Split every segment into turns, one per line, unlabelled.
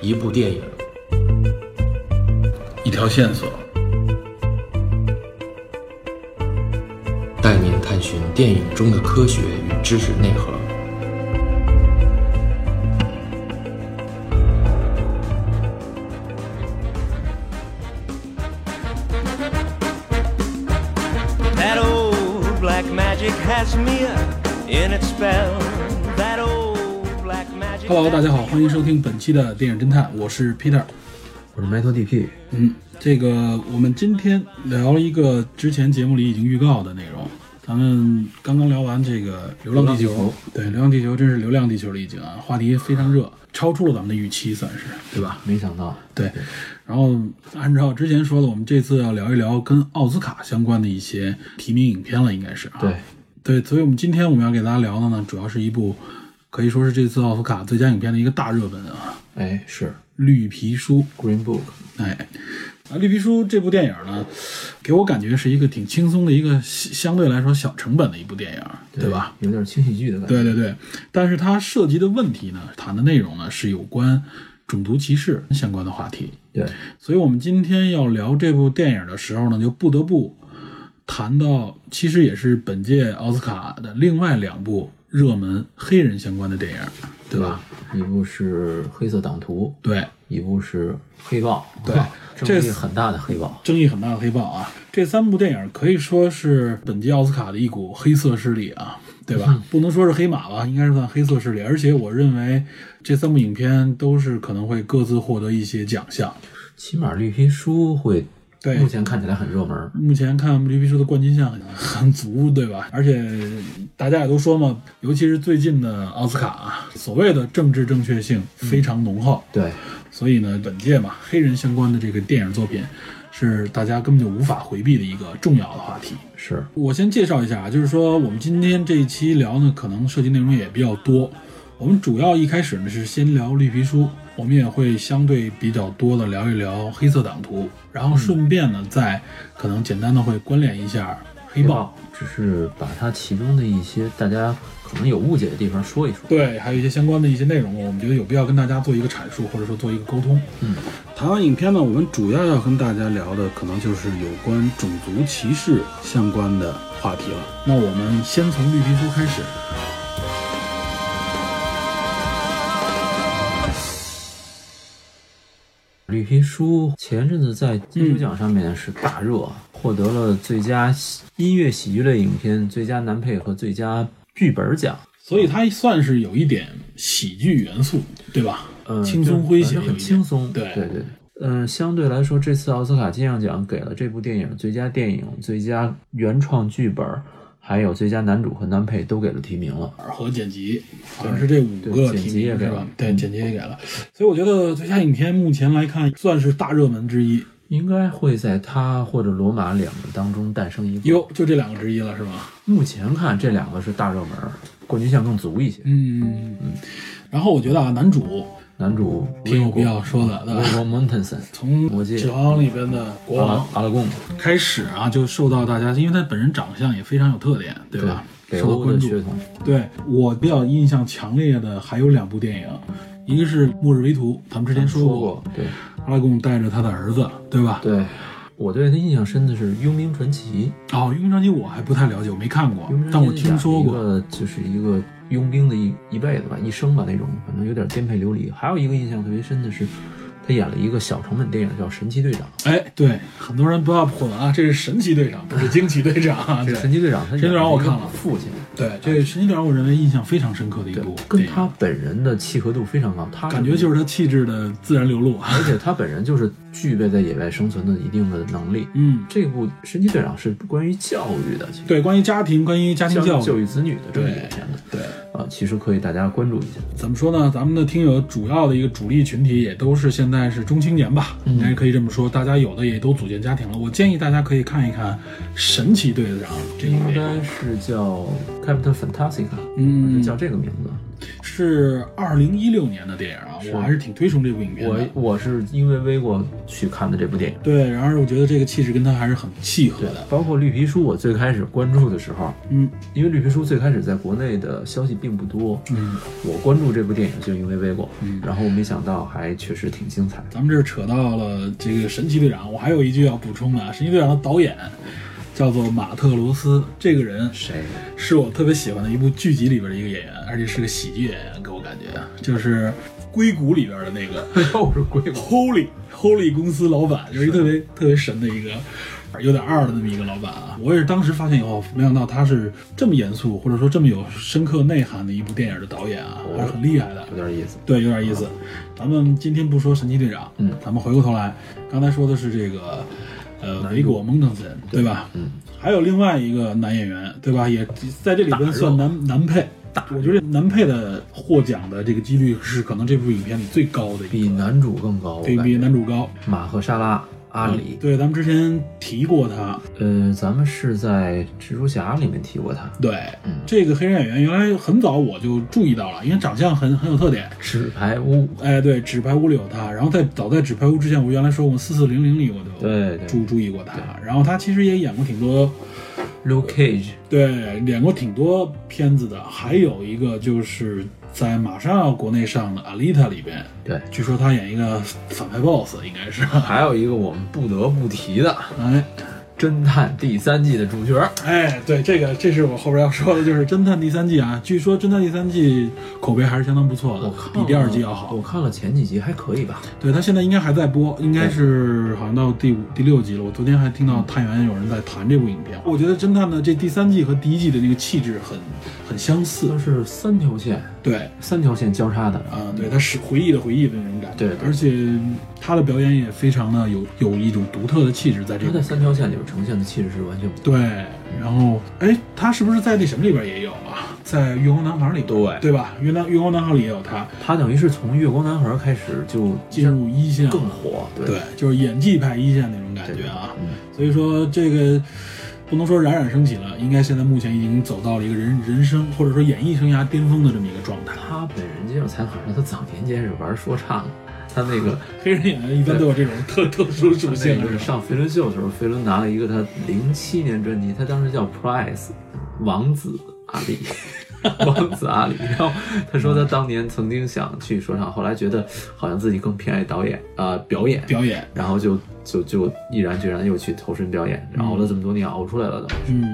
一部电影，
一条线索，
带您探寻电影中的科学与知识内核。
That old black magic has me in its spell. That old black magic.
Hello，大家好，欢迎收听本期的电影侦探，我是 Peter。
我是 Metal DP，
嗯，这个我们今天聊一个之前节目里已经预告的内容。咱们刚刚聊完这个《流浪地球》，对，《流浪地球》真是《流浪地球》了已经啊，话题非常热，超出了咱们的预期，算是对吧？
没想到
对，然后按照之前说的，我们这次要聊一聊跟奥斯卡相关的一些提名影片了，应该是啊。
对
对，所以我们今天我们要给大家聊的呢，主要是一部可以说是这次奥斯卡最佳影片的一个大热门啊，
哎，是
《绿皮书》。
Green Book，
哎，啊，《绿皮书》这部电影呢，给我感觉是一个挺轻松的一个相相对来说小成本的一部电影，对吧？？
有点轻喜剧的感觉。
对对对，但是它涉及的问题呢，谈的内容呢是有关种族歧视相关的话题。
对
所以我们今天要聊这部电影的时候呢，就不得不谈到，其实也是本届奥斯卡的另外两部热门黑人相关的电影，对吧？？
一部是黑色党徒，
对，
一部是黑豹，
对
哇
这
争
次
议很大的黑豹。
争议很大的黑豹啊，这三部电影可以说是本届奥斯卡的一股黑色势力啊，对吧？不能说是黑马吧，应该是算黑色势力。而且我认为这三部影片都是可能会各自获得一些奖项。
起码绿皮书会，
对
目前看起来很热门。
目前看绿皮书的冠军相很很足，对吧？而且大家也都说嘛，尤其是最近的奥斯卡啊，所谓的政治正确性非常浓厚，
对，
所以呢，本届嘛黑人相关的这个电影作品，是大家根本就无法回避的一个重要的话题。
是
我先介绍一下啊，就是说我们今天这一期聊呢，可能涉及内容也比较多。我们主要一开始呢是先聊绿皮书，我们也会相对比较多的聊一聊黑色党徒，然后顺便呢再可能简单的会关联一下黑
黑
豹
豹，，只是把它其中的一些大家可能有误解的地方说一说。
对，还有一些相关的一些内容，我们觉得有必要跟大家做一个阐述，或者说做一个沟通。
嗯，
台湾影片呢，我们主要要跟大家聊的，可能就是有关种族歧视相关的话题了。
那我们先从绿皮书开始。
绿皮书前阵子在金球奖上面是大热，获得了最佳喜音乐喜剧类影片、最佳男配和最佳剧本奖。
所以它算是有一点喜剧元素，对吧？
嗯，
轻松诙谐有
就
一点，
反正很轻松。
对
对对。嗯，相对来说，这次奥斯卡金像奖给了这部电影最佳电影、最佳原创剧本，还有最佳男主和男配都给了提名了。
和剪辑，好像是这五个
对剪
提
辑也
名
给
是
了
吧？对，剪辑也给了。所以我觉得最佳影片目前来看算是大热门之一。
应该会在他或者罗马两个当中诞生一个。
哟，就这两个之一了是吧？
目前看这两个是大热门，冠军相更足一些。
嗯然后我觉得啊，男主
男主啊
挺有必要说的，对
威
吧？
罗蒙腾森，
从
我记啊
《指环王》里边的国
阿拉
王
阿拉贡，
开始啊，就受到大家，因为他本人长相也非常有特点，对吧？
北
受到
欧
关
的
注。
血统，
对我比较印象强烈的还有两部电影，一个是《末日维图》，咱们之前说
说
过，
过对
阿拉贡带着他的儿子，对吧？
对。我对他印象深的是《幽冥传奇》，
哦，《佣兵传奇》我还不太了解，我没看过
佣兵，
但我听说过。，
就是一个佣兵的一一辈子吧，一生吧那种，反正有点颠沛流离。还有一个印象特别深的是，他演了一个小成本电影叫《神奇队长》。
哎，对，很多人不要混啊，这是神奇 队长，不是惊奇队长啊。
这
对
个神奇队长，他
神奇队长
演的是
我看了
一个父亲，
对，这个神奇队长，我认为印象非常深刻的一
对
部，
跟
电影
他本人的契合度非常高。他，
感觉就是是他气质的自然流露啊。
而且他本人就是具备在野外生存的一定的能力。
嗯，
这部《神奇队长》是关于教育的，其实
对，关于家庭，关于家庭
教
教
教
育，
育子女的这么一个
对
片子
对，
啊，其实可以大家关注一下。
怎么说呢？咱们的听友主要的一个主力群体也都是现在是中青年吧，
嗯
应该可以这么说。大家有的也都组建家庭了。我建议大家可以看一看《神奇队长》这一部
应
电影，
啊该是叫 Captain Fantastica，
嗯
好像叫这个名字。
是是二零一六年的电影啊，
是
我还是挺推崇这部影片
我
的。
我是因为微过去看的这部电影，
对，然而我觉得这个气质跟他还是很契合
对
的。，
包括绿皮书，我最开始关注的时候，
嗯
因为绿皮书最开始在国内的消息并不多，
嗯，
我关注这部电影就因为微过，然后没想到还确实挺精彩。
咱们这儿扯到了这个神奇队长，我还有一句要补充的啊，神奇队长的导演叫做马特·罗斯，这个人
谁？
是我特别喜欢的一部剧集里边的一个演员，而且是个喜剧演员，给我感觉啊就是《硅谷》里边的那个
又是硅谷。
Holy Holy 公司老板，就是一特别特别神的一个，有点二的那么一个老板啊。我也是当时发现以后，没想到他是这么严肃，或者说这么有深刻内涵的一部电影的导演啊，还是很厉害的。
有点意思。
对，有点意思。咱们今天不说神奇队长，
嗯
咱们回过头来，刚才说的是这个，呃，维果蒙登森，对吧？嗯，还有另外一个男演员，对吧？也在这里边算男男配。我觉得男配的获奖的这个几率是可能这部影片里最高的一
比
个，
男主更高，我
对
感
比
觉
男主嗯高。
马赫沙拉阿里，
对，咱们之前提过他，
呃，咱们是在蜘蛛侠里面提过他，
对，
嗯
这个黑人演员原来很早我就注意到了，因为长相很很有特点，
纸牌屋，
哎，对，《纸牌屋》里有他，然后在早在《纸牌屋》之前，我原来说过《四四零零》里我就
对对
注注意过他，然后他其实也演过挺多，
，Luke Cage，
对，演过挺多片子的，还有一个就是在马上要国内上的《阿丽塔》里边，
对，
据说他演一个反派 BOSS，应该 是，
还有一个我们不得不提的
哎
《侦探》第三季的主角，
哎，对，这个这是我后边要说的，就是《侦探》第三季啊，据说《侦探》第三季口碑还是相当不错的
我看，
比第二季要好
我。看了前几集还可以吧，
对他现在应该还在播，应该是好像到第五、第六集了。我昨天还听到探员有人在谈这部影片，我觉得侦探的这第三季和第一季的那个气质很很相似
都。是三条线，
对，
三条线交叉的，
啊、对他是回忆的回忆的那种感觉。
对对
而且他的表演也非常的有有一种独特的气质在这
他
个
在。三条线里边呈现的气质是完全不同。
对，然后哎，他是不是在那什么里边也有啊？在《月光男孩》里，
对
对吧？《月光月光男孩》里也有他，
他等于是从《月光男孩》开始就
进入一线了
更火，
对，就是演技派一线那种感觉啊。所以说这个不能说冉冉升起了，应该现在目前已经走到了一个人人生或者说演艺生涯巅峰的这么一个状态。
他本人接受采访说，他早年间是玩说唱的，他那个
黑人演员一般都有这种特特殊属性
那
啊，
个
是吧？
上飞轮秀的时候，飞轮拿了一个他零七年专辑，他当时叫 Price 王子阿里，王子阿里。然后他说他当年曾经想去说唱，后来觉得好像自己更偏爱导演啊、呃表演，
表演，
然后就就就毅然决然又去投身表演，然后熬了这么多年熬出来了的。
嗯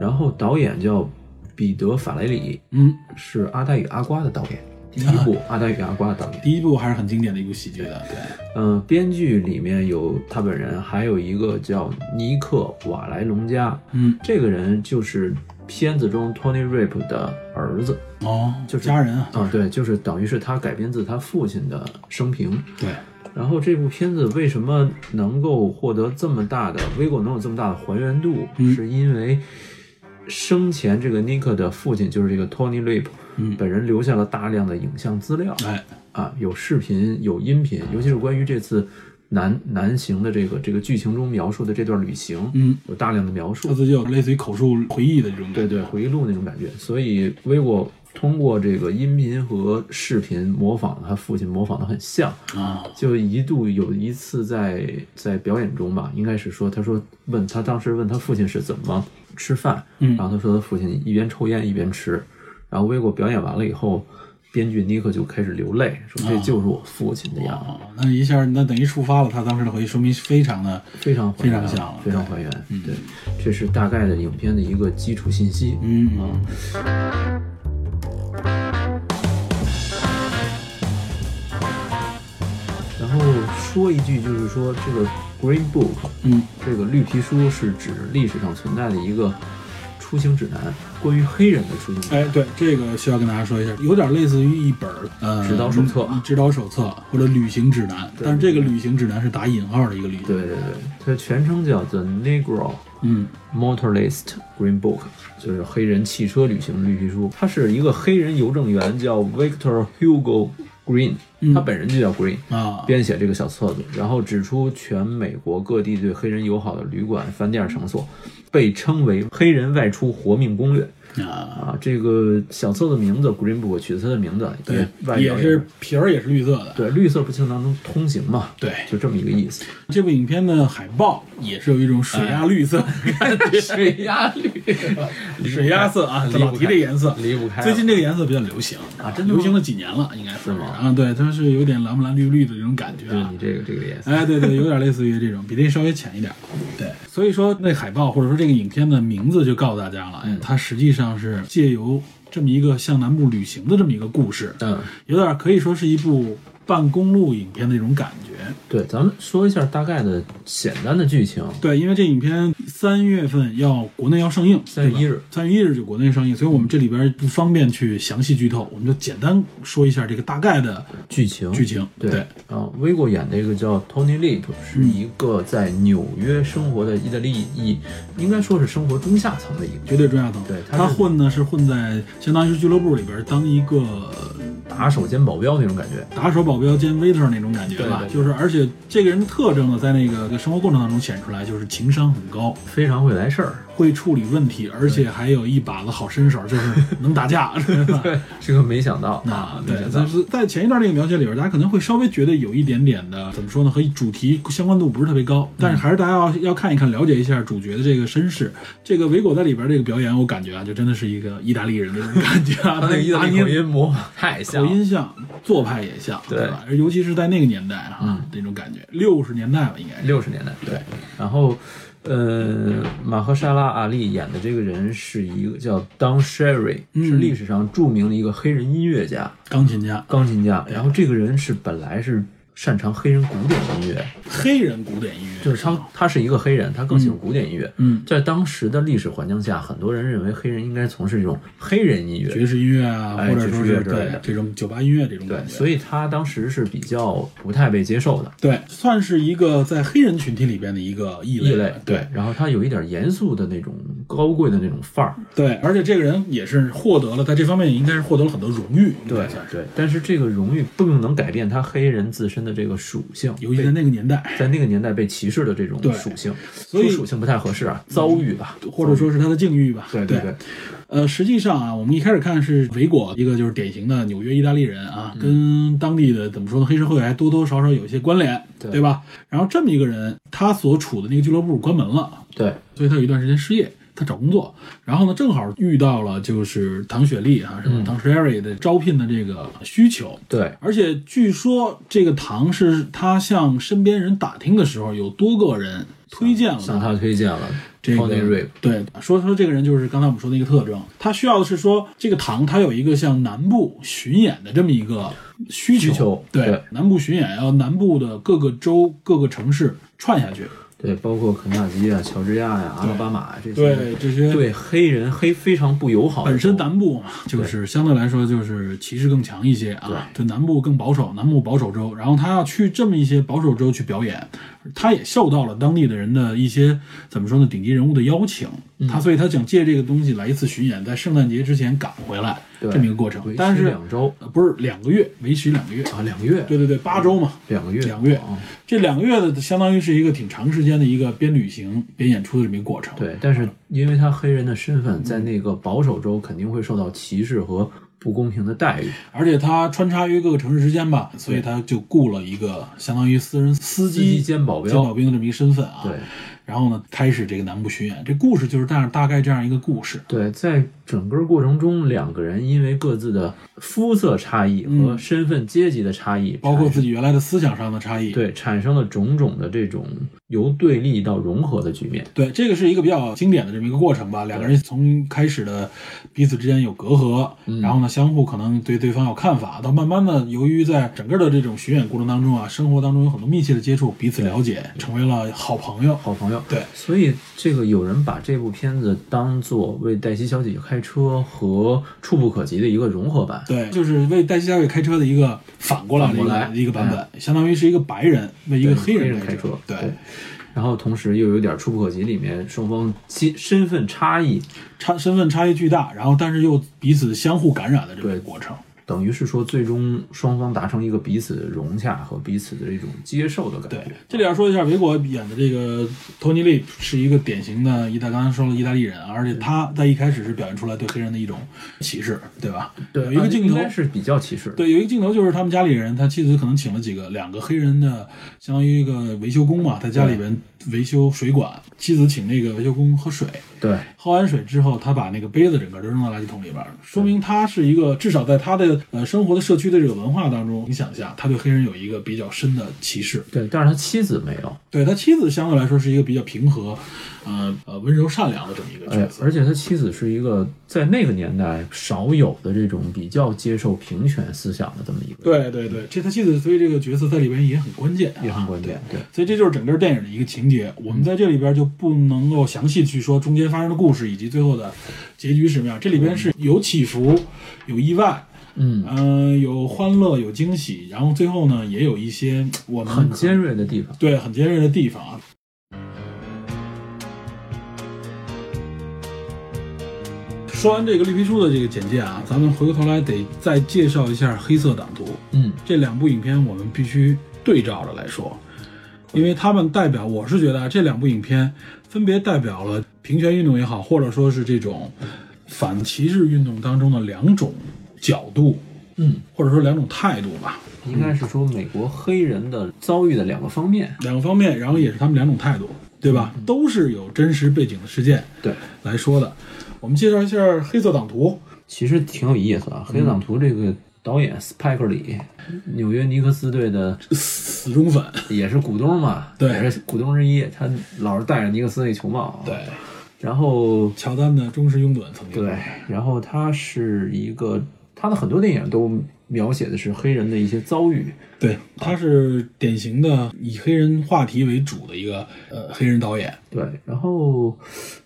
然后导演叫彼得·法雷里，
嗯，
是《阿呆与阿瓜》的导演，第一部《阿呆与阿瓜》的导演。
第一部还是很经典的一部喜剧的，对，
嗯，编剧里面有他本人，还有一个叫尼克·瓦莱隆加，
嗯，
这个人就是片子中 Tony Rip 的儿子
哦，
就是
家人啊，
啊，对，就是等于是他改编自他父亲的生平。
对，
然后这部片子为什么能够获得这么大的微果能有这么大的还原度，
嗯
是因为生前这个尼克的父亲就是这个 Tony Rip，
嗯
本人留下了大量的影像资料，
哎，
啊，有视频，有音频，尤其是关于这次南南行的这个这个剧情中描述的这段旅行，
嗯，
有大量的描
他
述，
自己有类似于口述回忆的这种感
对
觉，
对，回忆录那种感觉。所以微果通过这个音频和视频模仿他父亲，模仿的很像，
啊，
就一度有一次在在表演中吧，应该是说，他说问他当时问他父亲是怎么吃饭，
嗯
然后他说他父亲一边抽烟一边吃，然后微果表演完了以后。编剧尼克就开始流泪，说：“这就是我父亲的样子。
哦，那一下那等于触发了他当时的回忆，说明非常的
非常还
非
原
常像了嗯
非常还原。对，这是大概的影片的一个基础信息。啊
嗯嗯。
然后说一句，就是说这个 Green Book，
嗯，
这个绿皮书是指历史上存在的一个出行指南，关于黑人的出行指南。
哎，对，这个需要跟大家说一下，有点类似于一本儿呃
指导手册
嗯指导手册或者旅行指南，但是这个旅行指南是打引号的一个旅行，
对对对，它全称叫 The Negro
嗯，
Motorist Green Book，就是黑人汽车旅行绿皮书。他是一个黑人邮政员，叫 Victor Hugo Green，、
嗯
他本人就叫 Green
啊
编写这个小册子，然后指出全美国各地对黑人友好的旅馆、饭店、场所，被称为黑人外出活命攻略。
啊，
啊。这个小册子名字 Green Book 取自它的名字，
对
也外，表
也是皮儿也是绿色的，
对绿色不清当中通行嘛，
对
就这么一个意思。
这部影片的海报也是有一种水鸭绿色的
哎
感觉，
水压绿
水鸭色啊，
离不开
老提这颜色
离不开了
最近这个颜色比较流行
啊真的吗
流行了几年了，应该是
是吗
啊，对，它是有点蓝不蓝绿绿的这种感觉
就是
啊
你。这个这个颜色，
哎，对对，有点类似于这种，比这稍微浅一点。对，所以说那海报或者说这个影片的名字就告诉大家了，
嗯
哎它实际上是借由这么一个向南部旅行的这么一个故事，
嗯，
有点可以说是一部半公路影片的一种感觉。
对，咱们说一下大概的简单的剧情。
对，因为这影片三月份要国内要上映，
3月1日，
三月一日就国内上映，所以我们这里边不方便去详细剧透，我们就简单说一下这个大概的
剧情，
剧情
对
对嗯
啊，威过演的一个叫 Tony Lip，是一个在纽约生活的意大利裔，应该说是生活中下层的一个
绝对中下层。
对
他
他是
混呢是混在相当于是俱乐部里边当一个
打手兼保镖那种感觉。
打手保镖兼 waiter 那种感觉吧，
对对对
就是而且这个人的特征呢，在那个生活过程当中显出来，就是情商很高，
非常会来 事儿，
会处理问题，而且还有一把子好身手，就是能打架，是 吧？
这个没想到
啊，
没
对，
想到
但是在前一段这个描写里边，大家可能会稍微觉得有一点点的怎么说呢，和主题相关度不是特别高，但
嗯
是还是大家要要看一看，了解一下主角的这个身世。这个维果在里边这个表演，我感觉啊，就真的是一个意大利人的那种感觉啊，
他那个意大利口
拿捏
音模仿太像
口
了，
音像，做派也像，对
对
吧？尤其是在那个年代啊，
嗯
那种感觉，六十年代吧，应该是。
六十年代对。然后，呃，马赫沙拉阿丽演的这个人是一个叫 Don Sherry，、是
嗯
历史上著名的一个黑人音乐家、
钢琴家，
钢琴家。然后这个人是本来是擅长黑人古典音乐，
黑人古典音乐，
就是他他是一个黑人，他更喜欢古典音乐。
嗯
在当时的历史环境下，很多人认为黑人应该从事这种黑人音乐，
爵士音乐啊，
哎
或者说
爵士
是
乐之类
对
的
这种酒吧音乐这种
对
感，觉，
所以他当时是比较不太被接受的。
对，算是一个在黑人群体里边的一个异类。
异类，
对
然后他有一点严肃的那种高贵的那种范儿，
对，而且这个人也是获得了在这方面应该是获得了很多荣誉，应该算是，
对，但是这个荣誉并不能改变他黑人自身的这个属性，
尤其在那个年代，
在那个年代被歧视的这种
对
属性，
所以
说属性不太合适啊，遭遇吧，
或者说是他的境遇吧。
对
对
对，
呃，实际上啊，我们一开始看是维果，一个就是典型的纽约意大利人啊，
嗯
跟当地的怎么说呢，黑社会还多多少少有一些关联，对
对
吧？然后这么一个人，他所处的那个俱乐部关门了，
对
所以他有一段时间失业，他找工作，然后呢，正好遇到了就是唐雪莉啊，什么
嗯
唐 Sherry 的招聘的这个需求。
对
而且据说这个唐是他向身边人打听的时候，有多个人推荐了
向他推荐了
这个
Tony Rip，
对，说说这个人就是刚才我们说的一个特征，他需要的是说这个唐他有一个像南部巡演的这么一个需求，
需求
对
对
南部巡演要南部的各个州各个城市串下去，
对，包括肯塔基啊、乔治亚呀、阿拉巴马啊这些，
对这些
对黑人黑非常不友好的
本
种，
身南部嘛，就是相对来说就是歧视更强一些啊，对南部更保守，南部保守州，然后他要去这么一些保守州去表演，他也受到了当地的人的一些怎么说呢，顶级人物的邀请，
嗯
他所以他想借这个东西来一次巡演，在圣诞节之前赶回来
对
这么一个过程
为，期
但是
两周
呃不是两个月，为期两个月，
啊，两个月，
对对对，八周嘛，
两个月，
两个月
啊，
这两个月的相当于是一个挺长时间的一个边旅行边演出的这么一个过程，
对，但是因为他黑人的身份，在那个保守州肯定会受到歧视和不公平的待遇。
而且他穿插于各个城市之间吧，所以他就雇了一个相当于私人司
司
机
机兼保镖
兼保兵的这么一个身份啊。
对。
然后呢，开始这个南部巡演，这故事就是这样，大概这样一个故事。
对，在整个过程中，两个人因为各自的肤色差异和身份阶级的差异，
嗯包括
产
自己原来的思想上的差异，
对产生了种种的这种由对立到融合的局面。
对这个是一个比较经典的这么一个过程吧。两个人从开始的彼此之间有隔阂，
嗯
然后呢，相互可能对对方有看法，到慢慢的，由于在整个的这种巡演过程当中啊，生活当中有很多密切的接触，彼此了解，成为了好朋友。
好朋友，
对
所以这个有人把这部片子当做为黛西小姐姐开车和触不可及的一个融合版，
对，就是为黛西·夏瑞开车的一个反过来的一
反过来
个一个版本，相当于是一个白人为一个黑
人
人
开
车。
对
对，。
然后同时又有点触不可及，里面双方身身份差异，
差身份差异巨大，然后但是又彼此相互感染的这么一
对
个过程。
等于是说最终双方达成一个彼此的融洽和彼此的一种接受的感
对
觉。，
这里要说一下，维果演的这个托尼·利是一个典型的意大，刚才说了意大利人，而且他在一开始是表现出来对黑人的一种歧视，对呃吧？有一个镜
呃应
头
该是比较歧视的。
对，有一个镜头就是他们家里人，他妻子可能请了几个两个黑人的，相当于一个维修工嘛，在家里边维修水管，妻子请那个维修工喝水，
对
喝完水之后，他把那个杯子整个都扔到垃圾桶里边儿，说明他是一个至少在他的呃生活的社区的这个文化当中影响下，他对黑人有一个比较深的歧视。
对，但是他妻子没有，
对他妻子相对来说是一个比较平和，呃呃温柔善良的这么一个角
哎
色。
而且他妻子是一个在那个年代少有的这种比较接受平权思想的这么一个，，
对对对，这他妻子所以这个角色在里边也很关键啊、
也很关键。对，
所以这就是整个电影的一个情节。我们在这里边就不能够详细去说中间发生的故事以及最后的结局是什么样。这里边是有起伏，有意外，
嗯，
嗯、有欢乐，有惊喜，然后最后呢也有一些嗯我们
很尖锐的地方。
对很尖锐的地方啊。说完这个绿皮书的这个简介啊，咱们回过头来得再介绍一下《黑色党徒》。
嗯，
这两部影片我们必须对照着来说，因为他们代表，我是觉得啊，这两部影片分别代表了平权运动也好，或者说是这种反歧视运动当中的两种角度，
嗯，
或者说两种态度吧，
应该是说美国黑人的遭遇的两个方面。
两个方面，然后也是他们两种态度，对吧？都是有真实背景的事件
对，
来说的。我们介绍一下《黑色党徒
其实挺有意思啊，《黑色党徒》这个导演斯派克里，纽约尼克斯队的》
死忠粉，
也是股东 嘛，
对
也是股东之一，他老是戴着尼克斯那球帽。，啊
对，
然后
乔丹的忠实拥趸，曾经
对，然后他是一个，他的很多电影都描写的是黑人的一些遭遇。
对，他是典型的以黑人话题为主的一个呃黑人导演。
对，然后，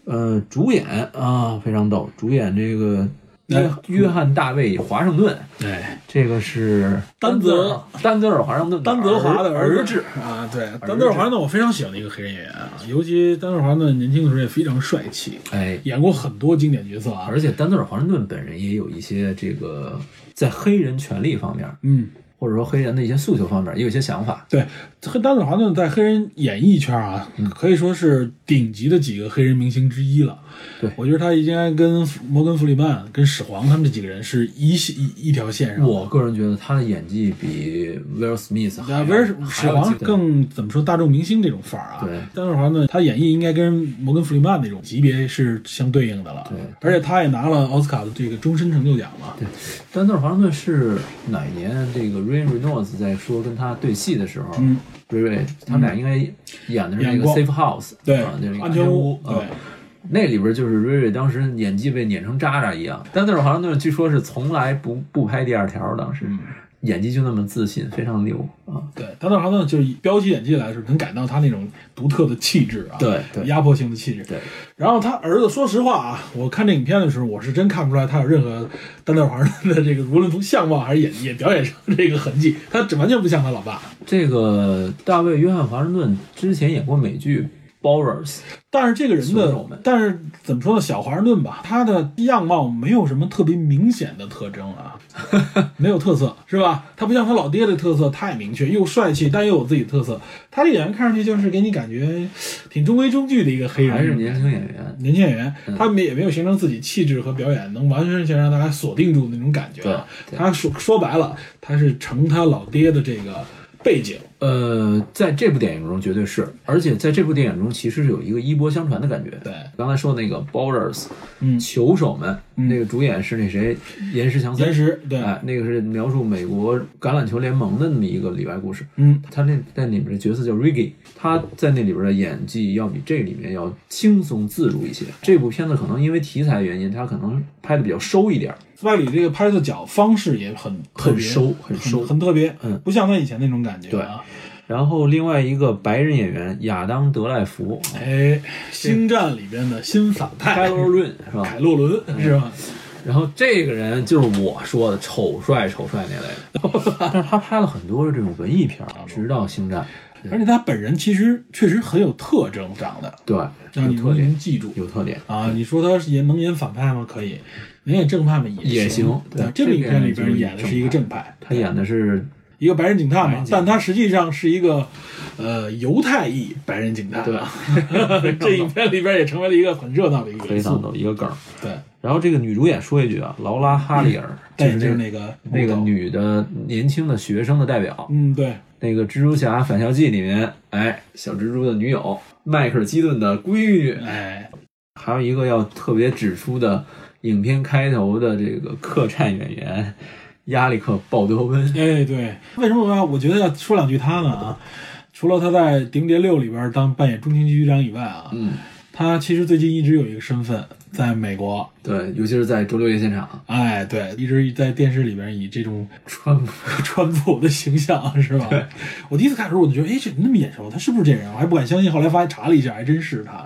呃，主演啊非常逗，主演这个约
哎
约翰大卫华盛顿，
哎，
这个是
丹泽
泽丹泽尔华盛顿
丹泽华的
儿
子
子。
啊，对，丹泽尔华盛顿我非常喜欢的一个黑人演员啊，尤其丹泽尔华盛顿年轻的时候也非常帅气，
哎，
演过很多经典角色啊
而。且丹泽尔华盛顿本人也有一些这个在黑人权利方面，
嗯，
或者说黑人的一些诉求方面，也有一些想法。
对，这丹泽尔华盛顿在黑人演艺圈啊，
嗯
可以说是顶级的几个黑人明星之一了。
对
我觉得他应该跟摩根·弗里曼、跟史皇他们这几个人是一系一一条线上的。
我个人觉得他的演技比威尔·史密斯还
啊，
要
威尔史
还
史
要
皇
激动
更怎么说大众明星这种范儿啊？
对
丹泽尔华呢，他演绎应该跟摩根弗里曼那种级别是相对应的了。
对
而且他也拿了奥斯卡的这个终身成就奖嘛。
对，丹泽尔华盛顿是哪一年？这个 Ray Reynolds 在说跟他对戏的时候，
嗯，
瑞瑞他们俩应该演的是那
演
个
过
Safe House，
对，
啊，就是那个
安全
屋，
对
啊。那里边就是瑞瑞当时演技被碾成渣渣一样，丹泽尔华盛顿据说是从来不不拍第二条，当
嗯
时、演技就那么自信，非常牛啊。
对，丹泽尔华呢，就是以飙起演技来说，能感到他那种独特的气质啊，
对对
压迫性的气质。
对，
然后他儿子，说实话啊，我看这影片的时候，我是真看不出来他有任何丹泽尔华的这个，无论从相貌还是演演表演上的这个痕迹，他完全不像他老爸。
这个大卫·约翰·华盛顿之前演过美剧《Borrowers》，
但是这个人
损
的
友们，
但是怎么说呢？小华盛顿吧，他的样貌没有什么特别明显的特征啊， 没有特色是吧？他不像他老爹的特色太明确，又帅气，但又有自己的特色。他这演员看上去就是给你感觉挺中规中矩的一个黑人，
还是嗯年轻演员。
年轻演员，他们也没有形成自己气质和表演能完全全让大家锁定住的那种感觉啊。
对对
他说说白了，他是承他老爹的这个背景。
呃，在这部电影中绝对是，而且在这部电影中其实是有一个衣钵相传的感觉。
对
刚才说那个《Borrowers》，
嗯
球手们，
嗯
那个主演是那谁，岩石强森。
岩石对，
哎，那个是描述美国橄榄球联盟的那么一个里外故事。
嗯，
他那在里面的角色叫 Riggy，他在那里边的演技要比这里面要轻松自如一些。这部片子可能因为题材原因，他可能拍的比较收一点儿。
斯派里这个拍摄角方式也很特别
很收
很
很收
很特别，
嗯
不像他以前那种感觉啊。
然后另外一个白人演员亚当·德赖福
哎，星战里边的新嗯反派
（Kylo Ren） 是吧
凯？洛伦是吧？
然后这个人就是我说的丑帅丑帅那类的，但是他拍了很多这种文艺片儿，啊 直到《星战》。
而且他本人其实确实很有特征，长得
对，
让
有
你
特
们
点，
能记住
有特点。
啊。你说他是也能演反派吗？可以，人家正派嘛
也
行
行。
对，
对
这部影片里
这个
边
人
演的是一个正派，
他演的是
一个白人警探
白
嘛
人，警
但
探
他实际上是一个呃犹太裔白人警探。
对
这影片里边也成为了一个很热闹的一个
非
元
常
素。
的一个梗儿。
对，
然后这个女主演说一句啊，劳拉·哈里尔，
戴
嗯哎就
眼
是
镜
这
那个
那个
木头，
女的年轻的学生的代表，
嗯，对，
那个蜘蛛侠返校记里面，哎，小蜘蛛的女友迈克尔基顿的闺女，
哎，
还有一个要特别指出的，影片开头的这个客串演员亚历克·鲍德温，
哎，对，为什么我要我觉得要说两句他呢啊？除了他在《谍谍六》里边当扮演中情局局长以外啊，
嗯，
他其实最近一直有一个身份，在美国，
对，尤其是在周六夜现场，
哎，对，一直在电视里边以这种
川普
川普的形象是吧？我第一次看的时候，我就觉得，哎，这人那么眼熟，他是不是这人？我还不敢相信，后来发现查了一下，还真是他。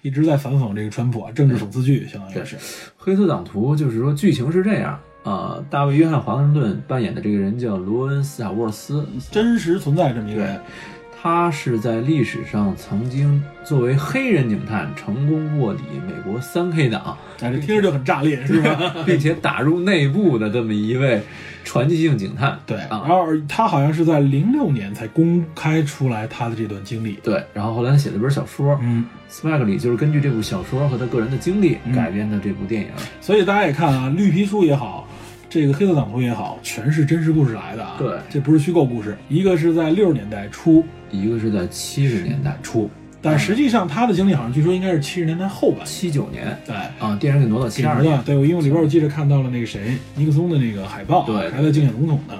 一直在反讽这个川普啊，政治讽刺剧，相当于是。
黑色党徒就是说剧情是这样。啊、大卫·约翰·华盛顿扮演的这个人叫罗恩·斯塔沃尔斯，
真实存在这么一个人，
他是在历史上曾经作为黑人警探成功卧底美国三 K 党，
哎，这听着就很炸裂，是吧？
并且打入内部的这么一位传奇性警探。
对，然
啊，
后他好像是在零六年才公开出来他的这段经历。
对。然后后来他写了本小说，
嗯，
Swag 里就是根据这部小说和他个人的经历
嗯
改编的这部电影。
所以大家也看啊，《绿皮书》也好，这个《黑色党徒》也好，全是真实故事来的啊。
对
这不是虚构故事。一个是在六十年代初，
一个是在七十年代初，
但实际上他的经历好像据说应该是七十年代后半。
七九年
哎，
啊，电影给挪到七
简
二
直
年。
的，对我因为里边我记得看到了那个谁尼克松的那个海报啊，
对
还在竞选总统呢。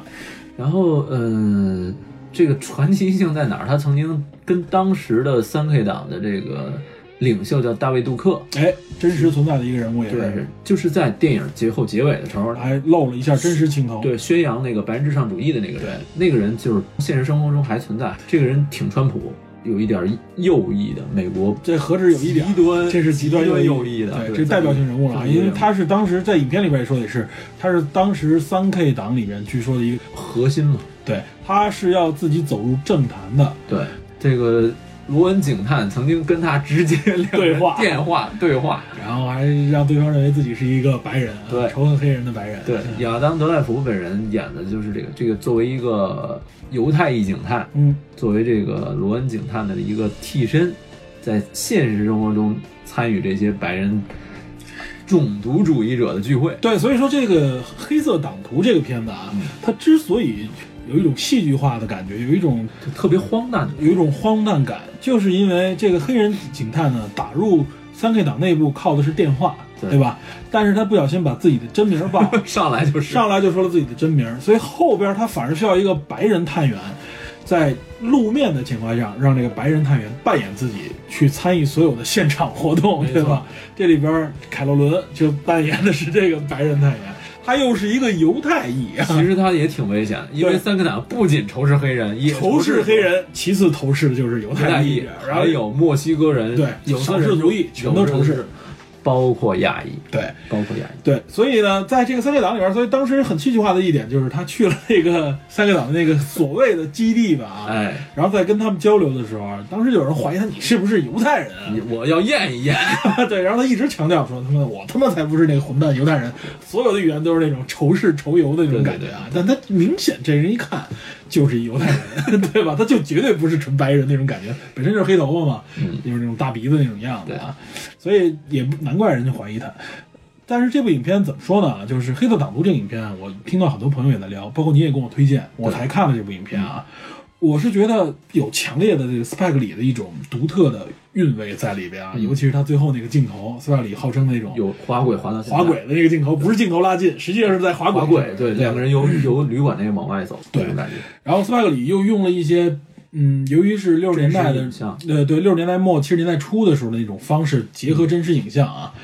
然后，呃，这个传奇性在哪儿？他曾经跟当时的三 K 党的这个领袖叫大卫·杜克，
哎，真实存在的一个人物也
就是
是，
就是在电影节后结尾的时候，
还露了一下真实情头。
对宣扬那个白人至上主义的那个人，那个人就是现实生活中还存在。这个人挺川普，有一点右翼的美国
这何止有一点儿，
极端
这是极端
极端
右
右翼的
对，
对
这代表性人物了啊，
在美
因为他是当时在影片里边也说的也是，他是当时三 K 党里面据说的一个，
核心嘛。
对，他是要自己走入政坛的，
对，这个罗恩警探曾经跟他直接两个
对话
电话对话。
然后还让对方认为自己是一个白人啊，
对
仇恨黑人的白人，啊
对，亚当·德赖福本人演的就是这个，这个作为一个犹太裔警探，
嗯，
作为这个罗恩警探的一个替身，在现实生活中参与这些白人种族主义者的聚会。
对，所以说这个《黑色党徒》这个片子啊，
嗯
它之所以有一种戏剧化的感觉，有一种
就特别荒诞的。
有一种荒诞感，就是因为这个黑人警探呢打入三 K 党内部靠的是电话，
对
对吧？但是他不小心把自己的真名报了，
上来就是
上来就说了自己的真名，所以后边他反而需要一个白人探员，在露面的情况下，让这个白人探员扮演自己去参与所有的现场活动，
错
对吧？这里边凯洛伦就扮演的是这个白人探员，他又是一个犹太裔啊，
其实他也挺危险的，因为
对
三个党不仅仇视黑人，也
仇视
视
黑、人，其次仇视的就是犹
犹太
太
裔，
然后
还有墨西哥人，
对
有色
少数
人
族裔全都仇视，
有色人包括亚裔，
对。
包括亚裔。
对，所以呢，在这个三 K 党里边，所以当时很戏剧化的一点就是他去了那个三 K 党的那个所谓的基地吧，啊，
哎，
然后在跟他们交流的时候，当时有人怀疑他你是不是犹太人
你我要验一验。
啊？ 对，然后他一直强调说他妈的我他妈才不是那个混蛋犹太人，所有的语言都是那种仇视仇犹的那种感觉啊。但他明显这人一看就是一犹太人， 对吧？他就绝对不是纯白人那种感觉，本身就是黑头发嘛，就是那种大鼻子那种样子啊，所以也不难怪人家怀疑他。但是这部影片怎么说呢？就是《黑色党徒》这个影片啊，我听到很多朋友也在聊，包括你也跟我推荐，我才看了这部影片啊。我是觉得有强烈的这个 Spike 里的一种独特的韵味在里边啊，尤其是他最后那个镜头，Spike 里号称那种
嗯有滑轨滑到现在
滑轨，的那个镜头，不是镜头拉近，实际上是在滑轨。
滑轨，对，两个人由由旅馆那个往外走，
嗯对
这种感觉。
然后 Spike 里又用了一些，嗯，由于是六十年代的呃
真实影像，
对对，六十年代末七十年代初的时候的那种方式，结合真实影像啊，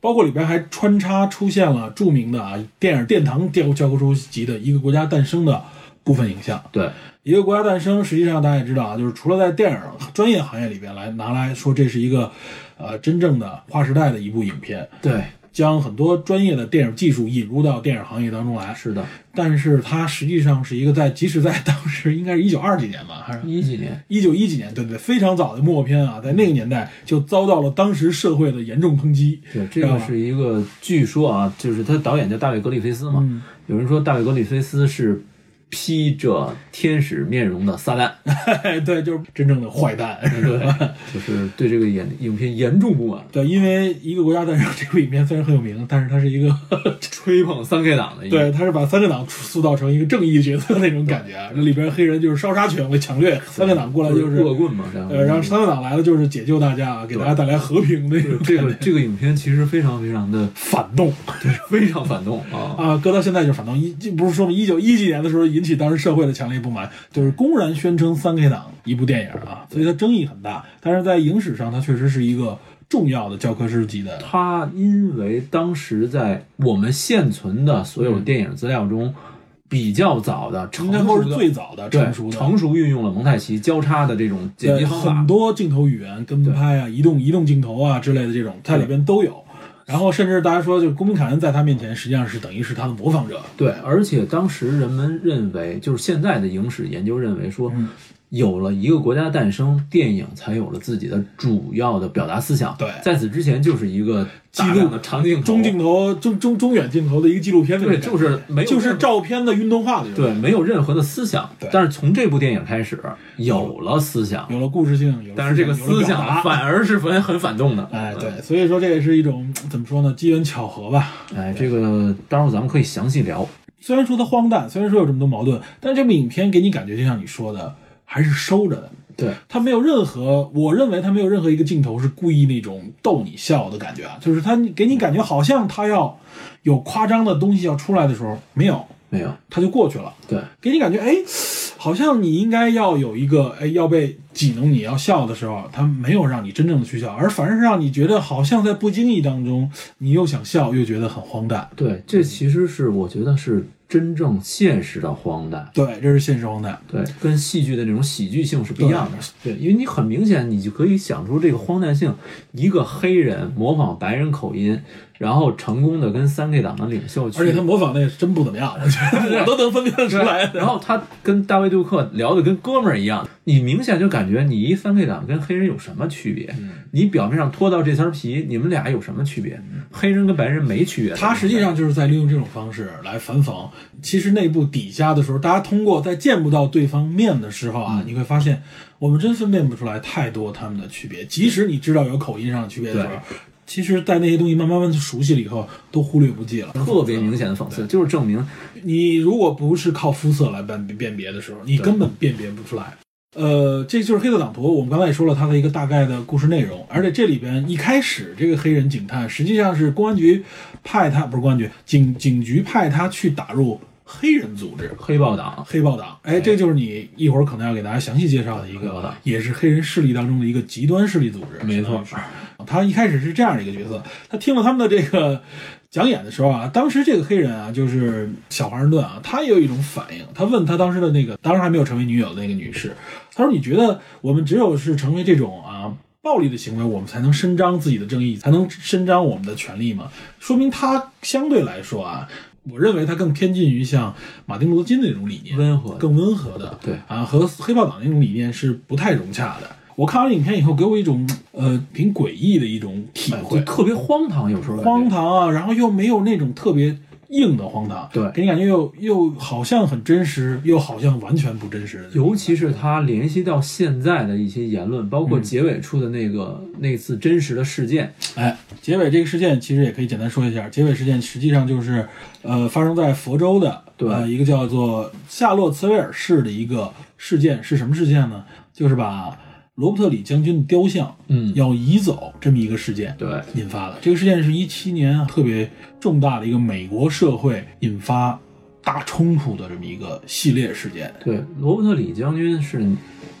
包括里边还穿插出现了著名的啊电影殿堂教教科书级的一个国家诞生的部分影像。
对，
一个国家诞生，实际上大家也知道啊，就是除了在电影专业行业里边来拿来说，这是一个呃真正的划时代的一部影片，
对，
将很多专业的电影技术引入到电影行业当中来。
是的，
但是它实际上是一个在，即使在当时应该是一九二几年吧，还是
一几年，
一九一几年，对对，非常早的默片啊，在那个年代就遭到了当时社会的严重抨击。
对，这
知道
个
吧
是一个，据说啊，就是他导演叫大卫·格里菲斯嘛，
嗯
有人说大卫·格里菲斯是披着天使面容的撒旦，
对，就是真正的坏蛋。
对，就是对这个演影片严重不满，
对，因为一个国家诞生 这部影片虽然很有名，但是它是一个，
吹捧三 K 党的一个，
对，它是把三个党塑造成一个正义角色的那种感觉。啊这里边黑人就是烧杀抢掠，抢掠三个党过来就是，
恶棍嘛，这样
呃，然后三个党来了就是解救大家，啊给大家带来和平的那种
这
感
个
觉
这个影片其实非常非常的
反动。
非常反动啊，
啊，搁到现在就是反动一，就不是说嘛，一九一几年的时候引起当时社会的强烈不满，就是公然宣称三 K 党一部电影啊，所以它争议很大。但是在影史上，它确实是一个重要的教科书级的。
他因为当时在我们现存的所有电影资料中。比较早的，成
应该
熟
说是
的
最早的
对
成熟的
成熟运用了蒙太奇交叉的这种剪辑
对
方法，
很多镜头语言跟拍啊、移动移动镜头啊之类的这种，它里边都有。然后甚至大家说，就公民凯恩在他面前实际上是等于是他的模仿者，
对，而且当时人们认为，就是现在的影史研究认为说，
嗯
有了一个国家诞生，电影才有了自己的主要的表达思想。
对
在此之前就是一个
记录
大量的长镜头，
中镜头、中中中远镜头的一个纪录片的
对，
感觉
就是没有
就是
任何
照片的运动化的一种
对没有任何的思想
对。
但是从这部电影开始有了思想，
有了故事性，有了
但是这个
思有了
思
表达
想反而是很很反动的。嗯
哎，对，所以说这也是一种怎么说呢，机缘巧合吧。
哎，这个待会儿咱们可以详细聊。
虽然说它荒诞，虽然说有这么多矛盾，但是这部影片给你感觉就像你说的，还是收着的。
对，
它没有任何，我认为它没有任何一个镜头是故意那种逗你笑的感觉啊，就是它给你感觉好像它要有夸张的东西要出来的时候，没有，
没有，
它就过去了。
对，
给你感觉哎，好像你应该要有一个哎要被挤弄你要笑的时候，他没有让你真正的去笑，而反而是让你觉得好像在不经意当中，你又想笑又觉得很荒诞。
对，这其实是我觉得是真正现实的荒诞。
对，这是现实荒诞。
对，跟戏剧的这种喜剧性是不一样的。对，因为你很明显，你就可以想出这个荒诞性。一个黑人模仿白人口音，然后成功的跟三 K 党的领袖去，
而且他模仿那个真不怎么样，我觉得我都能分辨得出来。
然后他跟大卫杜克聊的跟哥们儿一样，你明显就感觉你一三 K 党跟黑人有什么区别？你表面上脱到这层皮，你们俩有什么区别？黑人跟白人没区别。
他实际上就是在利用这种方式来反讽。其实内部底下的时候，大家通过在见不到对方面的时候啊，
嗯
你会发现我们真分辨不出来太多他们的区别。即使你知道有口音上的区别的时候
对，
其实，在那些东西慢慢慢慢熟悉了以后，都忽略不计了。
特别明显的讽刺，就是证明
你如果不是靠肤色来辨辨别的时候，你根本辨别不出来。呃，这就是黑色党徒。我们刚才也说了他的一个大概的故事内容，而且这里边一开始这个黑人警探实际上是公安局派他，不是公安局警警局派他去打入黑人组织。
黑豹党
黑豹党，哎，这就是你一会儿可能要给大家详细介绍的一
黑豹
个
党，
也是黑人势力当中的一个极端势力组织。
没错
相当于是，他一开始是这样的一个角色。他听了他们的这个讲演的时候啊，当时这个黑人啊，就是小华盛顿啊，他也有一种反应。他问他当时的那个，当时还没有成为女友的那个女士，他说：“你觉得我们只有是成为这种啊暴力的行为，我们才能伸张自己的正义，才能伸张我们的权利吗？”说明他相对来说啊。我认为他更偏近于像马丁·路德·金那种理念，
温和的
更温和的，
对
啊，和黑豹党那种理念是不太融洽的。我看完影片以后，给我一种呃挺诡异的一种体
就
会，
特别荒唐，有时候感觉
荒唐啊，然后又没有那种特别硬的荒唐，
对
给你感觉又又好像很真实，又好像完全不真实。
尤其是他联系到现在的一些言论，包
嗯
括结尾处的那个、那次真实的事件，
哎，结尾这个事件其实也可以简单说一下。结尾事件实际上就是，呃，发生在佛州的，
对
呃，一个叫做夏洛茨维尔市的一个事件，是什么事件呢？就是把罗伯特里将军的雕像，
嗯
要移走这么一个事件，
对
引发的。这个事件是一七年特别重大的一个美国社会引发大冲突的这么一个系列事件。
对，罗伯特里将军是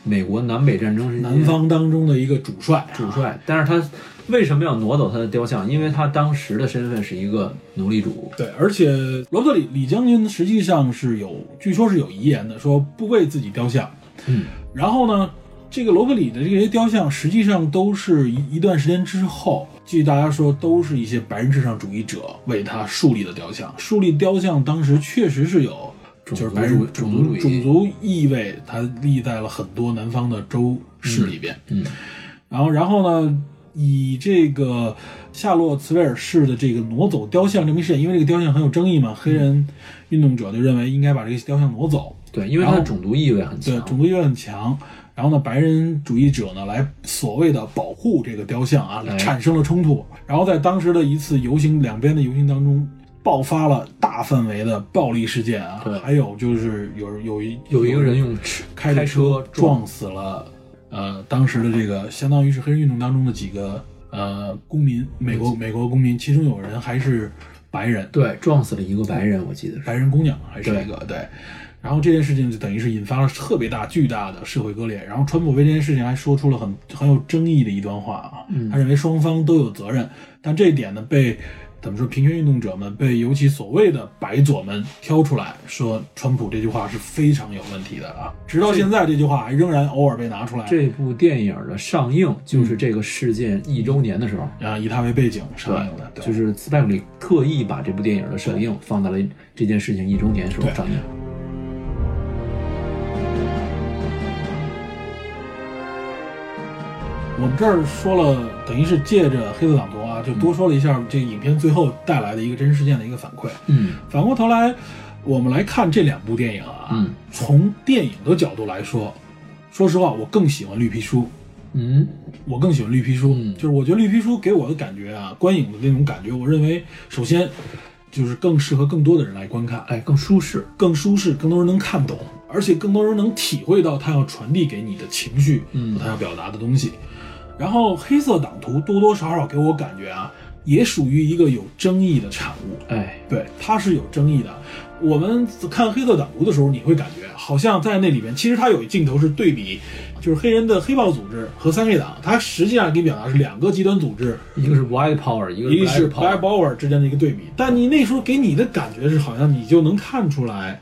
美国南北战争时期
南方当中的一个主帅，
嗯
啊
主帅，但是他为什么要挪走他的雕像？因为他当时的身份是一个奴隶主，
对，而且罗伯特里李将军实际上是有，据说是有遗言的，说不为自己雕像。
嗯，
然后呢，这个罗格里的这些雕像，实际上都是一一段时间之后，据大家说，都是一些白人至上主义者为他树立的雕像。树立雕像当时确实是有，就是白人
种
种
族主
族
义
种族意味，它立在了很多南方的州市里边。
嗯，
然后，然后呢，以这个夏洛茨维尔市的这个挪走雕像这么一事件，因为这个雕像很有争议嘛，黑人运动者就认为应该把这个雕像挪走，
对，因为它的种族意味很
对
强，
种族意味很强。然后呢，白人主义者呢来所谓的保护这个雕像啊
哎，
产生了冲突。然后在当时的一次游行，两边的游行当中。爆发了大范围的暴力事件啊
对，
还有就是有有一
有一个人用车
开
开
着
车
撞死了，呃，当时的这个相当于是黑人运动当中的几个呃公民，美国美国公民，其中有人还是白人，
对撞死了一个白人，我记得是。
白人姑娘啊还是一个对。然后这件事情就等于是引发了特别大、巨大的社会割裂。然后川普为这件事情还说出了很很有争议的一段话啊，他认为双方都有责任，但这一点呢被怎么说平权运动者们被尤其所谓的白左们挑出来说，川普这句话是非常有问题的啊。直到现在，这句话还仍然偶尔被拿出来，
这部电影的上映就是这个事件一周年的时候，
啊以它为背景上映的，对
就是斯派克里特意把这部电影的首映放在了这件事情一周年时候上映。
我们这儿说了，等于是借着黑色党徒啊，就多说了一下这个影片最后带来的一个真实事件的一个反馈。
嗯
反过头来，我们来看这两部电影啊，
嗯
从电影的角度来说，说实话，我更喜欢《绿皮书》，
嗯，
我更喜欢《绿皮书》
嗯
就是我觉得《绿皮书》给我的感觉啊，观影的那种感觉，我认为首先就是更适合更多的人来观看，
哎，更舒适。
更舒适，更多人能看懂，而且更多人能体会到他要传递给你的情绪，
嗯
和他要表达的东西。然后黑色党徒多多少少给我感觉啊，也属于一个有争议的产物。
哎，
对，它是有争议的。我们看黑色党徒的时候，你会感觉好像在那里边，其实它有一镜头是对比，就是黑人的黑豹组织和三 K 党，它实际上给你表达是两个极端组织，
一个是 white power，一个
一个是
black
Black
power。
Power 之间的一个对比。但你那时候给你的感觉是，好像你就能看出来，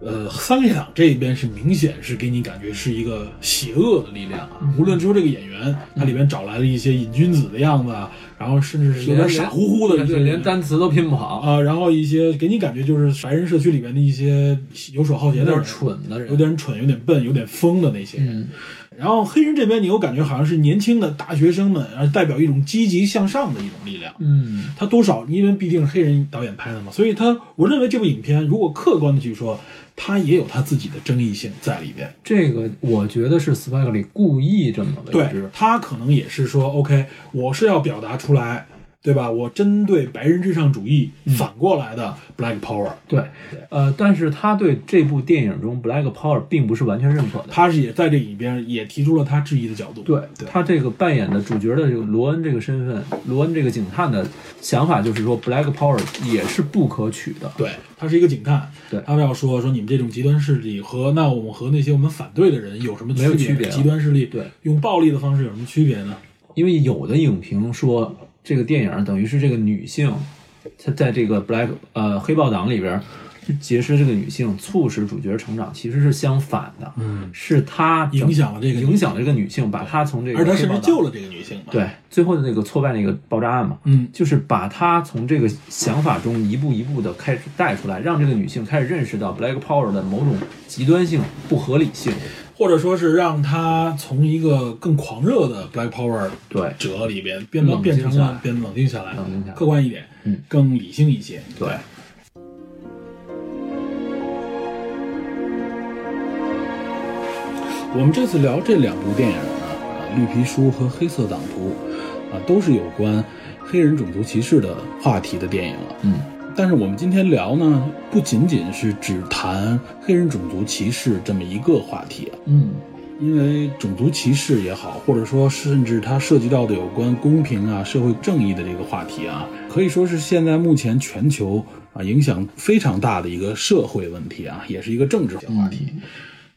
呃，三 K 党这一边是明显是给你感觉是一个邪恶的力量啊。
嗯
无论说这个演员，他里边找来了一些瘾君子的样子啊，然后甚至是有点傻乎乎的一些
对，
人，
连单词都拼不好，
啊，然后一些给你感觉就是白人社区里面的一些游手好闲
有
的人
点，蠢的人，
有点蠢，有点笨，有点疯的那些人。
嗯
然后黑人这边，你有感觉好像是年轻的大学生们，而代表一种积极向上的一种力量。
嗯，
他多少，因为毕竟是黑人导演拍的嘛，所以他我认为这部影片如果客观的去说，他也有他自己的争议性在里边。
这个我觉得是 Spike l 故意这么为
对
之，，
他可能也是说，OK，我是要表达出来，对吧？我针对白人至上主义
嗯
反过来的 Black Power，
对，呃，但是他对这部电影中 Black Power 并不是完全认可的。
他是也在这里边也提出了他质疑的角度。
对
对，
他这个扮演的主角的这个罗恩这个身份，罗恩这个警探的想法就是说，Black Power 也是不可取的。
对，他是一个警探，
对
他要说说你们这种极端势力和那我们和那些我们反对的人有什么
没有区
区
别啊
极端势力
对
用暴力的方式有什么区别呢？
因为有的影评说，这个电影等于是这个女性，她在这个 Black 呃黑豹党里边儿去结识这个女性，促使主角成长，其实是相反的。嗯，是她整
影响了这个女
影响了这个女性，把她从这个
而他
黑
甚
豹
至
党
救了这个女性嘛？，
对，啊最后的那个挫败那个爆炸案嘛，
嗯
就是把她从这个想法中一步一步的开始带出来，让这个女性开始认识到 Black Power 的某种极端性、不合理性。
或者说是让他从一个更狂热的 Black Power
对
者里边变得
冷静
变成
下来
了变冷静下来，
冷静下来
客观一点，
嗯
更理性一些。
对，
我们这次聊这两部电影呢，啊，《绿皮书》和《黑色党徒》，啊，都是有关黑人种族歧视的话题的电影啊。
嗯，
但是我们今天聊呢，不仅仅是只谈黑人种族歧视这么一个话题啊，
嗯，
因为种族歧视也好，或者说甚至它涉及到的有关公平啊、社会正义的这个话题啊，可以说是现在目前全球啊影响非常大的一个社会问题啊，也是一个政治话题。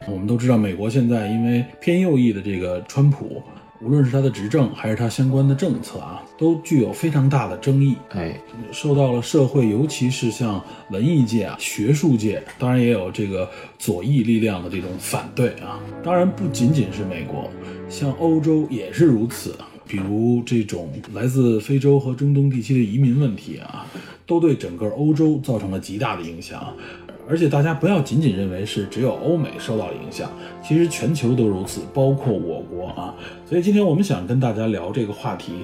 我们都知道，美国现在因为偏右翼的这个川普无论是他的执政还是他相关的政策啊，都具有非常大的争议，
哎，
受到了社会，尤其是像文艺界啊、学术界，当然也有这个左翼力量的这种反对啊。当然不仅仅是美国，像欧洲也是如此。比如这种来自非洲和中东地区的移民问题啊，都对整个欧洲造成了极大的影响。而且大家不要仅仅认为是只有欧美受到影响，其实全球都如此，包括我国啊。所以今天我们想跟大家聊这个话题，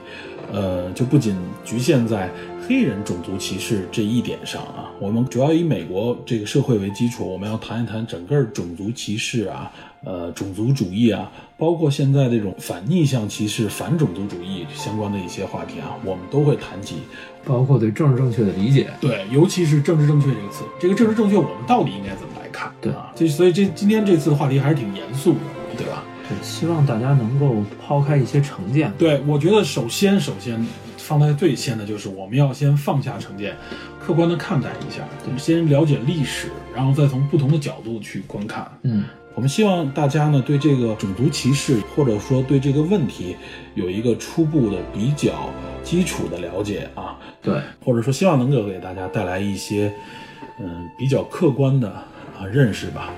呃，就不仅局限在黑人种族歧视这一点上啊。我们主要以美国这个社会为基础，我们要谈一谈整个种族歧视啊，呃，种族主义啊，包括现在这种反逆向歧视、反种族主义相关的一些话题啊，我们都会谈及。
包括对政治正确的理解，
对，尤其是政治正确这个词，这个政治正确我们到底应该怎么来看？
对
啊，这所以这今天这次的话题还是挺严肃的，对吧？
对，希望大家能够抛开一些成见，
对，我觉得首先首先放在最先的就是我们要先放下成见，客观的看待一下，我们先了解历史，然后再从不同的角度去观看。
嗯，
我们希望大家呢对这个种族歧视或者说对这个问题有一个初步的比较基础的了解啊，
对，
或者说希望能够给大家带来一些，嗯，比较客观的啊认识吧。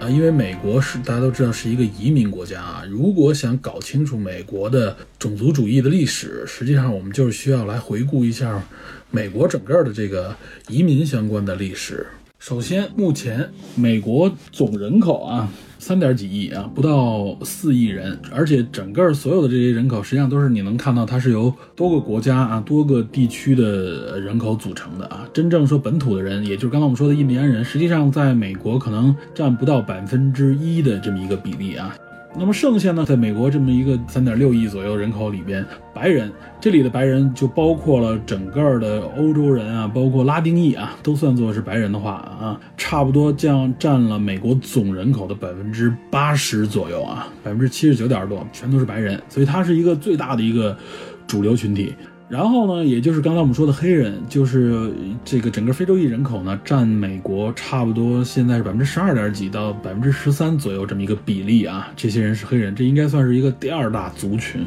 啊，因为美国是大家都知道是一个移民国家啊，如果想搞清楚美国的种族主义的历史，实际上我们就是需要来回顾一下美国整个的这个移民相关的历史。首先，目前美国总人口啊，三点几亿啊，不到四亿人，而且整个所有的这些人口，实际上都是你能看到，它是由多个国家啊、多个地区的人口组成的啊。真正说本土的人，也就是刚才我们说的印第安人，实际上在美国可能占不到百分之一的这么一个比例啊。那么剩下呢，在美国这么一个三点六亿左右人口里边，白人这里的白人就包括了整个儿的欧洲人啊，包括拉丁裔啊，都算作是白人的话啊，差不多将占了美国总人口的百分之八十左右啊，百分之七十九点多全都是白人，所以它是一个最大的一个主流群体。然后呢，也就是刚才我们说的黑人，就是这个整个非洲裔人口呢，占美国差不多现在是百分之十二点几到百分之十三左右这么一个比例啊。这些人是黑人，这应该算是一个第二大族群。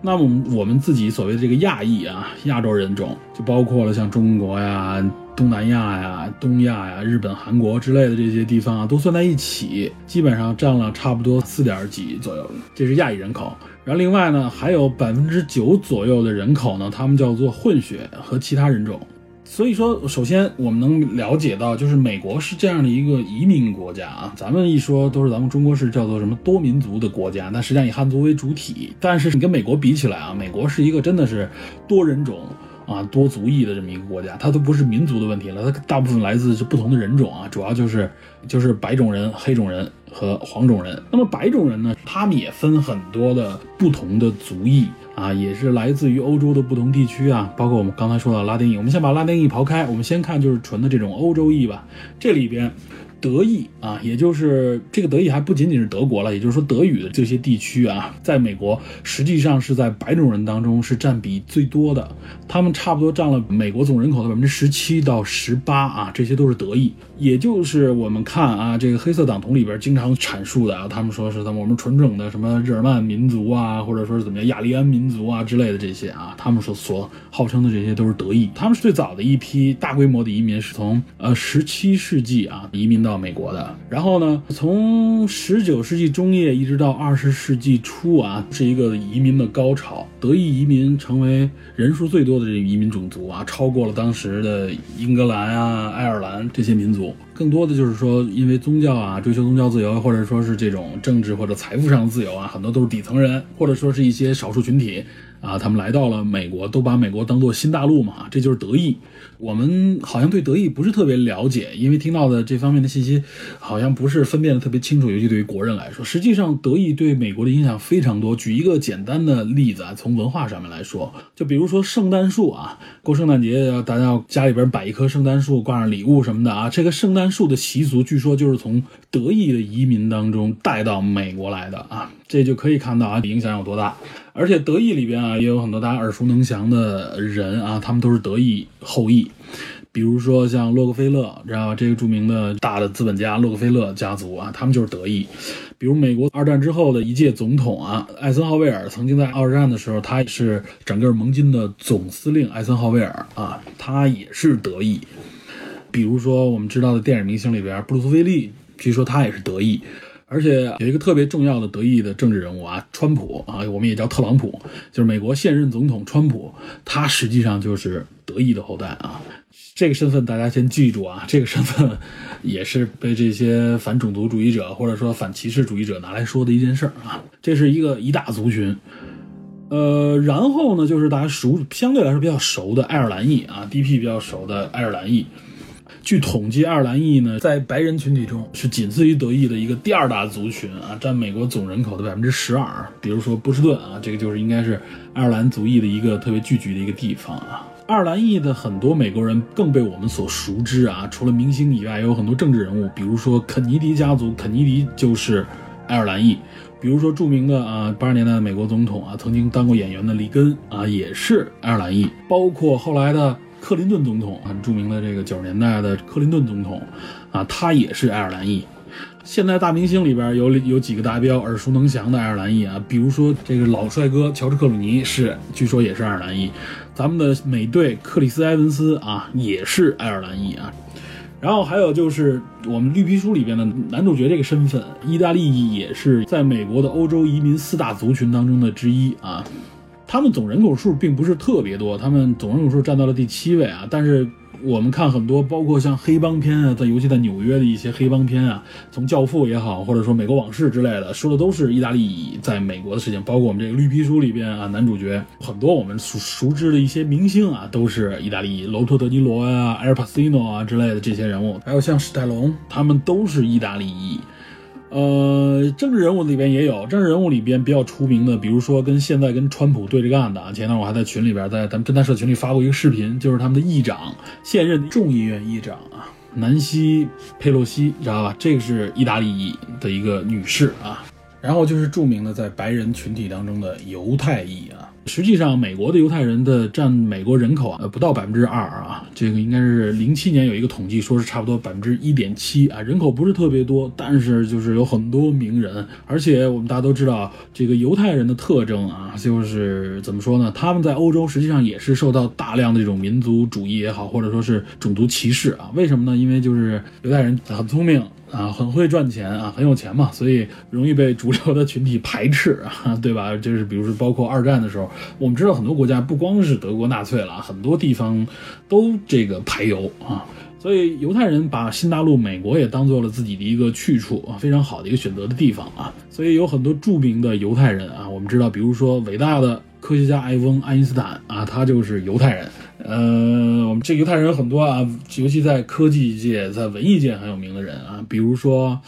那么我们我们自己所谓的这个亚裔啊，亚洲人种，就包括了像中国呀、东南亚呀、东亚呀、日本、韩国之类的这些地方啊，都算在一起，基本上占了差不多四点几左右，这是亚裔人口。然后另外呢，还有百分之九左右的人口呢，他们叫做混血和其他人种。所以说，首先我们能了解到，就是美国是这样的一个移民国家啊。咱们一说都是咱们中国是叫做什么多民族的国家，但实际上以汉族为主体。但是你跟美国比起来啊，美国是一个真的是多人种啊、多族裔的这么一个国家，它都不是民族的问题了，它大部分来自是不同的人种啊，主要就是就是白种人、黑种人和黄种人。那么白种人呢，他们也分很多的不同的族裔。啊，也是来自于欧洲的不同地区啊，包括我们刚才说到拉丁裔。我们先把拉丁裔刨开，我们先看就是纯的这种欧洲裔吧。这里边，德裔啊，也就是这个德裔还不仅仅是德国了，也就是说德语的这些地区啊，在美国实际上是在白种人当中是占比最多的，他们差不多占了美国总人口的百分之十七到十八啊，这些都是德裔。也就是我们看啊，这个黑色党同里边经常阐述的啊，他们说是咱们我们纯种的什么日耳曼民族啊，或者说是怎么样雅利安民族啊之类的这些啊，他们所所号称的这些都是德裔。他们是最早的一批大规模的移民是从呃十七世纪啊移民到美国的。然后呢，从十九世纪中叶一直到二十世纪初啊，是一个移民的高潮。德裔移民成为人数最多的这个移民种族啊，超过了当时的英格兰啊、爱尔兰这些民族。更多的就是说，因为宗教啊，追求宗教自由，或者说是这种政治或者财富上的自由啊，很多都是底层人，或者说是一些少数群体啊，他们来到了美国，都把美国当做新大陆嘛，这就是德意。我们好像对德意不是特别了解，因为听到的这方面的信息好像不是分辨的特别清楚，尤其对于国人来说，实际上德意对美国的影响非常多。举一个简单的例子啊，从文化上面来说，就比如说圣诞树啊，过圣诞节要大家要家里边摆一棵圣诞树，挂上礼物什么的啊，这个圣诞树的习俗据说就是从德意的移民当中带到美国来的啊，这就可以看到啊影响有多大。而且德意里边啊，也有很多大家耳熟能详的人啊，他们都是德意后裔。比如说像洛克菲勒，知道吧？这个著名的大的资本家洛克菲勒家族啊，他们就是德裔。比如美国二战之后的一届总统啊，艾森豪威尔曾经在二战的时候，他是整个盟军的总司令艾森豪威尔啊，他也是德裔。比如说我们知道的电影明星里边，布鲁斯威利，据说他也是德裔。而且有一个特别重要的德裔的政治人物啊，川普啊，我们也叫特朗普，就是美国现任总统川普，他实际上就是德裔的后代啊。这个身份大家先记住啊，这个身份也是被这些反种族主义者或者说反歧视主义者拿来说的一件事儿啊。这是一个一大族群，呃，然后呢，就是大家熟相对来说比较熟的爱尔兰裔啊，DP 比较熟的爱尔兰裔。据统计，爱尔兰裔呢，在白人群体中是仅次于德裔的一个第二大族群啊，占美国总人口的百分之十二。比如说波士顿啊，这个就是应该是爱尔兰族裔的一个特别聚集的一个地方啊。爱尔兰裔的很多美国人更被我们所熟知啊，除了明星以外，也有很多政治人物，比如说肯尼迪家族，肯尼迪就是爱尔兰裔。比如说著名的啊，八十年代的美国总统啊，曾经当过演员的里根啊，也是爱尔兰裔。包括后来的克林顿总统，很著名的这个九十年代的克林顿总统啊，他也是爱尔兰裔。现在大明星里边有有几个达标耳熟能详的爱尔兰裔啊，比如说这个老帅哥乔治克鲁尼是，据说也是爱尔兰裔。咱们的美队克里斯埃文斯啊，也是爱尔兰裔啊。然后还有就是我们绿皮书里边的男主角这个身份，意大利裔也是在美国的欧洲移民四大族群当中的之一啊。他们总人口数并不是特别多，他们总人口数占到了第七位啊。但是我们看很多，包括像黑帮片啊，在尤其在纽约的一些黑帮片啊，从《教父》也好，或者说《美国往事》之类的，说的都是意大利裔在美国的事情。包括我们这个绿皮书里边啊，男主角很多我们熟熟知的一些明星啊，都是意大利裔，罗托·德尼罗啊、埃尔帕西诺啊之类的这些人物，还有像史泰龙，他们都是意大利裔。呃，政治人物里边也有，政治人物里边比较出名的，比如说跟现在跟川普对着干的啊。前一段我还在群里边，在咱们侦探社群里发过一个视频，就是他们的议长，现任众议院议长啊，南希·佩洛西，知道吧？这个是意大利裔的一个女士啊。然后就是著名的在白人群体当中的犹太裔啊。实际上，美国的犹太人的占美国人口啊，呃，不到百分之二啊。这个应该是零七年有一个统计，说是差不多百分之一点七啊，人口不是特别多，但是就是有很多名人，而且我们大家都知道，这个犹太人的特征啊，就是怎么说呢？他们在欧洲实际上也是受到大量的这种民族主义也好，或者说是种族歧视啊。为什么呢？因为就是犹太人很聪明。啊，很会赚钱啊，很有钱嘛，所以容易被主流的群体排斥啊，对吧？ 就是比如说，包括二战的时候，我们知道很多国家不光是德国纳粹了，啊很多地方都这个排犹啊，所以犹太人把新大陆美国也当做了自己的一个去处啊，非常好的一个选择的地方啊，所以有很多著名的犹太人啊，我们知道，比如说伟大的科学家埃翁爱因斯坦啊，他就是犹太人。呃，我们这犹太人很多啊，尤其在科技界、在文艺界很有名的人啊，比如说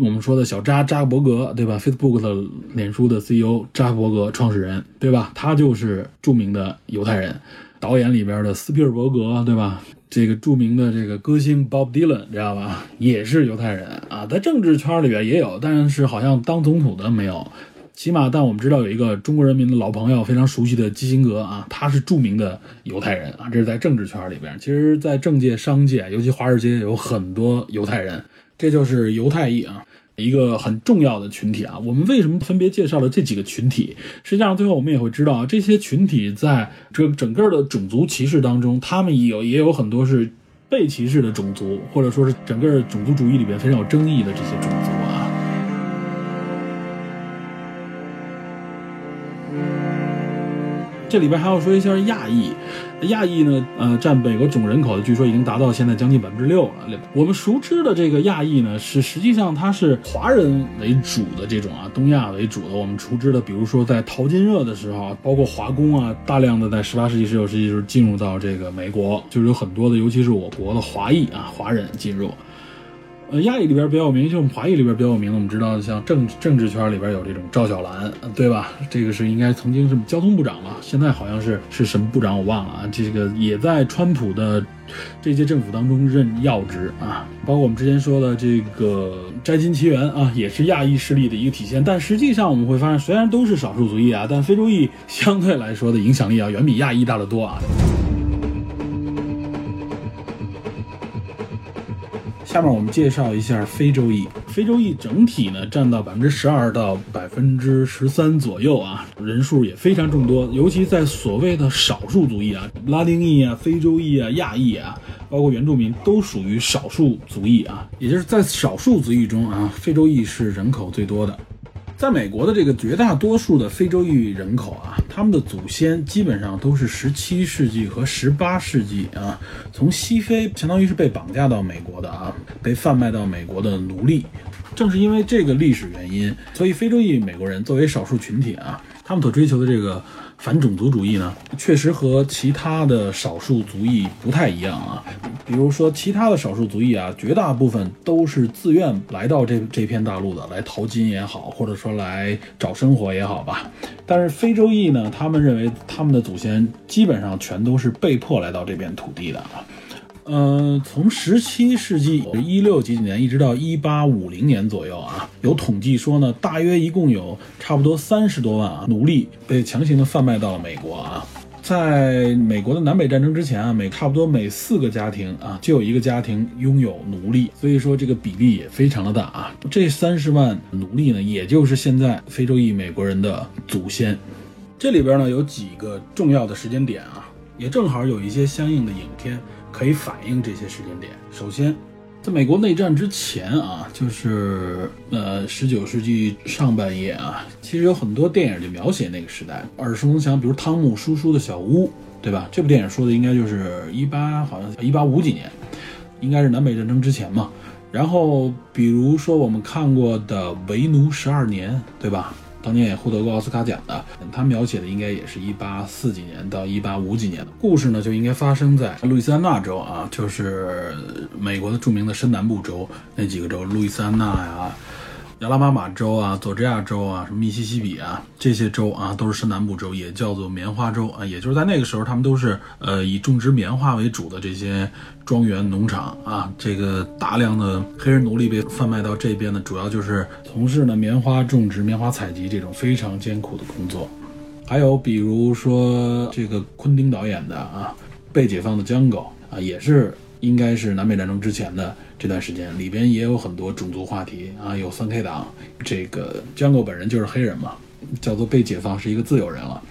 我们说的小扎扎克伯格，对吧？Facebook 的脸书的 CEO 扎克伯格创始人，对吧？他就是著名的犹太人。导演里边的斯皮尔伯格，对吧？这个著名的这个歌星 Bob Dylan，知道吧？也是犹太人啊，在政治圈里边也有，但是好像当总统的没有。起码，但我们知道有一个中国人民的老朋友，非常熟悉的基辛格啊，他是著名的犹太人啊，这是在政治圈里边。其实，在政界、商界，尤其华尔街，有很多犹太人，这就是犹太裔啊，一个很重要的群体啊。我们为什么分别介绍了这几个群体？实际上，最后我们也会知道啊，这些群体在这整个的种族歧视当中，他们也有也有很多是被歧视的种族，或者说是整个种族主义里边非常有争议的这些种族啊。这里边还要说一下亚裔，亚裔呢，呃，占美国总人口的，据说已经达到现在将近百分之六了。我们熟知的这个亚裔呢，是实际上它是华人为主的这种啊，东亚为主的。我们熟知的，比如说在淘金热的时候，包括华工啊，大量的在十八世纪、十九世纪就是进入到这个美国，就是有很多的，尤其是我国的华裔啊，华人进入。呃，亚裔里边比较有名，像我们华裔里边比较有名的，我们知道像政政治圈里边有这种赵小兰，呃对吧？这个是应该曾经是交通部长嘛，现在好像是是什么部长我忘了啊。这个也在川普的这届政府当中任要职啊，包括我们之前说的这个《摘金奇缘》啊，也是亚裔势力的一个体现。但实际上我们会发现，虽然都是少数族裔啊，但非洲裔相对来说的影响力啊，远比亚裔大得多啊。下面我们介绍一下非洲裔。非洲裔整体呢占到百分之十二到百分之十三左右啊，人数也非常众多，尤其在所谓的少数族裔啊，拉丁裔啊、非洲裔啊、亚裔啊，包括原住民都属于少数族裔啊，也就是在少数族裔中啊，非洲裔是人口最多的。在美国的这个绝大多数的非洲裔人口啊，他们的祖先基本上都是十七世纪和十八世纪啊，从西非相当于是被绑架到美国的啊，被贩卖到美国的奴隶。正是因为这个历史原因，所以非洲裔美国人作为少数群体啊，他们所追求的这个反种族主义呢，确实和其他的少数族裔不太一样啊。比如说，其他的少数族裔啊，绝大部分都是自愿来到这这片大陆的，来淘金也好，或者说来找生活也好吧。但是非洲裔呢，他们认为他们的祖先基本上全都是被迫来到这片土地的啊。呃，从十七世纪一六几几年一直到一八五零年左右啊，有统计说呢，大约一共有差不多三十多万啊奴隶被强行的贩卖到了美国啊。在美国的南北战争之前啊，每差不多每四个家庭啊就有一个家庭拥有奴隶，所以说这个比例也非常的大啊。这三十万奴隶呢，也就是现在非洲裔美国人的祖先。这里边呢有几个重要的时间点啊，也正好有一些相应的影片可以反映这些时间点。首先，在美国内战之前啊，就是呃十九世纪上半叶啊，其实有很多电影就描写那个时代，耳熟能详，比如《汤姆叔叔的小屋》，对吧？这部电影说的应该就是一八好像一八五几年，应该是南北战争之前嘛。然后比如说我们看过的《为奴十二年》，对吧？当年也获得过奥斯卡奖的，他描写的应该也是一八四几年到一八五几年的故事呢，就应该发生在路易斯安那州啊，就是美国的著名的深南部州那几个州，路易斯安那呀、亚拉巴马州啊、佐治亚州啊、什么密西西比啊这些州啊，都是深南部州，也叫做棉花州啊，也就是在那个时候，他们都是呃以种植棉花为主的这些庄园农场啊，这个大量的黑人奴隶被贩卖到这边呢，主要就是从事呢棉花种植、棉花采集这种非常艰苦的工作。还有比如说这个昆汀导演的啊《被解放的江狗》啊，也是应该是南北战争之前的这段时间，里边也有很多种族话题啊，有三 K 党，这个江狗本人就是黑人嘛，叫做被解放是一个自由人了。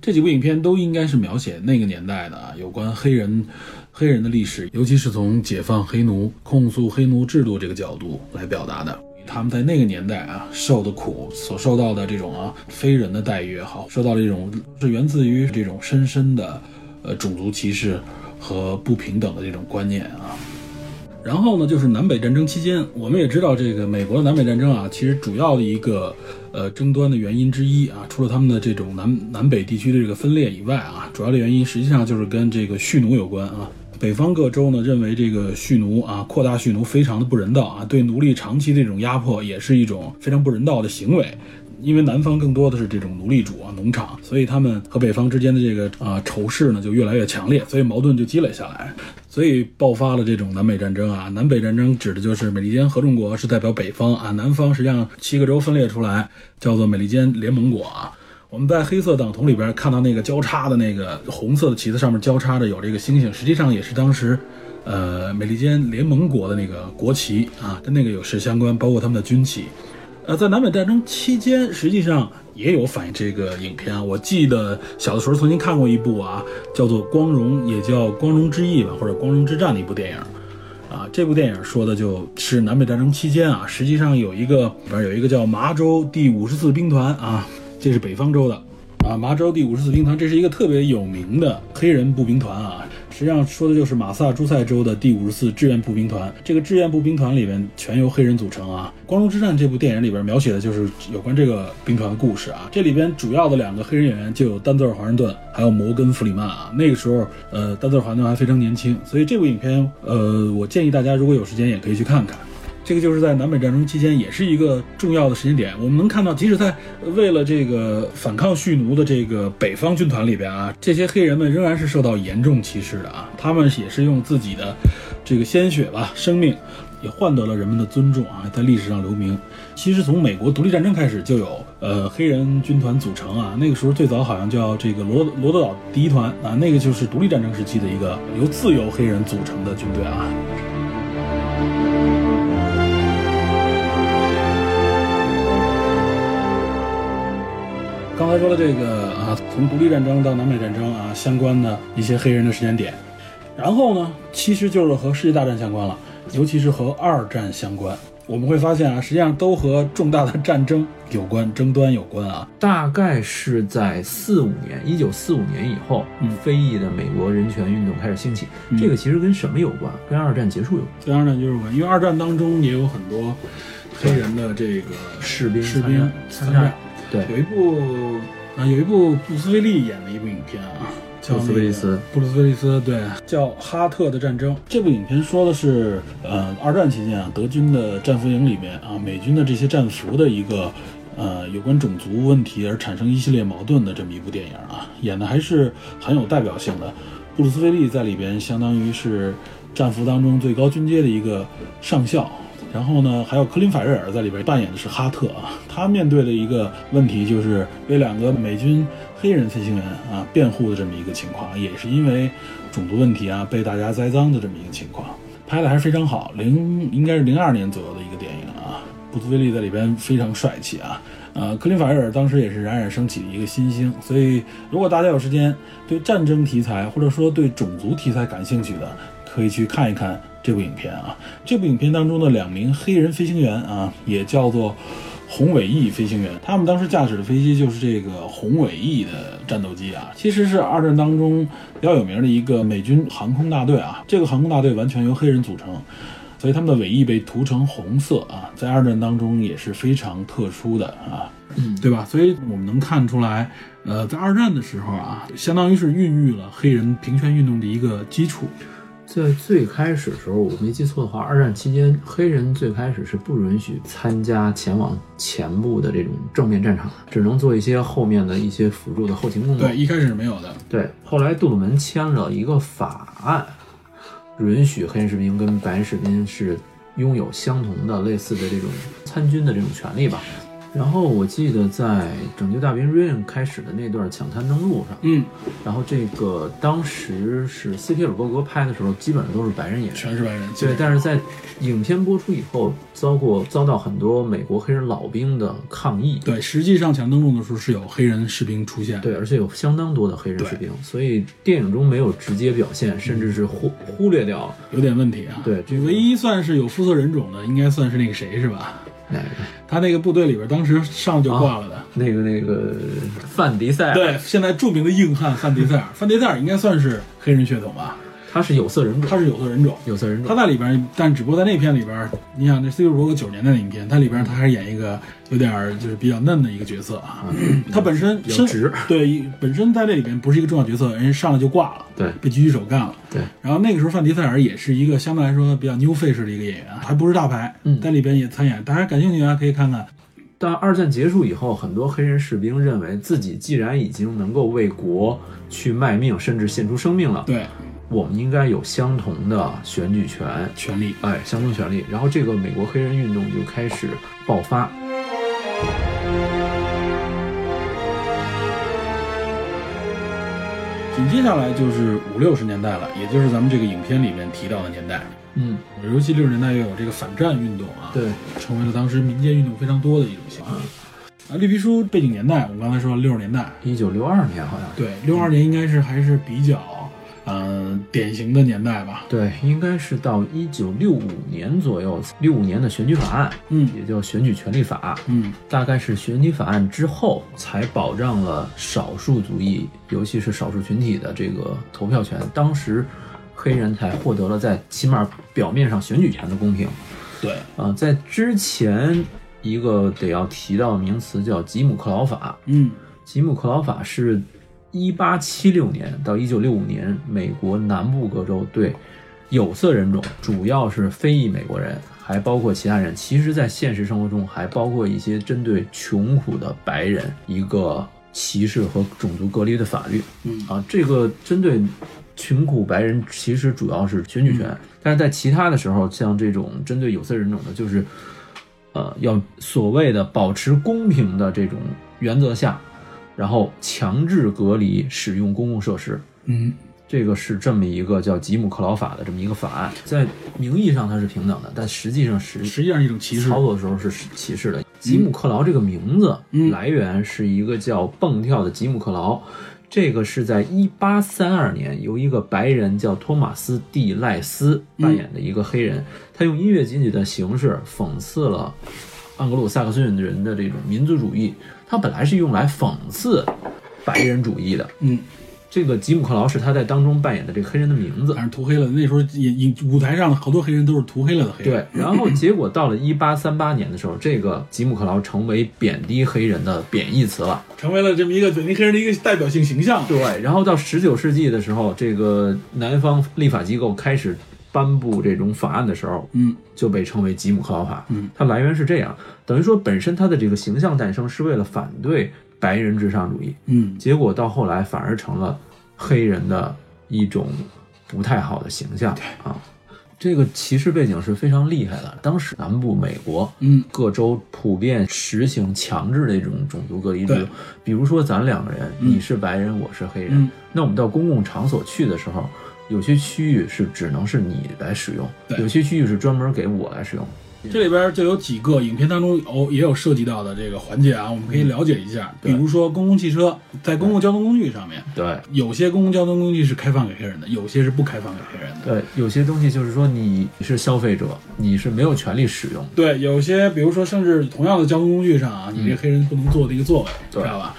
这几部影片都应该是描写那个年代的啊，有关黑人黑人的历史，尤其是从解放黑奴、控诉黑奴制度这个角度来表达的。他们在那个年代啊受的苦，所受到的这种啊非人的待遇也好，受到这种是源自于这种深深的呃种族歧视和不平等的这种观念啊。然后呢，就是南北战争期间，我们也知道这个美国的南北战争啊，其实主要的一个呃争端的原因之一啊，除了他们的这种南南北地区的这个分裂以外啊，主要的原因实际上就是跟这个蓄奴有关啊。北方各州呢认为这个蓄奴啊，扩大蓄奴非常的不人道啊，对奴隶长期这种压迫也是一种非常不人道的行为。因为南方更多的是这种奴隶主啊、农场，所以他们和北方之间的这个啊、仇视呢就越来越强烈，所以矛盾就积累下来，所以爆发了这种南北战争啊。南北战争指的就是美利坚合众国是代表北方啊，南方实际上七个州分裂出来，叫做美利坚联盟国啊。我们在黑色党铜里边看到那个交叉的那个红色的旗子上面交叉着有这个星星，实际上也是当时，呃，美利坚联盟国的那个国旗啊，跟那个有是相关，包括他们的军旗。呃，在南北战争期间，实际上也有反映这个影片啊。我记得小的时候曾经看过一部啊，叫做《光荣》，也叫《光荣之翼》吧，或者《光荣之战》的一部电影。啊，这部电影说的就是南北战争期间啊，实际上有一个里边有一个叫麻州第五十四兵团啊，这是北方州的啊，麻州第五十四兵团，这是一个特别有名的黑人步兵团啊。实际上说的就是马萨诸塞州的第五十四志愿步兵团。这个志愿步兵团里面全由黑人组成啊。《光荣之战》这部电影里边描写的就是有关这个兵团的故事啊。这里边主要的两个黑人演员就有丹泽尔·华盛顿，还有摩根·弗里曼啊。那个时候，呃，丹泽尔·华盛顿还非常年轻，所以这部影片，呃，我建议大家如果有时间也可以去看看。这个就是在南北战争期间，也是一个重要的时间点。我们能看到，即使在为了这个反抗蓄奴的这个北方军团里边啊，这些黑人们仍然是受到严重歧视的啊。他们也是用自己的这个鲜血吧、生命，也换得了人们的尊重啊，在历史上留名。其实从美国独立战争开始就有呃黑人军团组成啊，那个时候最早好像叫这个罗罗德岛第一团啊，那个就是独立战争时期的一个由自由黑人组成的军队啊。刚才说了这个啊，从独立战争到南北战争啊，相关的一些黑人的时间点，然后呢，其实就是和世界大战相关了，尤其是和二战相关。我们会发现啊，实际上都和重大的战争有关、争端有关啊。
大概是在四五年，一九四五年以后，
嗯
非裔的美国人权运动开始兴起。
嗯
这个其实跟什么有关？跟二战结束有关。
跟二战就是有关，因为二战当中也有很多黑人的这个
士兵
士兵
参战
战。
对，
有一部啊，有一部布鲁斯威利演的一部影片啊，叫
布鲁斯
那个
威利斯，
布鲁斯威利斯对，叫《哈特的战争》。这部影片说的是，呃，二战期间啊，德军的战俘营里面啊，美军的这些战俘的一个。呃，有关种族问题而产生一系列矛盾的这么一部电影啊，演的还是很有代表性的。布鲁斯威利在里边相当于是战俘当中最高军阶的一个上校，然后呢，还有科林·法瑞尔在里边扮演的是哈特啊，他面对的一个问题就是为两个美军黑人飞行员啊辩护的这么一个情况，也是因为种族问题啊被大家栽赃的这么一个情况，拍的还是非常好，零应该是零二年左右的一个电影啊，布鲁斯威利在里边非常帅气啊。呃，科林·法瑞尔当时也是冉冉升起的一个新星，所以如果大家有时间对战争题材或者说对种族题材感兴趣的，可以去看一看这部影片啊。这部影片当中的两名黑人飞行员啊，也叫做红尾翼飞行员，他们当时驾驶的飞机就是这个红尾翼的战斗机啊，其实是二战当中比较有名的一个美军航空大队啊。这个航空大队完全由黑人组成，所以他们的尾翼被涂成红色啊，在二战当中也是非常特殊的啊，嗯，对吧？所以我们能看出来，呃，在二战的时候啊，相当于是孕育了黑人平权运动的一个基础。
在最开始的时候，我没记错的话，二战期间黑人最开始是不允许参加前往前部的这种正面战场，只能做一些后面的一些辅助的后勤工作。
对，一开始是没有的，
对，后来杜鲁门签了一个法案，允许黑人士兵跟白人士兵是拥有相同的、类似的这种参军的这种权利吧。然后我记得在拯救大兵瑞恩开始的那段抢滩登陆上，
嗯，
然后这个当时是斯皮尔伯格拍的时候，基本上都是白人演员。
全是白人，
对，但是在影片播出以后，遭过遭到很多美国黑人老兵的抗议。
对，实际上抢登陆的时候是有黑人士兵出现，
对，而且有相当多的黑人
对嗯
士兵，所以电影中没有直接表现，甚至是忽忽略掉了
有点问题啊。
对这个
唯一算是有肤色人种的，应该算是那个谁是 吧？
那个
他那个部队里边当时上来就挂了的。
那个那个范迪塞尔，
对，现在著名的硬汉范迪塞尔，范迪塞尔应该算是黑人血统吧？
他是有色人种，
他是有色人种，
有色人
他
种，
在里边，但只不过在那片里边，你想那斯皮尔伯格九十年代的影片，他里边他还是演一个有点儿就是比较嫩的一个角色啊。 他本身
比较
身
直，
对本身在这里边不是一个重要角色，人家上来就挂了，
对
被狙击手干了。
对，
然后那个时候范迪塞尔也是一个相对来说比较 new face 的一个演员，还不是大牌，
嗯
在里边也参演，大家感兴趣啊可以看看。
但二战结束以后，很多黑人士兵认为自己既然已经能够为国去卖命，甚至献出生命了，
对，
我们应该有相同的选举权，
权力
哎，相同权利。然后这个美国黑人运动就开始爆发。
紧接下来就是五六十年代了，也就是咱们这个影片里面提到的年代，
嗯，
尤其六十年代又有这个反战运动啊，，
对，
成为了当时民间运动非常多的一种形式。啊，绿皮书背景年代，我们刚才说了六十年代，
一九六二年好像是。
对，六二年应该是还是比较，呃，典型的年代吧。
对，应该是到一九六五年左右，六五年的选举法案，
嗯
也叫选举权利法，
嗯，
大概是选举法案之后才保障了少数族裔，尤其是少数群体的这个投票权。当时，黑人才获得了在起码表面上选举权的公平。
对，
啊、在之前一个得要提到的名词叫吉姆克劳法，
嗯，
吉姆克劳法是一八七六年到一九六五年美国南部各州对有色人种，主要是非裔美国人，还包括其他人。其实，在现实生活中，还包括一些针对穷苦的白人一个歧视和种族隔离的法律。嗯啊，这个针对。穷苦白人其实主要是选举权，但是在其他的时候，像这种针对有色人种的，就是呃，要所谓的保持公平的这种原则下，然后强制隔离使用公共设施。
嗯，
这个是这么一个叫吉姆克劳法的这么一个法案，在名义上它是平等的，但实际上实
实际上是一种歧视。
操作的时候是歧视的。吉姆克劳这个名字
嗯
来源是一个叫蹦跳的吉姆克劳，这个是在一八三二年由一个白人叫托马斯 ·D· 赖斯
嗯
扮演的一个黑人，他用音乐集体的形式讽刺了盎格鲁撒克逊人的这种民族主义。他本来是用来讽刺白人主义的，
嗯，
这个吉姆克劳是他在当中扮演的这个黑人的名字
反。正涂黑了，那时候演演舞台上的好多黑人都是涂黑了的黑人。
对，然后结果到了一八三八年的时候，这个吉姆克劳成为贬低黑人的贬义词了。
对，成为了这么一个本地黑人的一个代表性形象。
对，然后到十九世纪的时候，这个南方立法机构开始颁布这种法案的时候，
嗯，
就被称为吉姆克劳法。嗯，它来源是这样，等于说本身它的这个形象诞生是为了反对白人至上主义，
嗯，
结果到后来反而成了黑人的一种不太好的形象啊。这个歧视背景是非常厉害的。当时南部美国，
嗯，
各州普遍实行强制的这种种族隔离制
对
度。比如说咱两个人，你是白人，我是黑人，
嗯
那我们到公共场所去的时候，有些区域是只能是你来使用，
对
有些区域是专门给我来使用。
这里边就有几个影片当中有也有涉及到的这个环节啊，我们可以了解一下。
嗯对
比如说公共汽车在公共交通工具上面，
对。
有些公共交通工具是开放给黑人的，有些是不开放给黑人的。
对，有些东西就是说你是消费者，你是没有权利使用的。
对，有些比如说，甚至同样的交通工具上啊，你这黑人不能坐的一个座位，知
嗯对
道吧？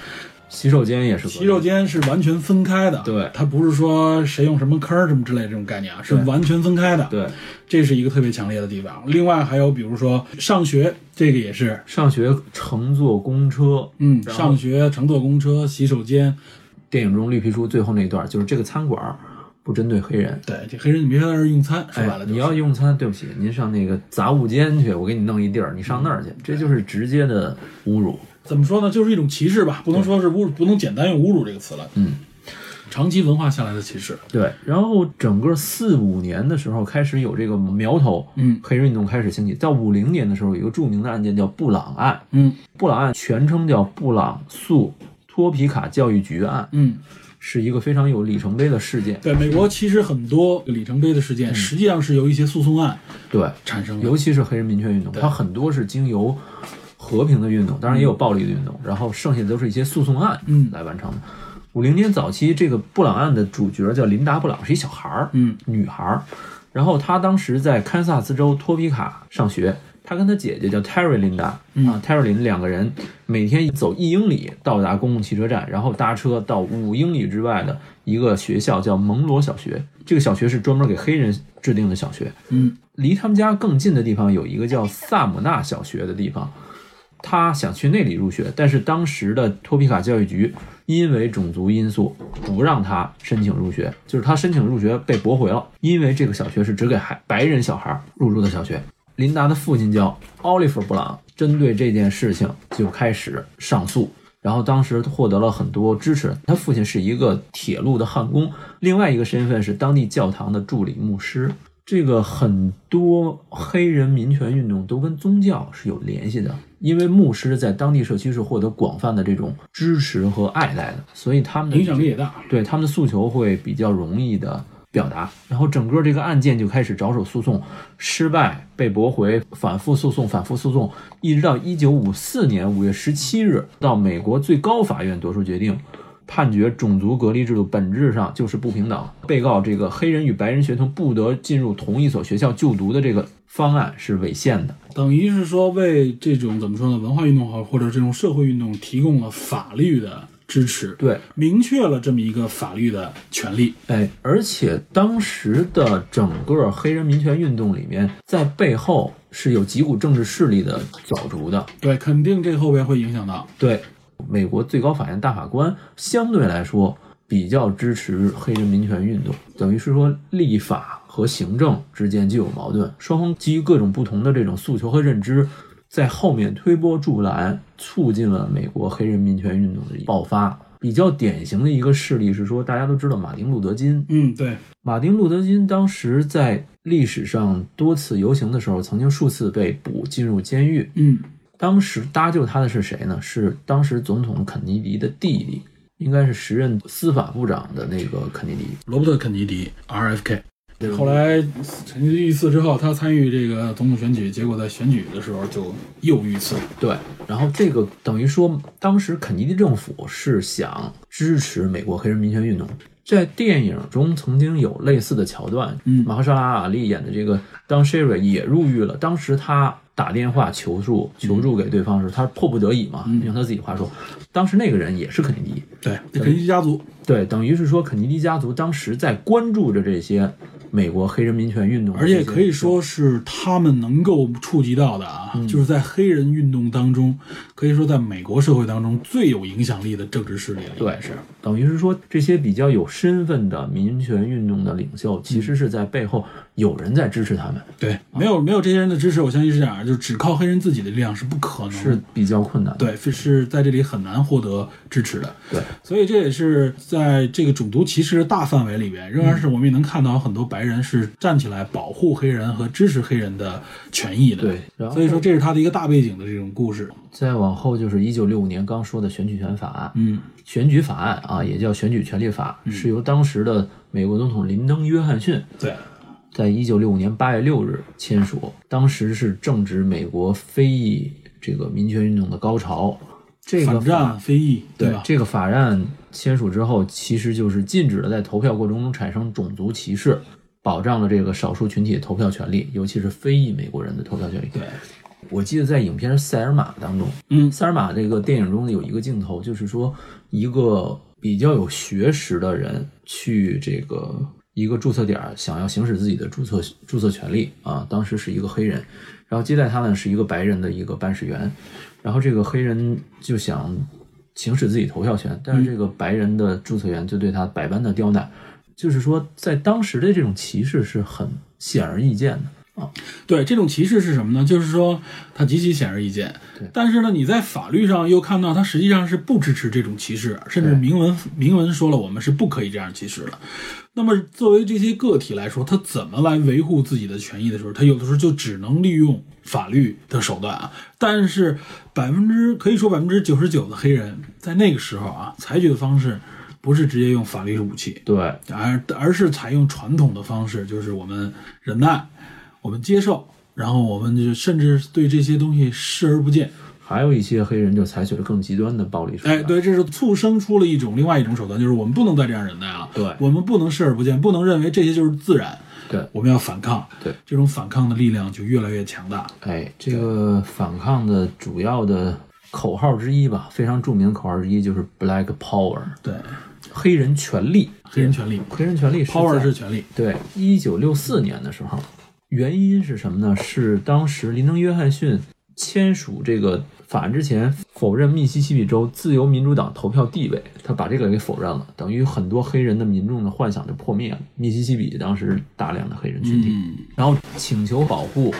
洗手间也是隔离
洗手间是完全分开的，
对
它不是说谁用什么坑儿什么之类的这种概念啊，是
对
完全分开的。，
对，
这是一个特别强烈的地方。另外还有比如说上学，这个也是，
上学乘坐公车，
嗯，
然后
上学、乘坐公车、洗手间，
电影中绿皮书最后那一段就是这个餐馆儿不针对黑人。
对，这黑人你别在这儿用餐，说白
哎
了就
你
是
要用餐，对不起，您上那个杂物间去，我给你弄一地儿，你上那儿
嗯
去，这就是直接的侮辱。
怎么说呢，就是一种歧视吧，不能说是侮辱，不能简单用侮辱这个词了。
嗯，
长期文化下来的歧视，
对，然后整个四五年的时候开始有这个苗头，
嗯
黑人运动开始兴起。到五零年的时候，有一个著名的案件叫布朗案，
嗯
布朗案全称叫布朗诉托皮卡教育局案，
嗯。
是一个非常有里程碑的事件。
对，美国其实很多里程碑的事件，实际上是由一些诉讼案
对，
产生的。
尤其是黑人民权运动，它很多是经由和平的运动，当然也有暴力的运动，然后剩下的都是一些诉讼案
嗯
来完成的。五零年早期，这个布朗案的主角叫琳达·布朗，是一小孩儿，
嗯，
女孩儿。然后她当时在堪萨斯州托皮卡上学，她跟她姐姐叫 Terry 琳达、
嗯
啊，Terry 琳两个人每天走一英里到达公共汽车站，然后搭车到五英里之外的一个学校叫蒙罗小学。这个小学是专门给黑人制定的小学。
嗯
离他们家更近的地方有一个叫萨姆纳小学的地方，他想去那里入学，但是当时的托皮卡教育局因为种族因素不让他申请入学，就是他申请入学被驳回了，因为这个小学是只给孩白人小孩入住的小学。琳达的父亲叫奥利弗·布朗，针对这件事情就开始上诉。然后当时获得了很多支持。他父亲是一个铁路的焊工，另外一个身份是当地教堂的助理牧师。这个很多黑人民权运动都跟宗教是有联系的，因为牧师在当地社区是获得广泛的这种支持和爱戴的，所以他们的
影响力也大。
对他们的诉求会比较容易的表达。然后整个这个案件就开始着手诉讼，失败被驳回，反复诉讼，反复诉讼，一直到一九五四年五月十七日，到美国最高法院作出决定。判决种族隔离制度本质上就是不平等，被告这个黑人与白人学童不得进入同一所学校就读的这个方案是违宪的。
等于是说，为这种怎么说呢，文化运动好，或者这种社会运动提供了法律的支持，
对，
明确了这么一个法律的权利。
哎，而且当时的整个黑人民权运动里面，在背后是有几股政治势力的角逐的。
对，肯定这后边会影响到。
对，美国最高法院大法官相对来说比较支持黑人民权运动，等于是说立法和行政之间就有矛盾，双方基于各种不同的这种诉求和认知，在后面推波助澜，促进了美国黑人民权运动的爆发。比较典型的一个事例是说，大家都知道马丁·路德·金，
嗯，对，
马丁·路德·金当时在历史上多次游行的时候，曾经数次被捕进入监狱。
嗯，
当时搭救他的是谁呢？是当时总统肯尼迪的弟弟，应该是时任司法部长的那个肯尼迪。
罗伯特·肯尼迪 （RFK）。
对吧
后来沉寂遇刺之后，他参与这个总统选举，结果在选举的时候就又遇刺。
对，然后这个等于说，当时肯尼迪政府是想支持美国黑人民权运动。在电影中曾经有类似的桥段，
嗯
马赫沙拉阿里演的这个 Don Sherry 也入狱了。当时他打电话求助，求助给对方的时，候，他迫不得已嘛，
嗯
用他自己话说，当时那个人也是肯尼迪，
对，肯尼迪家族
对，等于是说肯尼迪家族当时在关注着这些美国黑人民权运动，
而且可以，说是他们能够触及到的啊，
嗯
就是在黑人运动当中，可以说在美国社会当中最有影响力的政治势力了。应该
对
是
等于是说这些比较有身份的民权运动的领袖，其
嗯
实是在背后有人在支持他们，
对，啊没有没有这些人的支持，我相信是这样，就只靠黑人自己的力量是不可能的。
是比较困难的。
对，是在这里很难获得支持的。
对，
所以这也是在这个种族歧视的大范围里边，仍
嗯
然是我们也能看到很多白人是站起来保护黑人和支持黑人的权益的。
对然后
所以说这是他的一个大背景的这种故事。
再往后就是一九六五年刚说的选举权法案，
嗯，
选举法案啊，也叫选举权利法，是由当时的美国总统林登·约翰逊
对，
在一九六五年八月六日签署，当时是正值美国非裔这个民权运动的高潮。这个
反战
法
非议，
对
吧？
这个法案签署之后，其实就是禁止了在投票过程中产生种族歧视，保障了这个少数群体的投票权利，尤其是非裔美国人的投票权利。
对，
我记得在影片《塞尔玛》当中，
嗯
塞尔玛这个电影中有一个镜头，就是说一个比较有学识的人去这个一个注册点儿想要行使自己的注册注册权利啊，当时是一个黑人，然后接待他呢是一个白人的一个办事员，然后这个黑人就想行使自己投票权，但是这个白人的注册员就对他百般的刁难，就是说在当时的这种歧视是很显而易见的。
对，这种歧视是什么呢？就是说它极其显而易见
对，
但是呢，你在法律上又看到它实际上是不支持这种歧视，甚至
对
明文明文说了我们是不可以这样歧视的。那么作为这些个体来说，他怎么来维护自己的权益的时候，他有的时候就只能利用法律的手段啊。但是百分之可以说百分之九十九的黑人在那个时候啊，采取的方式不是直接用法律武器，
对，
而而是采用传统的方式，就是我们忍耐，我们接受，然后我们就甚至对这些东西视而不见。
还有一些黑人就采取了更极端的暴力手段。
哎，对，这是促生出了一种另外一种手段，就是我们不能再这样忍耐了。
对
我们不能视而不见，不能认为这些就是自然，
对
我们要反抗。
对，
这种反抗的力量就越来越强大。
哎，这个反抗的主要的口号之一吧，非常著名的口号之一就是 “Black Power”，
对，
黑人权利。
黑人权利
黑人权利是在
，power 是权利。
对，一九六四年的时候，原因是什么呢？是当时林登·约翰逊签署这个法案之前，否认密西西比州自由民主党投票地位，他把这个给否认了，等于很多黑人的民众的幻想就破灭了。密西西比当时大量的黑人群体，然后请求保护、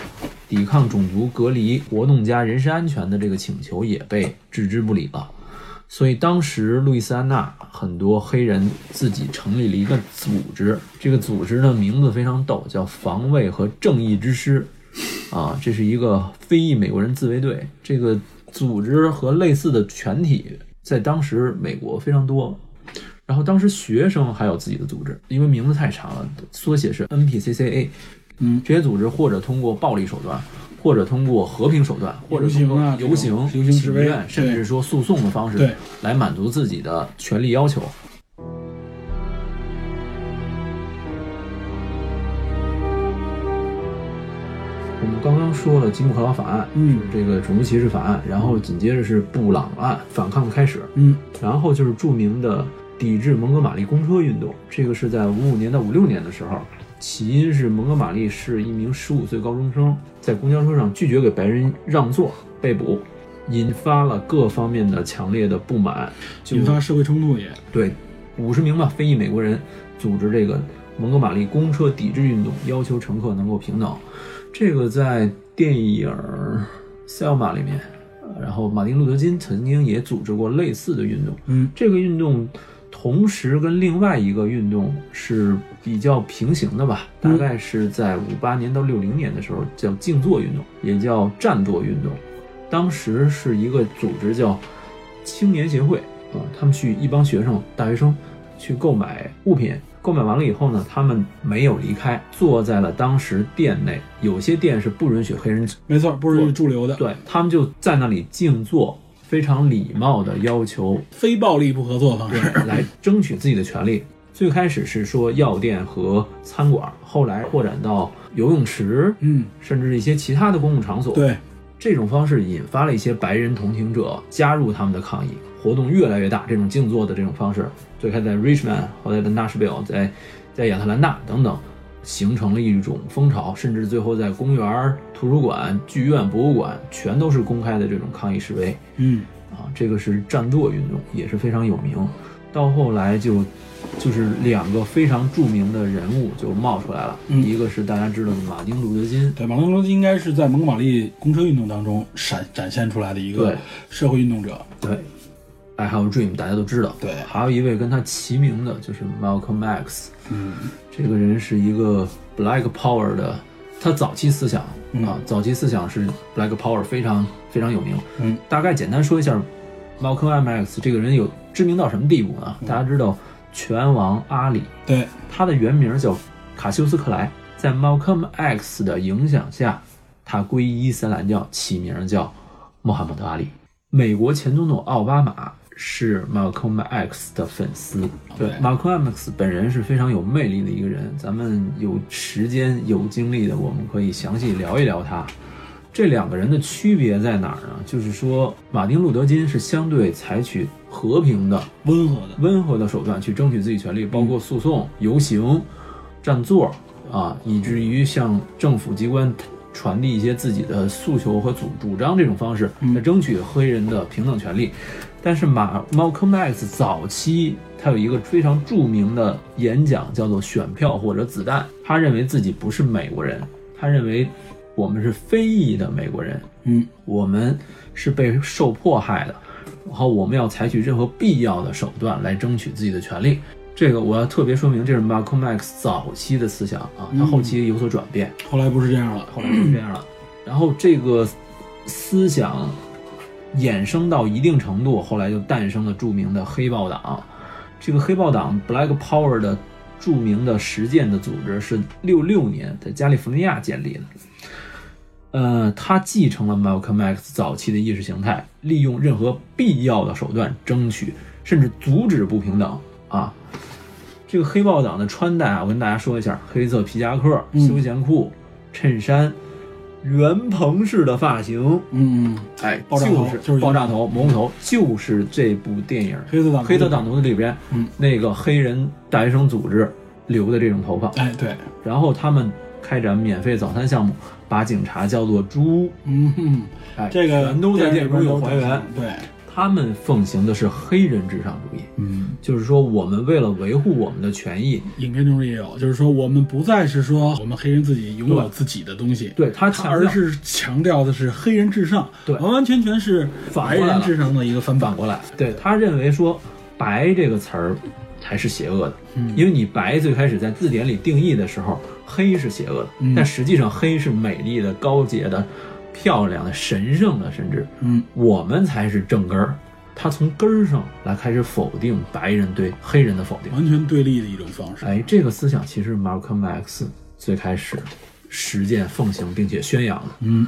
抵抗种族隔离、活动家人身安全的这个请求也被置之不理了。所以当时路易斯安那很多黑人自己成立了一个组织，这个组织呢名字非常逗，叫防卫和正义之师，啊，这是一个非裔美国人自卫队。这个组织和类似的全体在当时美国非常多。然后当时学生还有自己的组织，因为名字太长了，缩写是 NPCCA。嗯，这些组织或者通过暴力手段，或者通过和平手段，或者通
游
过
行啊
游行、
这种游行示威
请愿，甚
对
至说诉讼的方
对
式来满足自己的权利要求。我们刚刚说了吉姆克劳法案，
嗯
是这个种族歧视法案，然后紧接着是布朗案，反抗开始，
嗯，
然后就是著名的抵制蒙哥马利公车运动，这个是在五五年到五六年的时候，起因是蒙哥马利是一名十五岁高中生在公交车上拒绝给白人让座被捕，引发了各方面的强烈的不满，就
引发社会冲突也。
对，五十名吧非裔美国人组织这个蒙哥马利公车抵制运动，要求乘客能够平等。这个在电影《塞尔玛》里面，呃然后马丁·路德·金曾经也组织过类似的运动。
嗯，
这个运动同时跟另外一个运动是比较平行的吧，大概是在五八年到六零年的时候，叫静坐运动，也叫站坐运动。当时是一个组织叫青年协会呃，他们去一帮学生、大学生去购买物品，购买完了以后呢，他们没有离开，坐在了当时店内。有些店是不允许黑人
没错，不允许驻留的，
对他们就在那里静坐，非常礼貌的要求
非暴力不合作 方式。
来争取自己的权利。最开始是说药店和餐馆，后来扩展到游泳池，
嗯，
甚至一些其他的公共场所。，
对，
这种方式引发了一些白人同情者加入他们的抗议，活动越来越大。这种静坐的这种方式，最开始在 Richmond，后来在纳什维尔，在在亚特兰大等等，形成了一种风潮，甚至最后在公园、图书馆、剧院、博物馆，全都是公开的这种抗议示威。
嗯，
啊，这个是战舵运动，也是非常有名。到后来就就是两个非常著名的人物就冒出来了，
嗯
一个是大家知道的马丁路德金，
对，马龙·罗斯应该是在蒙哥马利公车运动当中闪展现出来的一个
对
社会运动者。
对，I Have a Dream，大家都知道。
对
还有一位跟他齐名的就是 Malcolm X，
嗯，
这个人是一个 Black Power 的，他早期思想、
嗯
啊，早期思想是 Black Power 非常非常有名。
嗯，
大概简单说一下，Malcolm X 这个人有知名到什么地步呢？
嗯
大家知道拳王阿里，
对，
他的原名叫卡修斯克莱，在 Malcolm X 的影响下，他皈依伊斯兰教，起名叫穆罕默德·阿里。美国前总统奥巴马是 Malcolm X 的粉丝，对 Malcolm X 本人是非常有魅力的一个人。咱们有时间有精力的，我们可以详细聊一聊他。这两个人的区别在哪儿呢？就是说，马丁·路德·金是相对采取和平的
温和的，
温和的手段去争取自己权利，包括诉讼、游行、占座啊，以至于向政府机关传递一些自己的诉求和主主张这种方式，来争取黑人的平等权利。但是马 Malcolm X 早期他有一个非常著名的演讲，叫做“选票或者子弹”。他认为自己不是美国人，他认为我们是非裔的美国人，
嗯，
我们是被受迫害的，然后我们要采取任何必要的手段来争取自己的权利。这个我要特别说明，这是 Malcolm X 早期的思想啊，他后期有所转变，
后来不是这样了。
后来就这样了。然后这个思想衍生到一定程度，后来就诞生了著名的黑豹党。这个黑豹党 Black Power 的著名的实践的组织是六六年在加利福尼亚建立的。呃，它继承了 Malcolm X 早期的意识形态，利用任何必要的手段争取，甚至阻止不平等啊。这个黑豹党的穿戴啊，我跟大家说一下：黑色皮夹克、
嗯
休闲裤、衬衫、圆蓬式的发型，
嗯，
哎，
爆炸头
就是
就是
爆炸头、蘑菇头，就是这部电影
黑色党徒
黑色党徒》里边，
嗯
那个黑人大学生组织留的这种头发，
哎，对，
然后他们开展免费早餐项目，把警察叫做猪，
嗯哼，
哎，
这个
全都在
电影
这
里
部
边
有
都
还原
展。现。对，
他们奉行的是黑人至上主义，
嗯，
就是说我们为了维护我们的权益，
影片中也有，就是说我们不再是说我们黑人自己拥有
对
自己的东西，
对他
他
强
而
调
是强调的是黑人至上，
对
完完全全是白
反过来
人
了
至上的一个翻版
反过来，对他认为说“白”这个词儿才是邪恶的，
嗯
因为你“白”最开始在字典里定义的时候，黑是邪恶的，
嗯
但实际上黑是美丽的、高洁的、漂亮的、神圣的，甚至，
嗯，
我们才是正根儿。他从根儿上来开始否定白人对黑人的否定。
完全对立的一种方式。
哎，这个思想其实是 Malcolm X 最开始实践、奉行并且宣扬的。
嗯，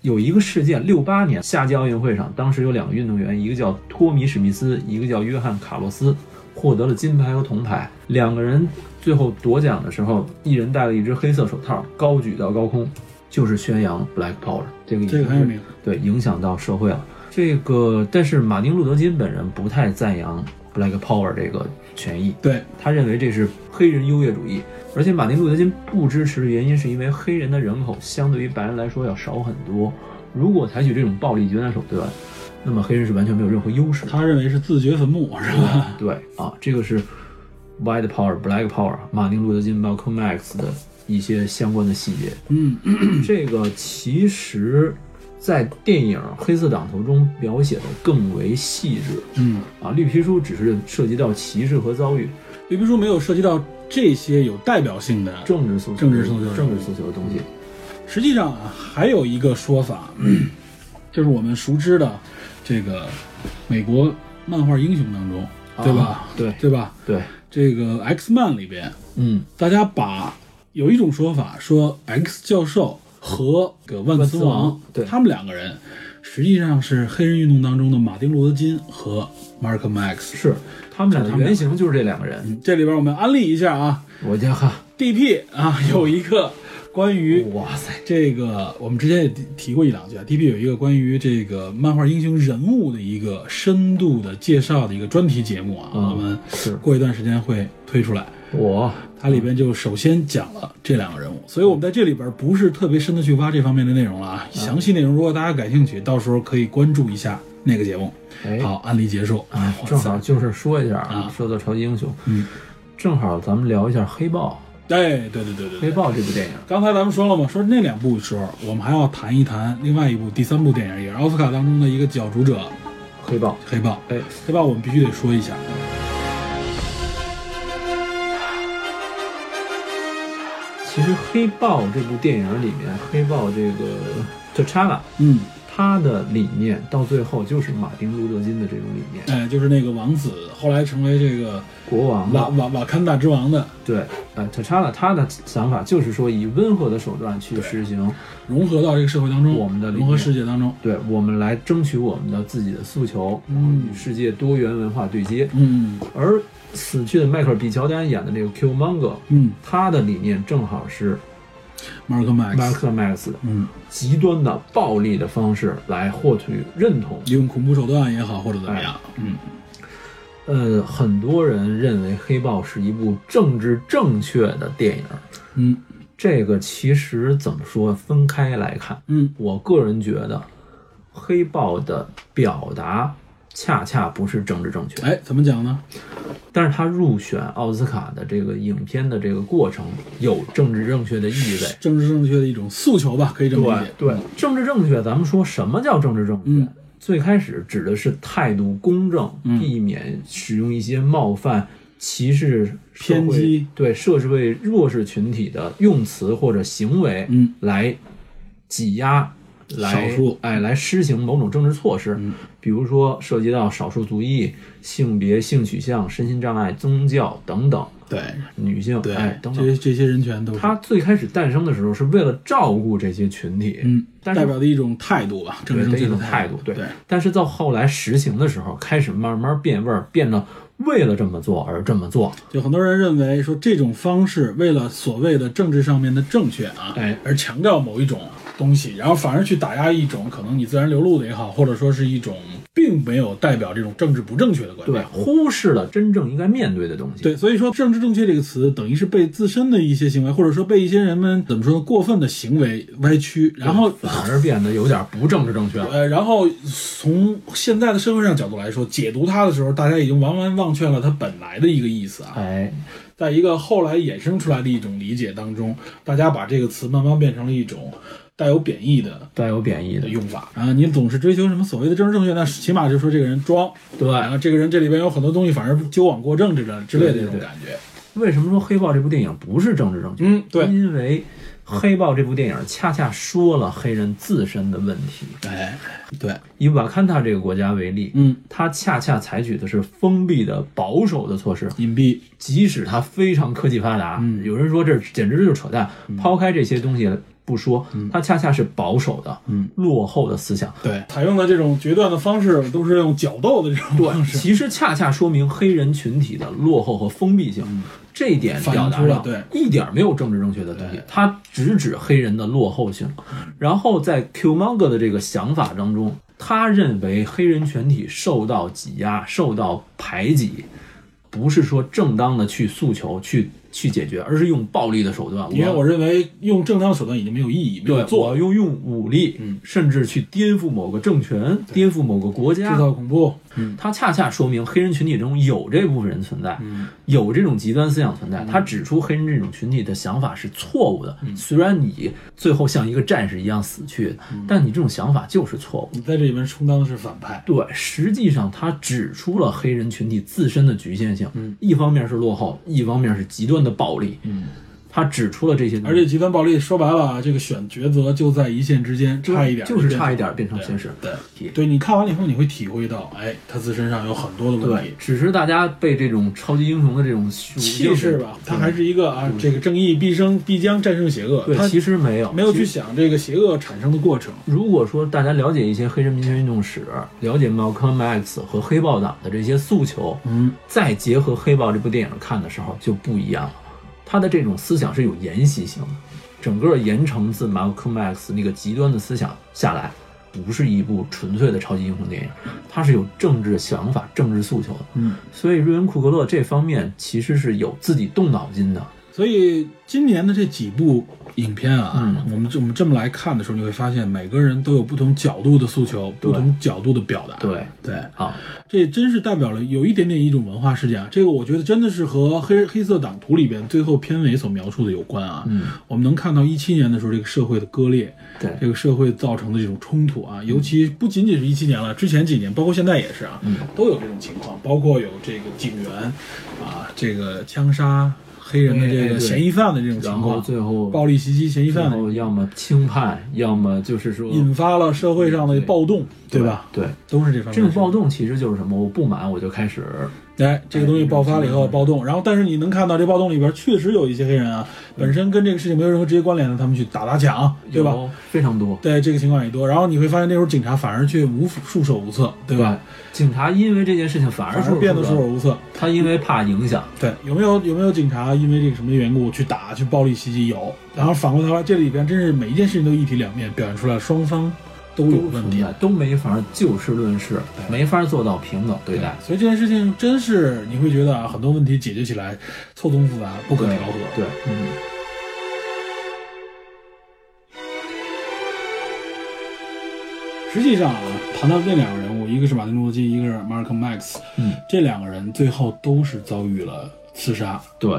有一个事件，六八年夏季奥运会上，当时有两个运动员，一个叫托米·史密斯，一个叫约翰·卡洛斯，获得了金牌和铜牌。两个人最后夺奖的时候，一人戴了一只黑色手套，高举到高空，就是宣扬 Black Power 这个已经
这个很有
是
名
对，影响到社会了。这个，但是马丁·路德·金本人不太赞扬 Black Power 这个权益，
对，
他认为这是黑人优越主义。而且马丁·路德·金不支持的原因，是因为黑人的人口相对于白人来说要少很多。如果采取这种暴力决断手段，那么黑人是完全没有任何优势的。
他认为是自掘坟墓，是吧？
对啊，这个是 White Power、Black Power，马丁·路德·金、Malcolm X 的一些相关的细 节。
嗯，
这个其实，在电影《黑色党徒》中描写的更为细致。
嗯，
啊，绿皮书只是涉及到歧视和遭遇，
绿皮书没有涉及到这些有代表性的。
政治诉求、
政治诉求嗯
政治诉求的东西。
实际上啊，还有
嗯
一个说法，就是我们熟知的这个美国漫画英雄当中，对吧？
啊对
对吧？
对，
这个 X Man 里边，
嗯，
大家把有一种说法说 X 教授和个万磁
万磁王对
他们两个人实际上是黑人运动当中的马丁路德金和 Malcolm X。
是他们俩
他
的
们俩
原型就是这两个人。
嗯这里边我们安利一下啊
我家哈，
，DP 啊有一个关于
哇塞，
这个我们之前也提提过一两句啊，DP 有一个关于这个漫画英雄人物的一个深度的介绍的一个专题节目啊，
嗯
我们
是
过一段时间会推出来。
我
它里边就首先讲了这两个人物，所以我们在这里边不是特别深的去挖这方面的内容了
嗯
啊。详细内容如果大家感兴趣，到时候可以关注一下那个节目。
哎，
好，案例结束啊，
正好就是说一下
啊
说到超级英雄，
嗯，
正好咱们聊一下《黑豹
哎，对对对》。对
《黑
对。
豹》这部电影，
刚才咱们说了嘛，说那两部的时候，我们还要谈一谈另外一部第三部电影，也是奥斯卡当中的一个角逐者《
《黑豹》
黑豹》。
哎，
黑豹我们必须得说一下，啊
其实《黑豹》这部电影里面，黑豹这个 T'Challa
嗯，
他的理念到最后就是马丁路德金的这种理念，
哎，就是那个王子后来成为这个
国王
瓦
了。
瓦瓦坎达之王的，
对，呃，T'Challa 他的想法就是说以温和的手段去实行，
融合到这个社会当中，
我们的理念
融合世界当中，
对我们来争取我们的自己的诉求，
嗯
与世界多元文化对接。
嗯
而死去的迈克尔 ·B· 乔丹演的这个 Qmonger，
嗯
他的理念正好是
马尔科麦
马
克
尔
斯，
克·麦克斯
嗯，
极端的暴力的方式来获取认同。
用恐怖手段也好，或者怎么样，嗯，
呃，很多人认为《黑豹》是一部政治正确的电影，
嗯
这个其实怎么说，分开来看，
嗯
我个人觉得，《黑豹》的表达恰恰不是政治正确，
哎，怎么讲呢？
但是它入选奥斯卡的这个影片的这个过程有政治正确的意味。
政治正确的一种诉求吧，可以这么理
对
解。
对，政治正确，咱们说什么叫政治正确？
嗯
最开始指的是态度公正，
嗯
避免使用一些冒犯、歧视、社会
偏激，
对涉世为弱势群体的用词或者行为，
嗯，
来挤压。来，
少数嗯
哎，来施行某种政治措施，比如说涉及到少数族裔、性别、性取向、身心障碍、宗教等等，
对
女性，
对，
哎，等
这
等
些。这些人权都是
它最开始诞生的时候是为了照顾这些群体，
嗯，
但是
代表的一种态度吧，政治
对
正
的
确
一
的
种态度，
对，
但是到后来实行的时候，开始慢慢变味儿，变得为了这么做而这么做。
就很多人认为说这种方式为了所谓的政治上面的正确啊，
哎
而强调某一种东西，然后反而去打压一种可能你自然流露的也好，或者说是一种并没有代表这种政治不正确的观
对，
点。
忽视了真正应该面对的东西。
对，所以说“政治正确”这个词，等于是被自身的一些行为，或者说被一些人们怎么说呢过分的行为歪曲，然后
反而变得有点不政治正确了。
呃，然后从现在的社会上角度来说，解读它的时候，大家已经完完忘却了它本来的一个意思啊。
哎，
在一个后来衍生出来的一种理解当中，大家把这个词慢慢变成了一种带有贬义的
带有贬义的
的，用法啊。你总是追求什么所谓的政治正确，那起码就说这个人装，然
对。
后这个人这里边有很多东西反而矫枉过正之类之类的这种
对对对
感觉。
为什么说《黑豹》这部电影不是政治正确？
嗯对
因为《黑豹》这部电影恰恰说了黑人自身的问题。
哎，对，
以瓦坎达这个国家为例，
嗯，
它恰恰采取的是封闭的保守的措施，
隐蔽，
即使它非常科技发达，有人说这简直就是扯淡。抛开这些东西不说，它恰恰是保守的、落后的思想。
对，采用的这种决断的方式都是用角斗的这种方式，
其实恰恰说明黑人群体的落后和封闭性，这一点表达
嗯反映出了对
一点没有政治正确的东西，它直指黑人的落后性。
嗯
然后在 Qmonger 的这个想法当中，他认为黑人群体受到挤压、受到排挤，不是说正当的去诉求、去去解决，而是用暴力的手段。
因为我认为用正当手段已经没有意义，没有嗯
对，
作
我
用，
用用武力，甚至去颠覆某个政权、颠覆某个国家，
制造恐怖，
它恰恰说明黑人群体中有这部分人存在，
嗯
有这种极端思想存在。他指出黑人这种群体的想法是错误的，
嗯
虽然你最后像一个战士一样死去，
嗯
但你这种想法就是错误的。
你在这里面充当的是反派，
对，实际上他指出了黑人群体自身的局限性，一方面是落后，一方面是极端的暴力。嗯，他指出了这些东西，
而且极端暴力说白了啊，这个选抉择就在一线之间，
就
差一点
就是
变成
差一点变成现实。
对
对
对，你看完了以后，你会体会到，哎，他自身上有很多的问
对
题，。
只是大家被这种超级英雄的这种虚
气
无
势
嗯
吧，他还是一个啊，这个正义必生必将战胜邪恶，
对，
他
其实没有
没有
其
去
实
想这个邪恶产生的过程。
如果说大家了解一些黑人民权运动史，了解 Malcolm X 和黑豹党的这些诉求，
嗯，
再结合《黑豹》这部电影看的时候就不一样了。他的这种思想是有沿袭性的，整个沿承自 Malcolm X 那个极端的思想下来，不是一部纯粹的超级英雄电影，它是有政治想法、政治诉求的。
嗯，
所以瑞恩·库格勒这方面其实是有自己动脑筋的。
所以今年的这几部影片啊，
嗯
我们我们这么来看的时候，你会发现每个人都有不同角度的诉求，不同角度的表达。
对，
对，
啊，
这真是代表了有一点点一种文化事件啊。这个我觉得真的是和黑黑色党徒里边最后片尾所描述的有关啊。
嗯，
我们能看到一七年的时候，这个社会的割裂，
对
这个社会造成的这种冲突
嗯
啊，尤其不仅仅是一七年了，之前几年，包括现在也是啊，
嗯
都有这种情况，包括有这个警员啊，这个枪杀黑人的
哎哎
这个
对
嫌疑犯的这种情
然后
况，
最后
暴力袭击嫌疑
最
犯的
后要么轻判，要么就是说
引发了社会上的暴动，对吧？嗯
对，
都是这方面。
这种暴动其实就是什么？我不满我就开始
哎，这个东西爆发了以
哎
后暴动，然后但是你能看到这暴动里边确实有一些黑人啊，
嗯
本身跟这个事情没有任何直接关联的，他们去打砸抢，对吧？
有非常多，
对，这个情况也多。然后你会发现那时候警察反而却无束手无策，对吧？？
警察因为这件事情反而
反
是
而变得束手无策。
他因为怕影响，
对，有没有有没有警察因为这个什么缘故去打去暴力袭击？有。然后反过头来，这里边真是每一件事情都一体两面，表现出来双方都有问题。
都没法就事论事，没法做到平等对待。
所以这件事情真是你会觉得啊，很多问题解决起来错综复杂，不可调和。
对，嗯，
实际上啊，谈到这两个人物，一个是马丁·路德金，一个是马尔科 ·Max，
嗯，
这两个人最后都是遭遇了刺杀。
对，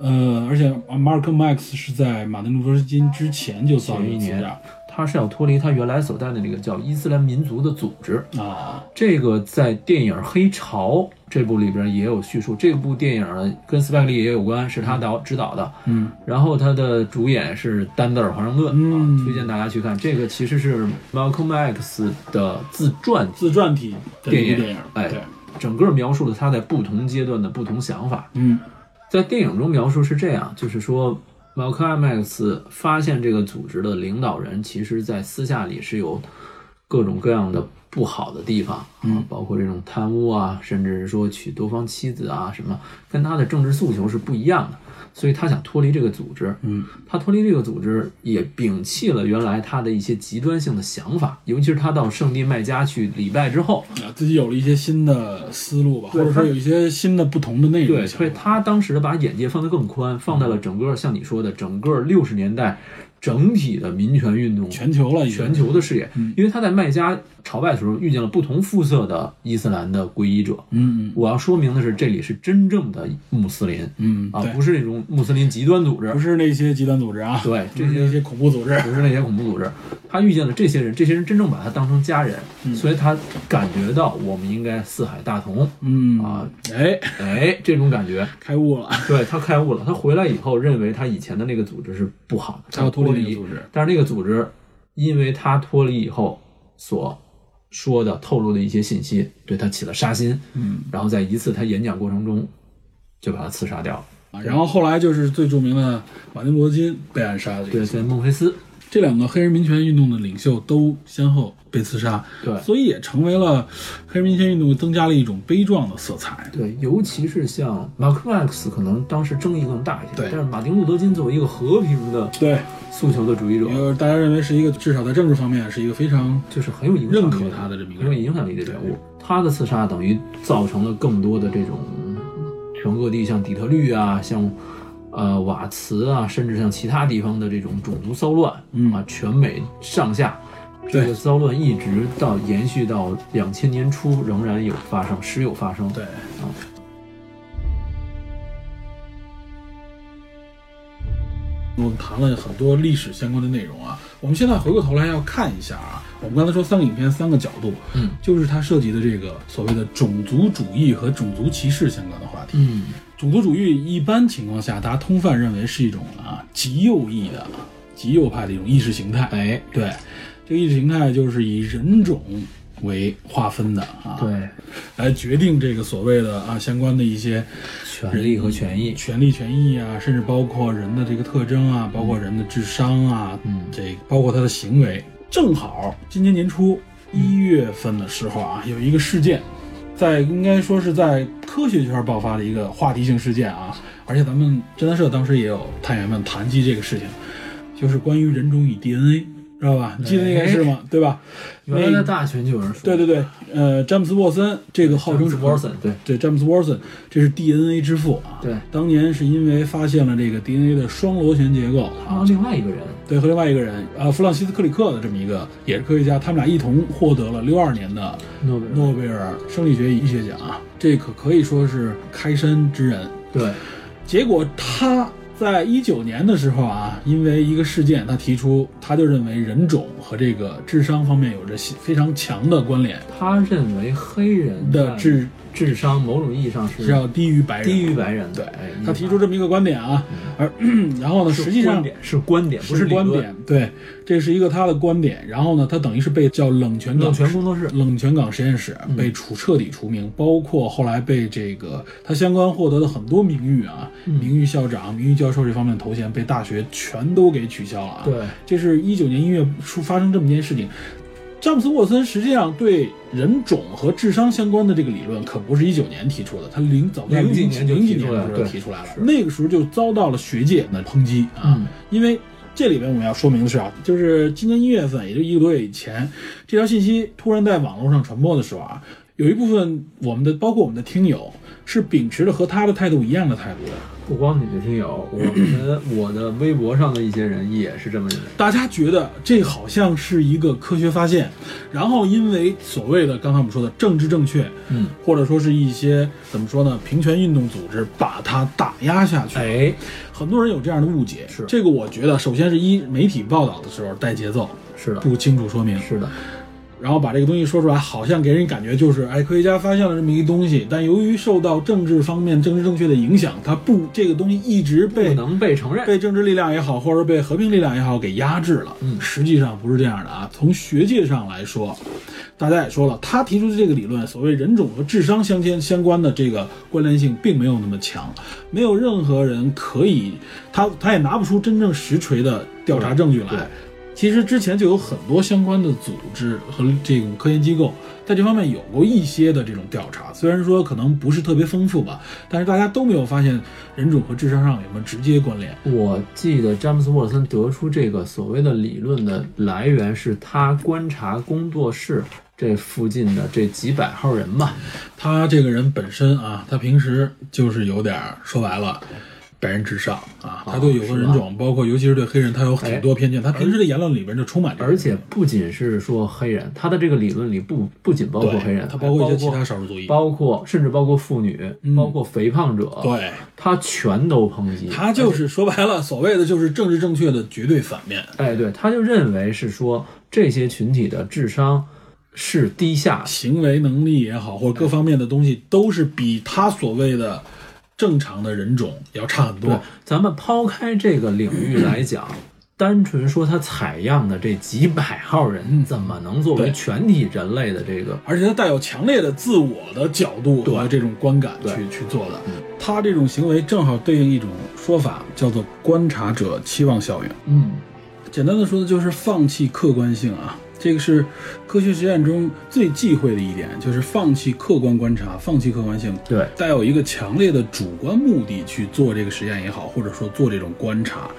呃，而且马尔科 ·Max 是在马丁·路德金之前就遭
前
遇
一
刺
年
杀
他是要脱离他原来所在的那个叫伊斯兰民族的组织。
啊，
这个在电影《黑潮》这部里边也有叙述，这部电影呢跟斯派克利也有关，是他导指导的。
嗯，
然后他的主演是丹德尔·华盛顿，
嗯
啊推荐大家去看。这个其实是 Malcolm X 的自传
自传体的一
影，
部电影，
哎
对，，
整个描述了他在不同阶段的不同想法。
嗯
在电影中描述是这样，就是说 Malcolm X 发现这个组织的领导人，其实在私下里是有各种各样的不好的地方，嗯，包括这种贪污啊，甚至是说娶多方妻子啊，什么跟他的政治诉求是不一样的，所以他想脱离这个组织，嗯，他脱离这个组织也摒弃了原来他的一些极端性的想法，尤其是他到圣地麦加去礼拜之后，
啊，自己有了一些新的思路吧，或
对
者说
他
有一些新的不同的内容
对，
想
所以
法
他当时把眼界放得更宽，放
嗯
在了整个像你说的整个六十年代整体的民权运动
全球了，已经
全球的视野，
嗯
因为他在麦加朝拜的时候遇见了不同肤色的伊斯兰的皈依者。
嗯嗯
我要说明的是，这里是真正的穆斯林
嗯
啊
对，
不是那种穆斯林极端组织
不，是那些极端组织啊，
对
不是
这些
那些恐怖组织，
不是那些恐怖组织。他遇见了这些人，这些人真正把他当成家人，所以他感觉到我们应该四海大同。
嗯
啊，
哎，
哎，这种感觉，
开悟了，
对他开悟了，他回来以后认为他以前的那个组织是不好的，
他要脱离那个组织
但是那个组织因为他脱离以后所说的透露的一些信息，对他起了杀心，嗯，然后在一次他演讲过程中就把他刺杀掉了。
啊，然后后来就是最著名的马丁·罗金被暗杀的，
对，，在孟菲斯，
这两个黑人民权运动的领袖都先后被刺杀，
对
所以也成为了黑人民权运动增加了一种悲壮的色彩。
对，尤其是像马克·克斯，可能当时争议更大一些，
对
但是马丁·路德·金作为一个和平的
对，
诉求的主义者，
因为大家认为是一个至少在政治方面是一个非常
就是很有影响力
认可他的这么一个
很有影响力的人物。他的刺杀等于造成了更多的这种全各地像底特律啊，像呃瓦茨啊，甚至像其他地方的这种种族骚乱、
嗯
啊，全美上下。这
对
个骚乱一直到延续到两千年初，仍然有发生，时有发生。
对，我们谈了很多历史相关的内容啊，我们现在回过头来要看一下啊，我们刚才说三个影片三个角度，
嗯，
就是它涉及的这个所谓的种族主义和种族歧视相关的话题。
嗯，
种族主义一般情况下，大家通泛认为是一种啊极右翼的极右派的一种意识形态。
哎，
对，这个意识形态就是以人种为划分的啊，，
对，
来决定这个所谓的啊相关的一些
权利和权益，
权利、权益啊，甚至包括人的这个特征啊，包括人的智商啊，
嗯
这包括他的行为。正好今年年初一月份的时候啊，有一个事件，在应该说是在科学圈爆发的一个话题性事件啊，而且咱们侦探社当时也有探员们谈及这个事情，就是关于人种与 DNA，知道吧？你记得那件事吗？对吧？
哎原来在大学就有人说，
对对对，呃，詹姆斯沃森这个号称是
Watson，对，
对，詹姆斯·沃森，这是 DNA 之父啊。
对
当年是因为发现了这个 DNA 的双螺旋结构
还有
啊，
另外一个人，
对，和另外一个人，呃，弗朗西斯·克里克的这么一个也是科学家，他们俩一同获得了六二年的
诺贝尔，
诺贝尔生理学医学奖啊，这可可以说是开山之人。
对，
结果他在一九年的时候啊，因为一个事件，他提出，他就认为人种和这个智商方面有着非常强的关联
他认为黑人
的
在
智
智商某种意义上是
是要低于白人，
低于白人
对
的，哎，嗯
他提出这么一个观点啊，而然后呢，
是
实际
观
上
点是观点，不
是
理
观
论。
点，对，这是一个他的观点。然后呢，他等于是被叫冷泉港
冷泉工作室嗯
冷泉港实验室被处彻底除名，包括后来被这个他相关获得的很多名誉啊，
嗯
名誉校长、名誉教授这方面的头衔被大学全都给取消了啊。
对，
这是一九年一月初发生这么件事情。詹姆斯·沃森实际上对人种和智商相关的这个理论，可不是一九年提出的，他零早在
零几年就
零几
提
年
出来
的
了
时候
对
提出来了，
是
那个时候就遭到了学界的抨击啊。
嗯
因为这里边我们要说明的是啊，就是今年一月份，也就一个多月以前，这条信息突然在网络上传播的时候啊，有一部分我们的包括我们的听友是秉持着和他的态度一样的态度的，
不光你的听 友，我们我的微博上的一些人也是这么认为。
大家觉得这好像是一个科学发现，然后因为所谓的刚才我们说的政治正确，
嗯，
或者说是一些怎么说呢，平权运动组织把它打压下去。
哎，
很多人有这样的误解，
是
这个我觉得，首先是一媒体报道的时候带节奏，
是的，
不清楚说明，
哎是的，
然后把这个东西说出来，好像给人感觉就是，哎，科学家发现了这么一个东西，但由于受到政治方面政治正确的影响，它不这个东西一直
不
被
能被承认。
被政治力量也好，或者被和平力量也好给压制了。
嗯
实际上不是这样的啊。从学界上来说，大家也说了，他提出的这个理论，所谓人种和智商相牵相关的这个关联性并没有那么强，没有任何人可以，他他也拿不出真正实锤的调查证据
对对
来。其实之前就有很多相关的组织和这种科研机构在这方面有过一些的这种调查，虽然说可能不是特别丰富吧，但是大家都没有发现人种和智商上有什么直接关联。
我记得詹姆斯·沃森得出这个所谓的理论的来源是他观察工作室这附近的这几百号人吧，
他这个人本身啊，他平时就是有点儿说白了，白人至上啊，
哦
他对有色人种，包括尤其是对黑人，他有挺多偏见。他平时的言论里边就充满这种，
而且不仅是说黑人，他的这个理论里不不仅包括
对
黑人，
他
还
包括一些其他少数族裔。
包括甚至包括妇女，包括肥胖者，，
嗯对，
他全都抨击。
他就是说白了，所谓的就是政治正确的绝对反面，
哎，对，他就认为是说这些群体的智商是低下的，
行为能力也好，或者各方面的东西，都是比他所谓的正常的人种要差很
对
多。，
咱们抛开这个领域 来讲，单纯说他采样的这几百号人，怎么能作
嗯
为
对
全体人类的这个？
而且他带有强烈的自我的角度和这种观感
对
去去做的。他这种行为正好对应一种说法，叫做观察者期望效应。
嗯，
简单的说呢，就是放弃客观性啊。这个是科学实验中最忌讳的一点，就是放弃客观观察，放弃客观性，
对，
带有一个强烈的主观目的去做这个实验也好，或者说做这种观察、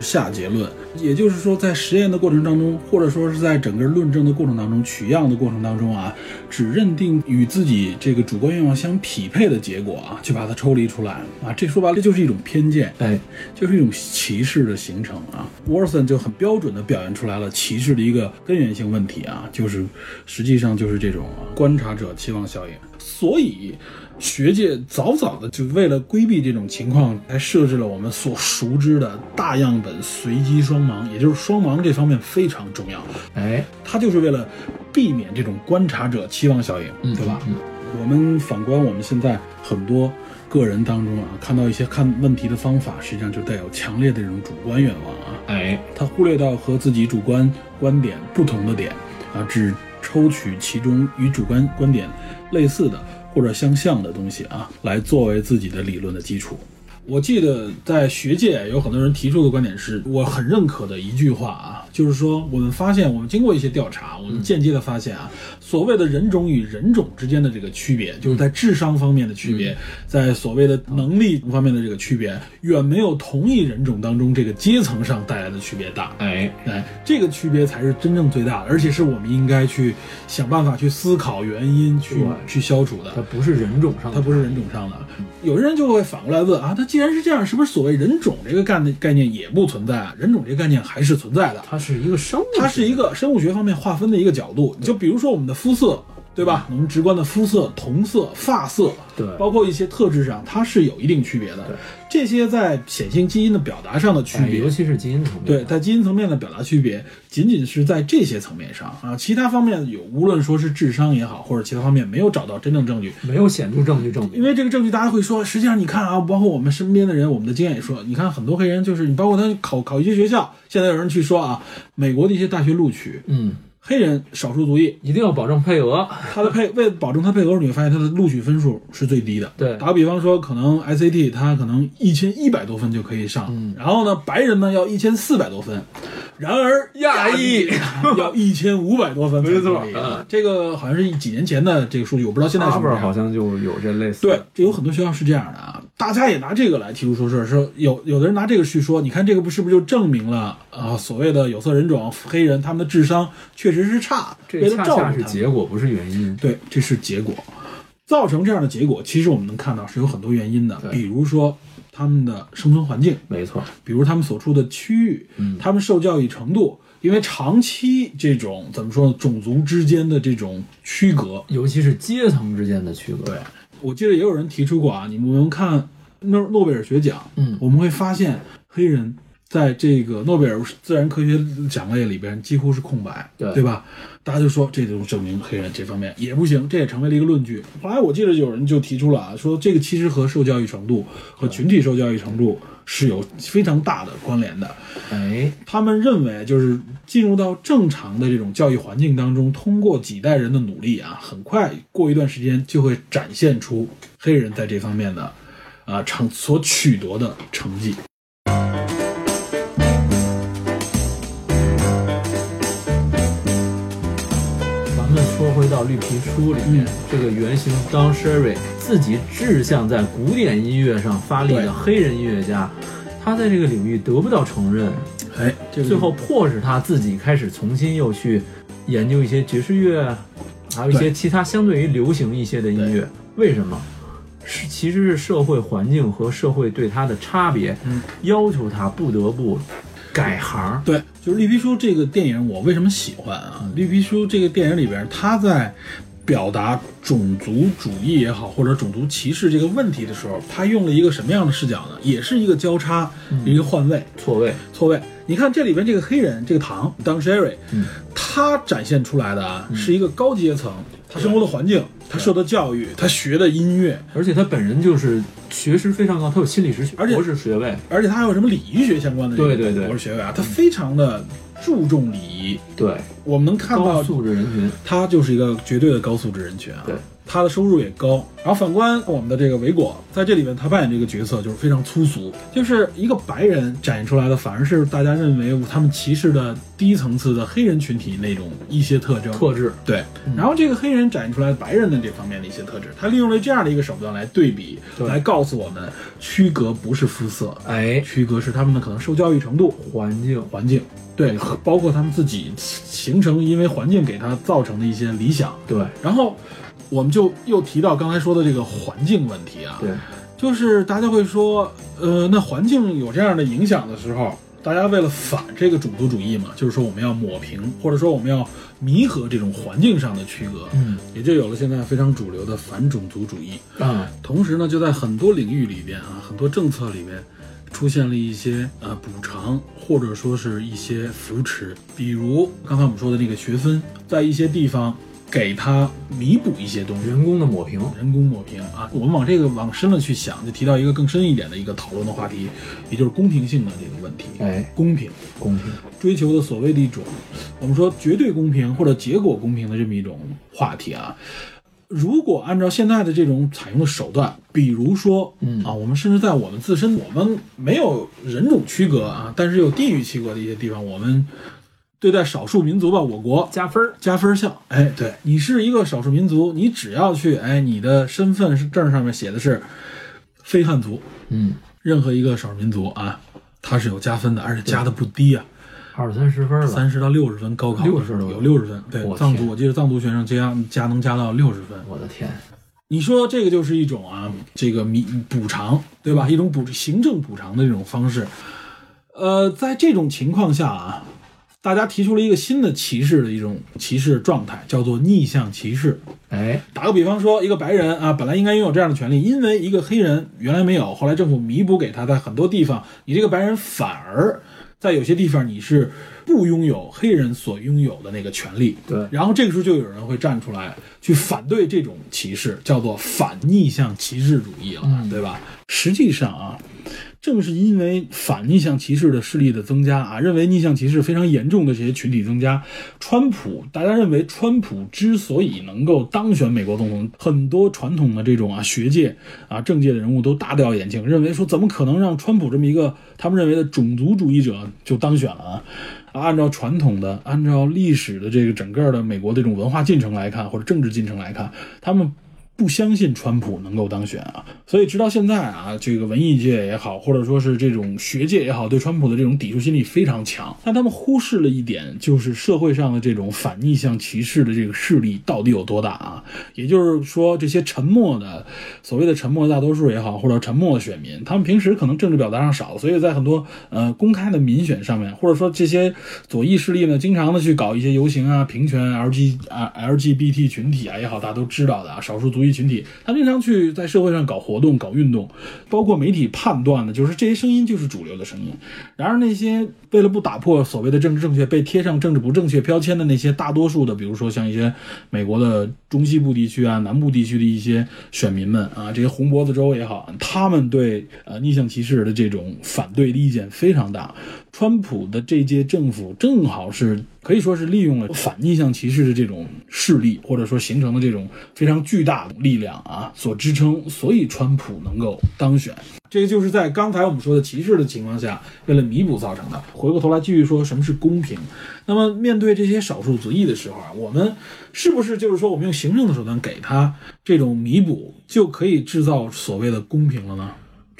下结论。也就是说，在实验的过程当中，或者说是在整个论证的过程当中、取样的过程当中啊，只认定与自己这个主观愿望相匹配的结果啊，就把它抽离出来啊。这说白了这就是一种偏见。
哎，
就是一种歧视的形成啊。沃森就很标准的表现出来了歧视的一个根源性个问题啊，就是实际上就是这种观察者期望效应，所以学界早早的就为了规避这种情况，才设置了我们所熟知的大样本随机双盲，也就是双盲这方面非常重要，
哎，
它就是为了避免这种观察者期望效应，
嗯
对吧？
嗯
我们反观我们现在很多个人当中啊，看到一些看问题的方法，实际上就带有强烈的这种主观愿望啊。
哎，
他忽略到和自己主观观点不同的点，啊，只抽取其中与主观观点类似的或者相像的东西啊，来作为自己的理论的基础。我记得在学界有很多人提出的观点是我很认可的一句话啊，就是说我们发现，我们经过一些调查，我们间接的发现啊，所谓的人种与人种之间的这个区别，
嗯
就是在智商方面的区别，在所谓的能力方面的这个区别，远没有同一人种当中这个阶层上带来的区别大。
哎，
哎，这个区别才是真正最大的，而且是我们应该去想办法去思考原因，去
对
去消除的。
它不是人种上的，
它不是人种上的。有的人就会反过来问啊，那既然是这样，是不是所谓人种这个概念概念也不存在啊？人种这个概念还是存在的，
它是一个生物，
它是一个生物学方面划分的一个角度。就比如说我们的肤色，对吧？我们直观的肤色、瞳色、发色，
嗯对
包括一些特质上，它是有一定区别的
对。
这些在显性基因的表达上的区
哎，
别
尤，其是基因层面，
对，在基因层面的表达区别，仅仅是在这些层面上啊，其他方面有，无论说是智商也好，或者其他方面没有找到真正证据。
没有显著证据证
因
明，
为这个证据，大家会说，实际上你看啊，包括我们身边的人，我们的经验也说，你看很多黑人，就是你包括他考考一些学校，现在有人去说啊，美国的一些大学录取
嗯，
黑人少数族裔，
一定要保证配额，
他的 配为了保证他配额，你会发现他的录取分数是最低的。
对
打个比方说，可能 SAT 他可能一千一百多分就可以上，然后呢，白人呢要一千四百多分，然而
嗯亚裔
要一千五百多分才可以，
没错嗯
这个好像是几年前的这个数据，我不知道现在是
哈
不是这
佛
样
好像就有这类似
对
的，，
这有很多学校是这样的啊，大家也拿这个来提出说事儿，说有有的人拿这个去说，你看这个不是不是就证明了啊、所谓的有色人种黑人他们的智商确实是差，为了
这恰
照顾他
恰
们
是结果，不是原因。
对，这是结果，造成这样的结果，其实我们能看到是有很多原因的，
对
比如说他们的生存环境，
没错，
比如他们所处的区域，
嗯
他们受教育程度，因为长期这种怎么说呢，种族之间的这种区隔，
尤其是阶层之间的区隔。
对，我记得也有人提出过啊，你们看诺诺贝尔学奖，
嗯
我们会发现黑人在这个诺贝尔自然科学奖类里边几乎是空白，
对
吧？大家就说这就证明黑人这方面也不行，这也成为了一个论据。后来我记得有人就提出了啊，说这个其实和受教育程度和群体受教育程度是有非常大的关联的。
哎，
他们认为，就是进入到正常的这种教育环境当中，通过几代人的努力啊，很快过一段时间就会展现出黑人在这方面的啊成所取得的成绩。
咱们说回到绿皮书里面，
嗯
这个原型 Don Sherry 自己志向在古典音乐上发力
对
的黑人音乐家，他在这个领域得不到承认，
哎，这个
最后迫使他自己开始重新又去研究一些爵士乐，啊还有一些
对
其他相对于流行一些的音乐。为什么？是其实是社会环境和社会对他的差别，
嗯
要求他不得不改行。
对，就是《绿皮书》这个电影，我为什么喜欢啊？绿皮书》这个电影里边，他在表达种族主义也好，或者种族歧视这个问题的时候，他用了一个什么样的视角呢？也是一个交叉，一个换位。
错位，
错位。你看这里边这个黑人，这个唐 Don Sherry，、他
嗯
展现出来的啊，是一个高阶层，他生活的环境，他受的教育，他学的音乐，
而且他本人就是学识非常高，他有心理学
而且
博士学位，
而且他还有什么礼仪学相关的这个
对对对嗯
博士学位啊，他非常的注重礼仪。
对，
我们能看
高
到
素质人群，
他就是一个绝对的高素质人群啊。
对。
他的收入也高，然后反观我们的这个维果，在这里面他扮演这个角色就是非常粗俗，就是一个白人展现出来的，反而是大家认为他们歧视的低层次的黑人群体那种一些特征嗯
特质，
对，然后这个黑人展现出来白人的这方面的一些特质，他利用了这样的一个手段来对比，
对
来告诉我们，区隔不是肤色，
哎，
区隔是他们的可能受教育程度、
环境，
环境，对，包括他们自己形成因为环境给他造成的一些理想。
对
然后我们就又提到刚才说的这个环境问题啊，
对，
就是大家会说，呃，那环境有这样的影响的时候，大家为了反这个种族主义嘛，就是说我们要抹平，或者说我们要弥合这种环境上的区隔，嗯，也就有了现在非常主流的反种族主义。
啊，
同时呢，就在很多领域里边啊，很多政策里边，出现了一些呃补偿或者说是一些扶持，比如刚才我们说的那个学分，在一些地方给他弥补一些东西。
人工的抹平，
人工抹平啊，我们往这个往深了去想，就提到一个更深一点的一个讨论的话题，也就是公平性的这个问题。
哎，
公平
公平，
追求的所谓的一种，我们说绝对公平或者结果公平的这么一种话题啊，如果按照现在的这种采用的手段，比如说，嗯啊，我们甚至在我们自身，我们没有人种区隔啊，但是有地域区隔的一些地方，我们对待少数民族吧，我国
加分儿，
加分项。哎，对你是一个少数民族，你只要去，哎，你的身份是证上面写的是非汉族，
嗯，
任何一个少数民族啊，它是有加分的，而且加的不低啊，
二三十分儿了，
三十到六十分，高考
60分
有六十分。对
我，
藏
天
族我记得藏族学生加加能加到六十分。
我的天，
你说这个就是一种啊，这个弥补偿，对吧？一种补行政补偿的这种方式。呃，在这种情况下啊，大家提出了一个新的歧视的一种歧视状态，叫做逆向歧视。
哎，
打个比方说，一个白人啊，本来应该拥有这样的权利，因为一个黑人原来没有，后来政府弥补给他，在很多地方，你这个白人反而在有些地方你是不拥有黑人所拥有的那个权利。
对
然后这个时候就有人会站出来去反对这种歧视，叫做反逆向歧视主义了，对吧？实际上啊，正是因为反逆向歧视的势力的增加啊，认为逆向歧视非常严重的这些群体增加，川普大家认为川普之所以能够当选美国总统，很多传统的这种啊学界啊政界的人物都大掉眼镜，认为说怎么可能让川普这么一个他们认为的种族主义者就当选了啊？啊，按照传统的、按照历史的这个整个的美国这种文化进程来看，或者政治进程来看，他们不相信川普能够当选啊。所以直到现在啊，这个文艺界也好，或者说是这种学界也好，对川普的这种抵触心理非常强。但他们忽视了一点，就是社会上的这种反逆向歧视的这个势力到底有多大啊？也就是说，这些沉默的所谓的沉默的大多数也好，或者沉默的选民，他们平时可能政治表达上少，所以在很多呃公开的民选上面，或者说这些左翼势力呢，经常的去搞一些游行啊、平权 L G 啊 L G B T 群体啊也好，大家都知道的啊，少数族裔群体，他经常去在社会上搞活动、搞运动，包括媒体判断的，就是这些声音就是主流的声音。然而，那些为了不打破所谓的政治正确，被贴上政治不正确标签的那些大多数的，比如说像一些美国的中西部地区啊、南部地区的一些选民们啊，这些红脖子州也好，他们对呃逆向歧视的这种反对的意见非常大。川普的这届政府正好是可以说是利用了反逆向歧视的这种势力，或者说形成的这种非常巨大的力量啊所支撑，所以川普能够当选。这就是在刚才我们说的歧视的情况下，为了弥补造成的。回过头来继续说什么是公平。那么面对这些少数族裔的时候啊，我们是不是就是说我们用行政的手段给他这种弥补，就可以制造所谓的公平了呢？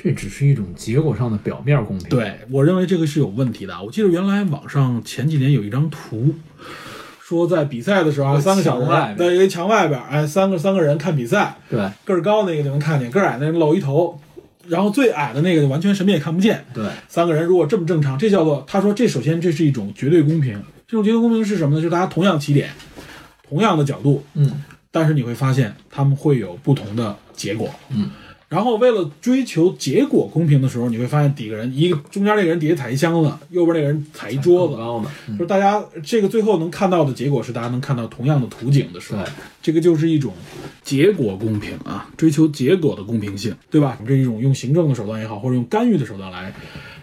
这只是一种结果上的表面公平，，
对我认为这个是有问题的啊。我记得原来网上前几年有一张图，说在比赛的时候啊，
有
三个小
墙外
人
边
对，有一墙外边，哎，三个三个人看比赛，
对，
个儿高那个就能看见，个儿矮那个露一头，然后最矮的那个就完全什么也看不见。
对，
三个人如果这么正常，这叫做他说这首先这是一种绝对公平。这种绝对公平是什么呢？就是大家同样起点，同样的角度，
嗯，
但是你会发现他们会有不同的结果。
嗯，
然后为了追求结果公平的时候，你会发现底个人一个中间那个人底下踩一箱子，右边那个人踩一桌
更
子。
高的，嗯
就是大家这个最后能看到的结果是，大家能看到同样的图景的时候
对，
这个就是一种结果公平啊，追求结果的公平性，对吧？这是一种用行政的手段也好，或者用干预的手段来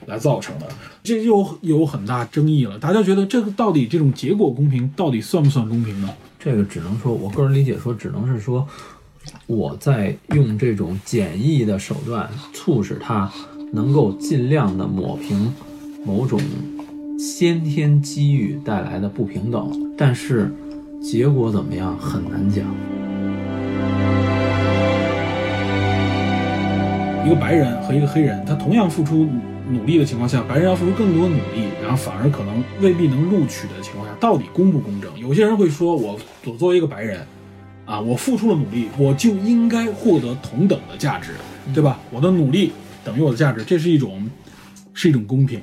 来造成的，这又有很大争议了。大家觉得这个到底这种结果公平到底算不算公平呢？
这个只能说，我个人理解说，只能是说，我在用这种简易的手段，促使它能够尽量的抹平某种先天机遇带来的不平等，但是结果怎么样很难讲。
一个白人和一个黑人，他同样付出努力的情况下，白人要付出更多努力，然后反而可能未必能录取的情况下，到底公不公正？有些人会说，我我作为一个白人，啊，我付出了努力，我就应该获得同等的价值，对吧？我的努力等于我的价值，这是一种是一种公平。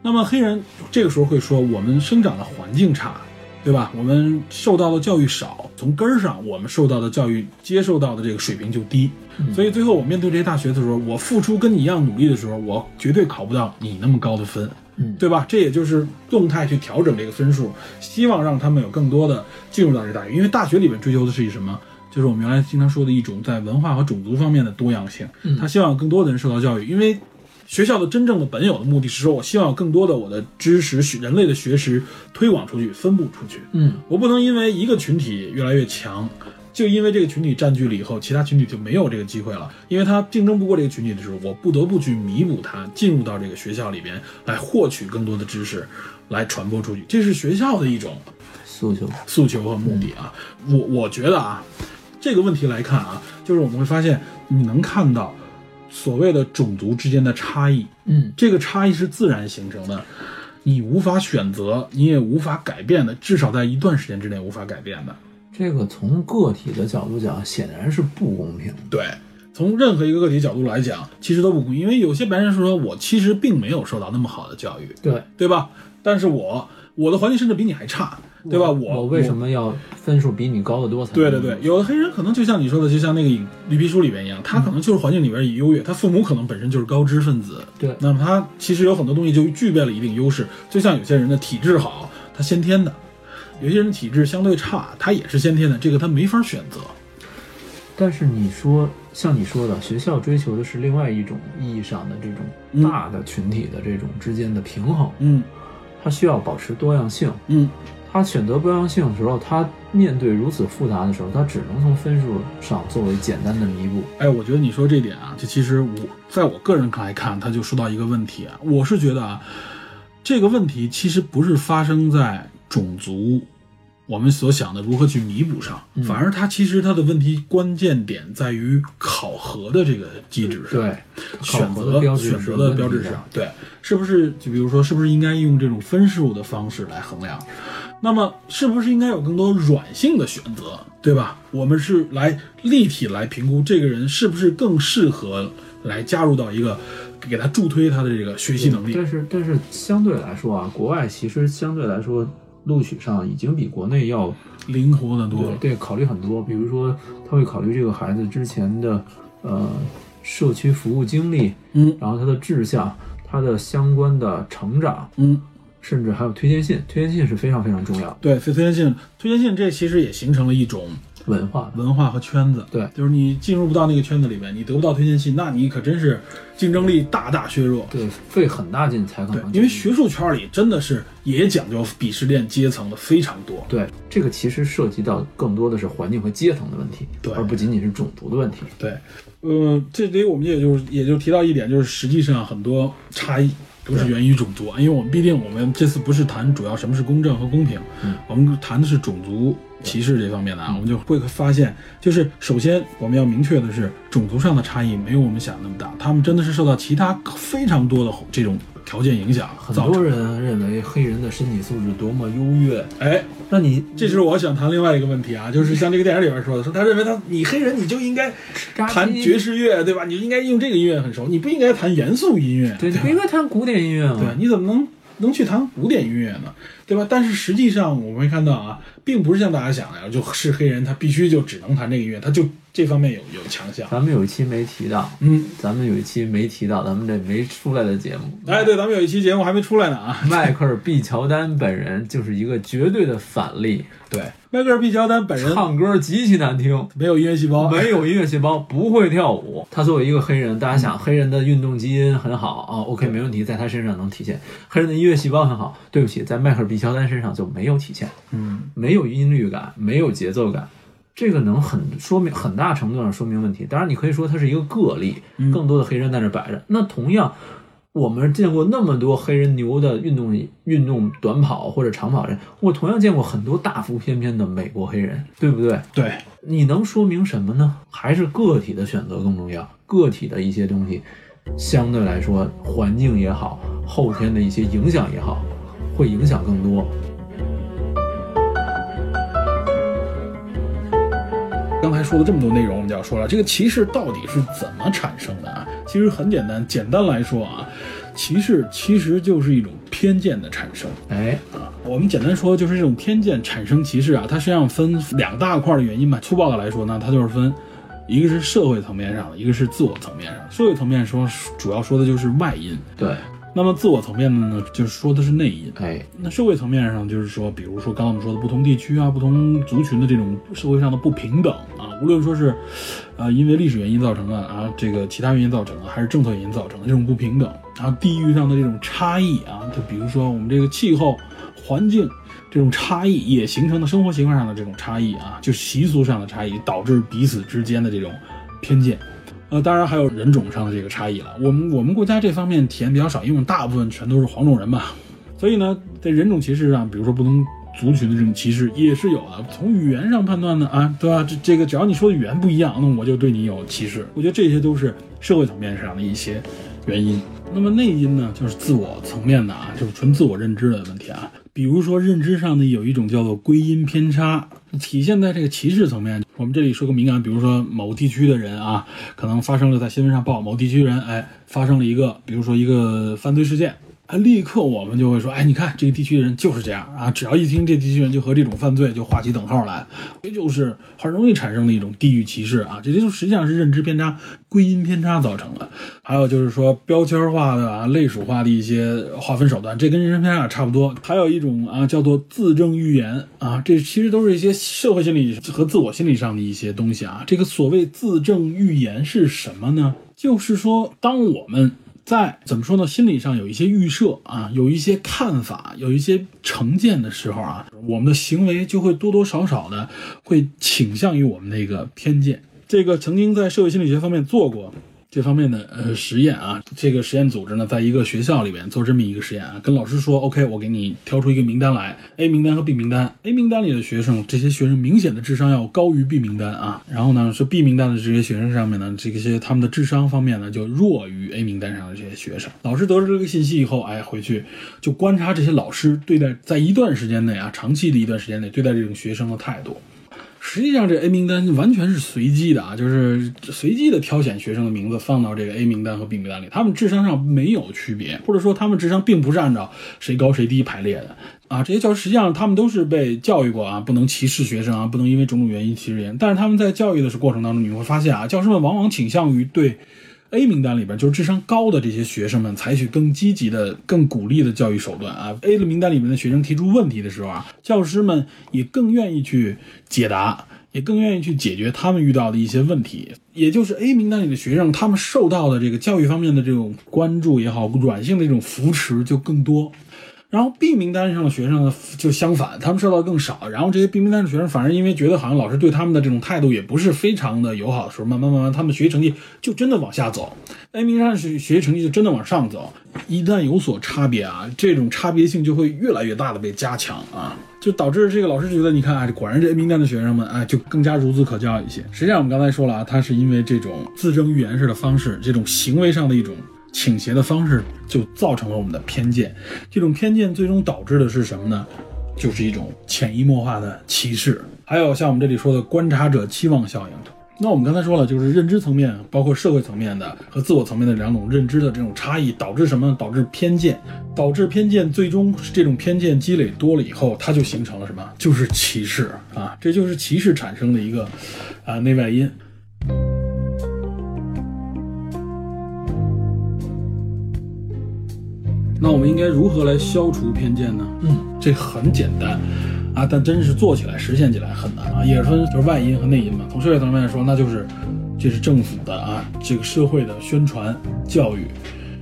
那么黑人这个时候会说，我们生长的环境差，对吧？我们受到的教育少，从根儿上我们受到的教育接受到的这个水平就低，所以最后我面对这些大学的时候，我付出跟你一样努力的时候，我绝对考不到你那么高的分，
嗯
对吧？这也就是动态去调整这个分数，希望让他们有更多的进入到这大学，因为大学里面追求的是一什么？就是我们原来经常说的一种在文化和种族方面的多样性。他希望更多的人受到教育，因为学校的真正的本有的目的是说，我希望更多的我的知识、学人类的学识推广出去、分布出去。
嗯
我不能因为一个群体越来越强，就因为这个群体占据了以后，其他群体就没有这个机会了，因为他竞争不过这个群体的时候，我不得不去弥补他，进入到这个学校里边来获取更多的知识，来传播出去，这是学校的一种
诉求，
诉求和目的啊。我我觉得啊，这个问题来看啊，就是我们会发现，你能看到所谓的种族之间的差异，
嗯
这个差异是自然形成的，你无法选择，你也无法改变的，至少在一段时间之内无法改变的。
这个从个体的角度讲，显然是不公平的。
对，从任何一个个体角度来讲，其实都不公平，因为有些白人说我其实并没有受到那么好的教育，
对，
对吧？但是我我的环境甚至比你还差，对吧？
我
我
为什么嗯要分数比你高得多才？
对对对，，有的黑人可能就像你说的，就像那个影绿皮书里边一样，他可能就是环境里边优越，他父母可能本身就是高知分子，
对
那么他其实有很多东西就具备了一定优势，就像有些人的体质好，他先天的；有些人体质相对差，他也是先天的，这个他没法选择。
但是你说，像你说的，学校追求的是另外一种意义上的这种大的群体的这种之间的平衡，
嗯
它需要保持多样性。
嗯，
它选择多样性的时候，它面对如此复杂的时候，它只能从分数上作为简单的弥补。
哎，我觉得你说这点啊，就其实我在我个人来看，他就说到一个问题啊，我是觉得啊，这个问题其实不是发生在种族我们所想的如何去弥补上，反而它其实它的问题关键点在于考核的这个机制上。
对，考
选
核
择
的标志
选
是
择
有
的
问题
标志
的
上，对，是不是就比如说，是不是应该用这种分数的方式来衡量？那么，是不是应该有更多软性的选择，对吧？我们是来立体来评估这个人是不是更适合来加入到一个给他助推他的这个学习能力。
但是但是相对来说啊，国外其实相对来说录取上已经比国内要
灵活的多了。
对考虑很多，比如说他会考虑这个孩子之前的呃社区服务经历，
嗯
然后他的志向、他的相关的成长，
嗯，
甚至还有推荐信，推荐信是非常非常重要的
对，所以推荐信，推荐信这其实也形成了一种
文化的。
文化和圈子。
对
就是你进入不到那个圈子里面，你得不到推荐信，那你可真是竞争力大大削弱。
对，费很大劲才可
对
能，进
因为
入
学术圈里真的是也讲究鄙视链阶层的非常多。
对这个其实涉及到更多的是环境和阶层的问题，
对
而不仅仅是种族的问题。
对，呃，这里我们也就是也就提到一点，就是实际上很多差异都是源于种族啊，因为我们毕竟我们这次不是谈主要什么是公正和公平，我们谈的是种族歧视这方面的啊，我们就会发现，就是首先我们要明确的是，种族上的差异没有我们想的那么大，他们真的是受到其他非常多的这种条件影响
很
造
多
成。
人认为黑人的身体素质多么优越，
哎，
那你
这就是我想谈另外一个问题啊，就是像这个电影里边说的，说他认为他你黑人你就应该弹爵士乐，对吧？你就应该用这个音乐很熟，你不应该弹严肃音乐，
对，你不应该弹古典音乐
对
吗？，
你怎么能能去弹古典音乐呢？对吧？但是实际上我们会看到啊，并不是像大家想的呀，就是黑人他必须就只能弹这个音乐，他就这方面有有强项。
咱们有一期没提到，
嗯，
咱们有一期没提到，咱们这没出来的节目，
哎，对，咱们有一期节目还没出来呢啊，
迈克尔 ·B· 乔丹本人就是一个绝对的反例，
对，迈克尔毕乔丹本人
唱歌极其难听。
没有音乐细胞，哎
没有音乐细胞，不会跳舞。他作为一个黑人，大家想，黑人的运动基因很好啊，OK，没问题，在他身上能体现。黑人的音乐细胞很好，对不起，在迈克尔·毕乔丹身上就没有体现。嗯，没有音律感，没有节奏感，这个能很说明很大程度上说明问题。当然，你可以说他是一个个例，更多的黑人在那摆着。那同样。我们见过那么多黑人牛的运动运动短跑或者长跑人，我同样见过很多大腹翩翩的美国黑人，对不对？
对，
你能说明什么呢？还是个体的选择更重要，个体的一些东西，相对来说，环境也好，后天的一些影响也好，会影响更多。
刚才说的这么多内容，我们就要说了，这个歧视到底是怎么产生的啊？其实很简单，简单来说啊，歧视其实就是一种偏见的产生。
哎，
我们简单说，就是这种偏见产生歧视啊，它实际上分两大块的原因吧。粗暴的来说呢，它就是分，一个是社会层面上的，一个是自我层面上的。社会层面说，主要说的就是外因；
对，
那么自我层面的呢，就是说的是内因。
哎，
那社会层面上就是说，比如说刚刚我们说的不同地区啊、不同族群的这种社会上的不平等啊，无论说是，呃，因为历史原因造成的啊，这个其他原因造成的，还是政策原因造成的这种不平等，然后地域上的这种差异啊，就比如说我们这个气候、环境这种差异也形成了生活习惯上的这种差异啊，就习俗上的差异，导致彼此之间的这种偏见。呃，当然还有人种上的这个差异了。我们我们国家这方面体验比较少，因为我们大部分全都是黄种人嘛，所以呢，在人种歧视上，比如说不同族群的这种歧视也是有的。从语言上判断呢，啊，对吧？这这个只要你说的语言不一样，那我就对你有歧视。我觉得这些都是社会层面上的一些原因。那么内因呢，就是自我层面的啊，就是纯自我认知的问题啊。比如说认知上的有一种叫做归因偏差，体现在这个歧视层面。我们这里说个敏感，比如说某地区的人啊，可能发生了在新闻上报某地区人，哎，发生了一个，比如说一个犯罪事件，啊，立刻我们就会说，哎，你看这个地区的人就是这样啊，只要一听这地区人就和这种犯罪就划起等号来，这就是很容易产生的一种地域歧视啊，这就实际上是认知偏差、归因偏差造成的。还有就是说标签化的啊、类属化的一些划分手段，这跟认知偏差差不多。还有一种啊叫做自证预言啊，这其实都是一些社会心理和自我心理上的一些东西啊。这个所谓自证预言是什么呢？就是说，当我们在怎么说呢？心理上有一些预设啊，有一些看法，有一些成见的时候啊，我们的行为就会多多少少的会倾向于我们的一个偏见。这个曾经在社会心理学方面做过这方面的呃实验啊，这个实验组织呢，在一个学校里边做这么一个实验啊，跟老师说，OK，我给你挑出一个名单来，A 名单和 B 名单，A 名单里的学生，这些学生明显的智商要高于 B 名单啊，然后呢，是 B 名单的这些学生上面呢，这些他们的智商方面呢，就弱于 A 名单上的这些学生。老师得知这个信息以后，哎，回去就观察这些老师对待在一段时间内啊，长期的一段时间内对待这种学生的态度。实际上，这 A 名单完全是随机的啊，就是随机的挑选学生的名字放到这个 A 名单和 B 名单里，他们智商上没有区别，或者说他们智商并不是按照谁高谁低排列的啊。这些教师实际上他们都是被教育过啊，不能歧视学生啊，不能因为种种原因歧视人。但是他们在教育的过程当中，你会发现啊，教师们往往倾向于对 A 名单里边就是智商高的这些学生们，采取更积极的、更鼓励的教育手段啊。A 的名单里面的学生提出问题的时候啊，教师们也更愿意去解答，也更愿意去解决他们遇到的一些问题。也就是 A 名单里的学生，他们受到的这个教育方面的这种关注也好，软性的这种扶持就更多。然后 B 名单上的学生呢，就相反，他们受到更少。然后这些 B 名单的学生，反而因为觉得好像老师对他们的这种态度也不是非常的友好的时候，慢慢慢慢，他们学习成绩就真的往下走，A 名单学学习成绩就真的往上走。一旦有所差别啊，这种差别性就会越来越大的被加强啊，就导致这个老师觉得，你看啊，果然这 A 名单的学生们啊，就更加孺子可教一些。实际上我们刚才说了啊，他是因为这种自证预言式的方式，这种行为上的一种倾斜的方式，就造成了我们的偏见。这种偏见最终导致的是什么呢？就是一种潜移默化的歧视。还有像我们这里说的观察者期望效应。那我们刚才说了，就是认知层面，包括社会层面的和自我层面的两种认知的这种差异，导致什么呢？导致偏见，导致偏见，最终这种偏见积累多了以后，它就形成了什么？就是歧视啊！这就是歧视产生的一个，啊、内外因。那我们应该如何来消除偏见呢？嗯，这很简单啊，但真是做起来、实现起来很难啊。也是分就是外因和内因嘛。从社会层面来说，那就是这是政府的啊，这个社会的宣传、教育；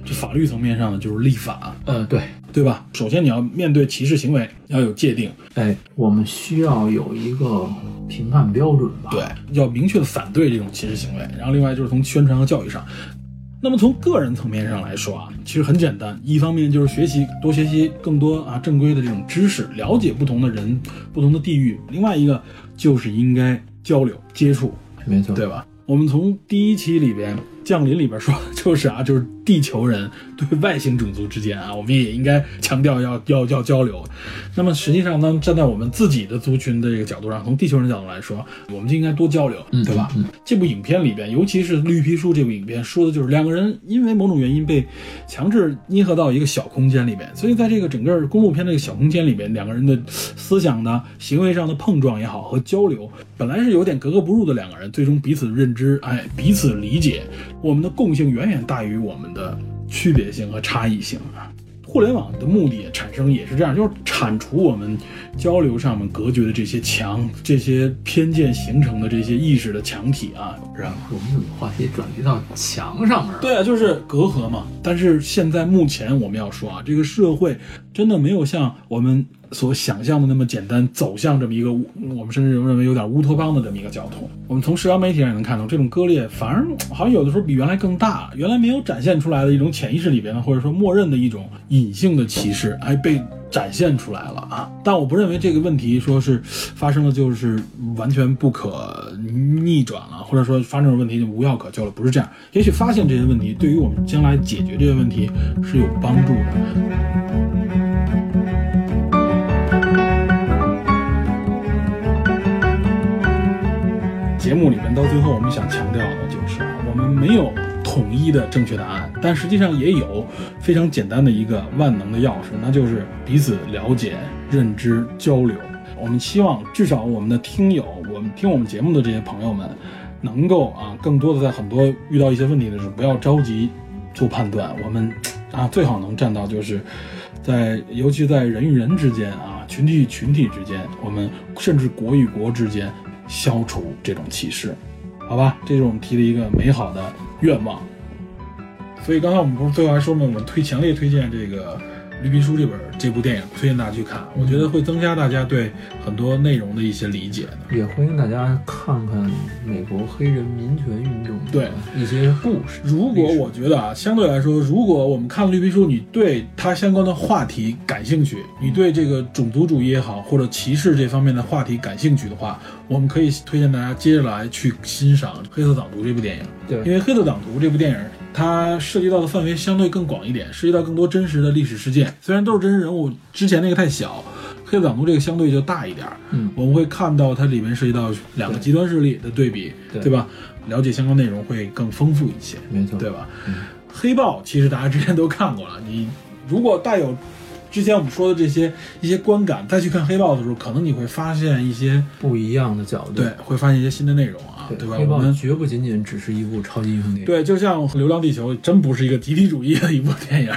这法律层面上呢，就是立法，
呃，对，
对吧？首先你要面对歧视行为，要有界定，
哎，我们需要有一个评判标准吧？
对，，要明确的反对这种歧视行为。然后另外就是从宣传和教育上。那么从个人层面上来说啊，其实很简单，一方面就是学习多学习更多啊正规的这种知识，了解不同的人、不同的地域；另外一个就是应该交流接触，
没错，
对吧？我们从第一期里边降临》里边说的就是啊， 就是地球人对外星种族之间啊，我们也应该强调要要要交流。那么实际上呢，站在我们自己的族群的这个角度上，从地球人角度来说，我们就应该多交流，
嗯
对吧？这部影片里边，尤其是《绿皮书》这部影片，说的就是两个人因为某种原因被强制捏合到一个小空间里面，所以在这个整个公路片这个小空间里面，两个人的思想呢、行为上的碰撞也好和交流，本来是有点格格不入的两个人，最终彼此认知，哎，彼此理解，我们的共性远远大于我们的区别性和差异性啊。互联网的目的产生也是这样，就是铲除我们交流上面隔绝的这些墙、这些偏见形成的这些意识的墙体啊，然后。
我们怎么话题转移到墙上面了？
对啊，就是隔阂嘛。但是现在目前我们要说啊，这个社会真的没有像我们所想象的那么简单，走向这么一个乌我们甚至认为有点乌托邦的这么一个交通。我们从社交媒体上也能看到，这种割裂反而好像有的时候比原来更大，原来没有展现出来的一种潜意识里边的，或者说默认的一种隐性的歧视，哎，被展现出来了啊！但我不认为这个问题说是发生了就是完全不可逆转了，啊或者说发生这种问题就无药可救了，不是这样。也许发现这些问题对于我们将来解决这些问题是有帮助的。节目里面到最后，我们想强调的就是，我们没有统一的正确答案，但实际上也有非常简单的一个万能的钥匙，那就是彼此了解、认知、交流。我们希望至少我们的听友，我们听我们节目的这些朋友们，能够啊，更多的在很多遇到一些问题的时候，不要着急做判断，我们啊最好能站到就是在，尤其在人与人之间啊，群体与群体之间，我们甚至国与国之间，消除这种歧视，好吧？这是我们提的一个美好的愿望。所以刚才我们不是最后还说嘛，我们推强烈推荐这个《绿皮书》这本这部电影，推荐大家去看，我觉得会增加大家对很多内容的一些理解的。
也欢迎大家看看美国黑人民权运动的
对
一些故事。
如果我觉得啊，相对来说，如果我们看了绿皮书，你对它相关的话题感兴趣，你对这个种族主义也好，或者歧视这方面的话题感兴趣的话，我们可以推荐大家接着来去欣赏《黑色党徒》这部电影。
对
因为《黑色党徒》这部电影，它涉及到的范围相对更广一点，涉及到更多真实的历史事件。虽然都是真实人物，之前那个太小，《黑色党徒》这个相对就大一点。
嗯，
我们会看到它里面涉及到两个极端势力的对比，
对
对吧？了解相关内容会更丰富一些。
没错，
对吧？黑豹其实大家之前都看过了，你如果带有之前我们说的这些一些观感，再去看黑豹的时候，可能你会发现一些
不一样的角度。
对，会发现一些新的内容啊，对
对
吧？
黑
我
豹
们
绝不仅仅只是一部超级英雄电影。
对，就像《流浪地球》真不是一个集体主义的一部 电影，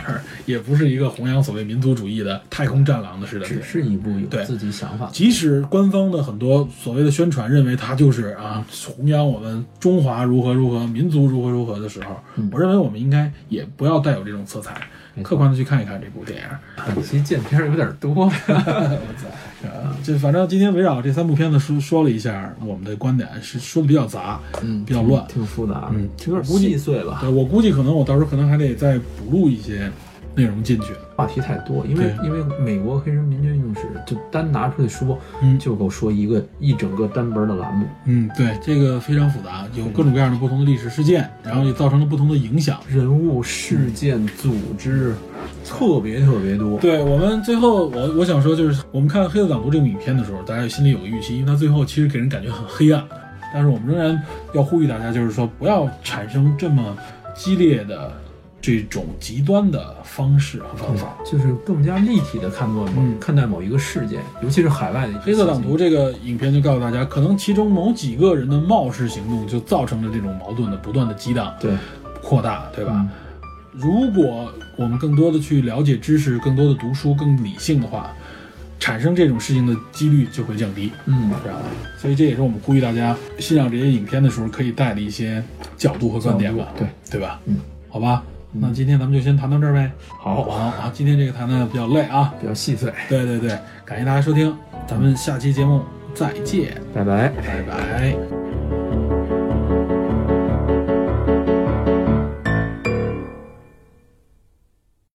也不是一个弘扬所谓民族主义的太空战狼的似的电
只
影。
是一部有
对
自己想法的。
即使官方的很多所谓的宣传认为它就是啊弘扬我们中华如何如何、民族如何如何的时候，我认为我们应该也不要带有这种色彩，
嗯没错
客观的去看一看这部电影。
本期见片儿有点多，
啊，这反正今天围绕这三部片子说说了一下我们的观点，是说的比较杂，
嗯
比较乱。
挺复杂的，
嗯
有点细碎了，
对我估计可能我到时候可能还得再补录一些内容进去。
话题太多。因为
对
因为美国黑人民权运动史就单拿出去说，
嗯
就够说一个一整个单本儿的栏目，
嗯，对，这个非常复杂，有各种各样的不同的历史事件，然后也造成了不同的影响。
人物、事件、组织，特别特别多。
嗯对我们最后，我我想说就是，我们看《黑色党徒》这部影片的时候，大家心里有个预期，因为它最后其实给人感觉很黑暗。但是我们仍然要呼吁大家，就是说不要产生这么激烈的这种极端的方式和方法。
就是更加立体的看作某、
嗯
看待某一个事件，尤其是海外的一些
黑色党徒
事
这个影片就告诉大家，可能其中某几个人的冒失行动，就造成了这种矛盾的不断的激荡、
件对
扩大，对
对
吧？
吧？
如果我们更多的去了解知识，更多的读书，更理性的话，产生这种事情的几率就会降低，
嗯，
知道吧？所以这也是我们呼吁大家欣赏这些影片的时候可以带的一些角度和观点吧
角，度对
对吧？
嗯，
好吧，那今天咱们就先谈到这儿呗。
好，
好啊，今天这个谈的比较累啊，
比较细碎，
对对对，感谢大家收听，咱们下期节目再见，
拜拜。
拜拜。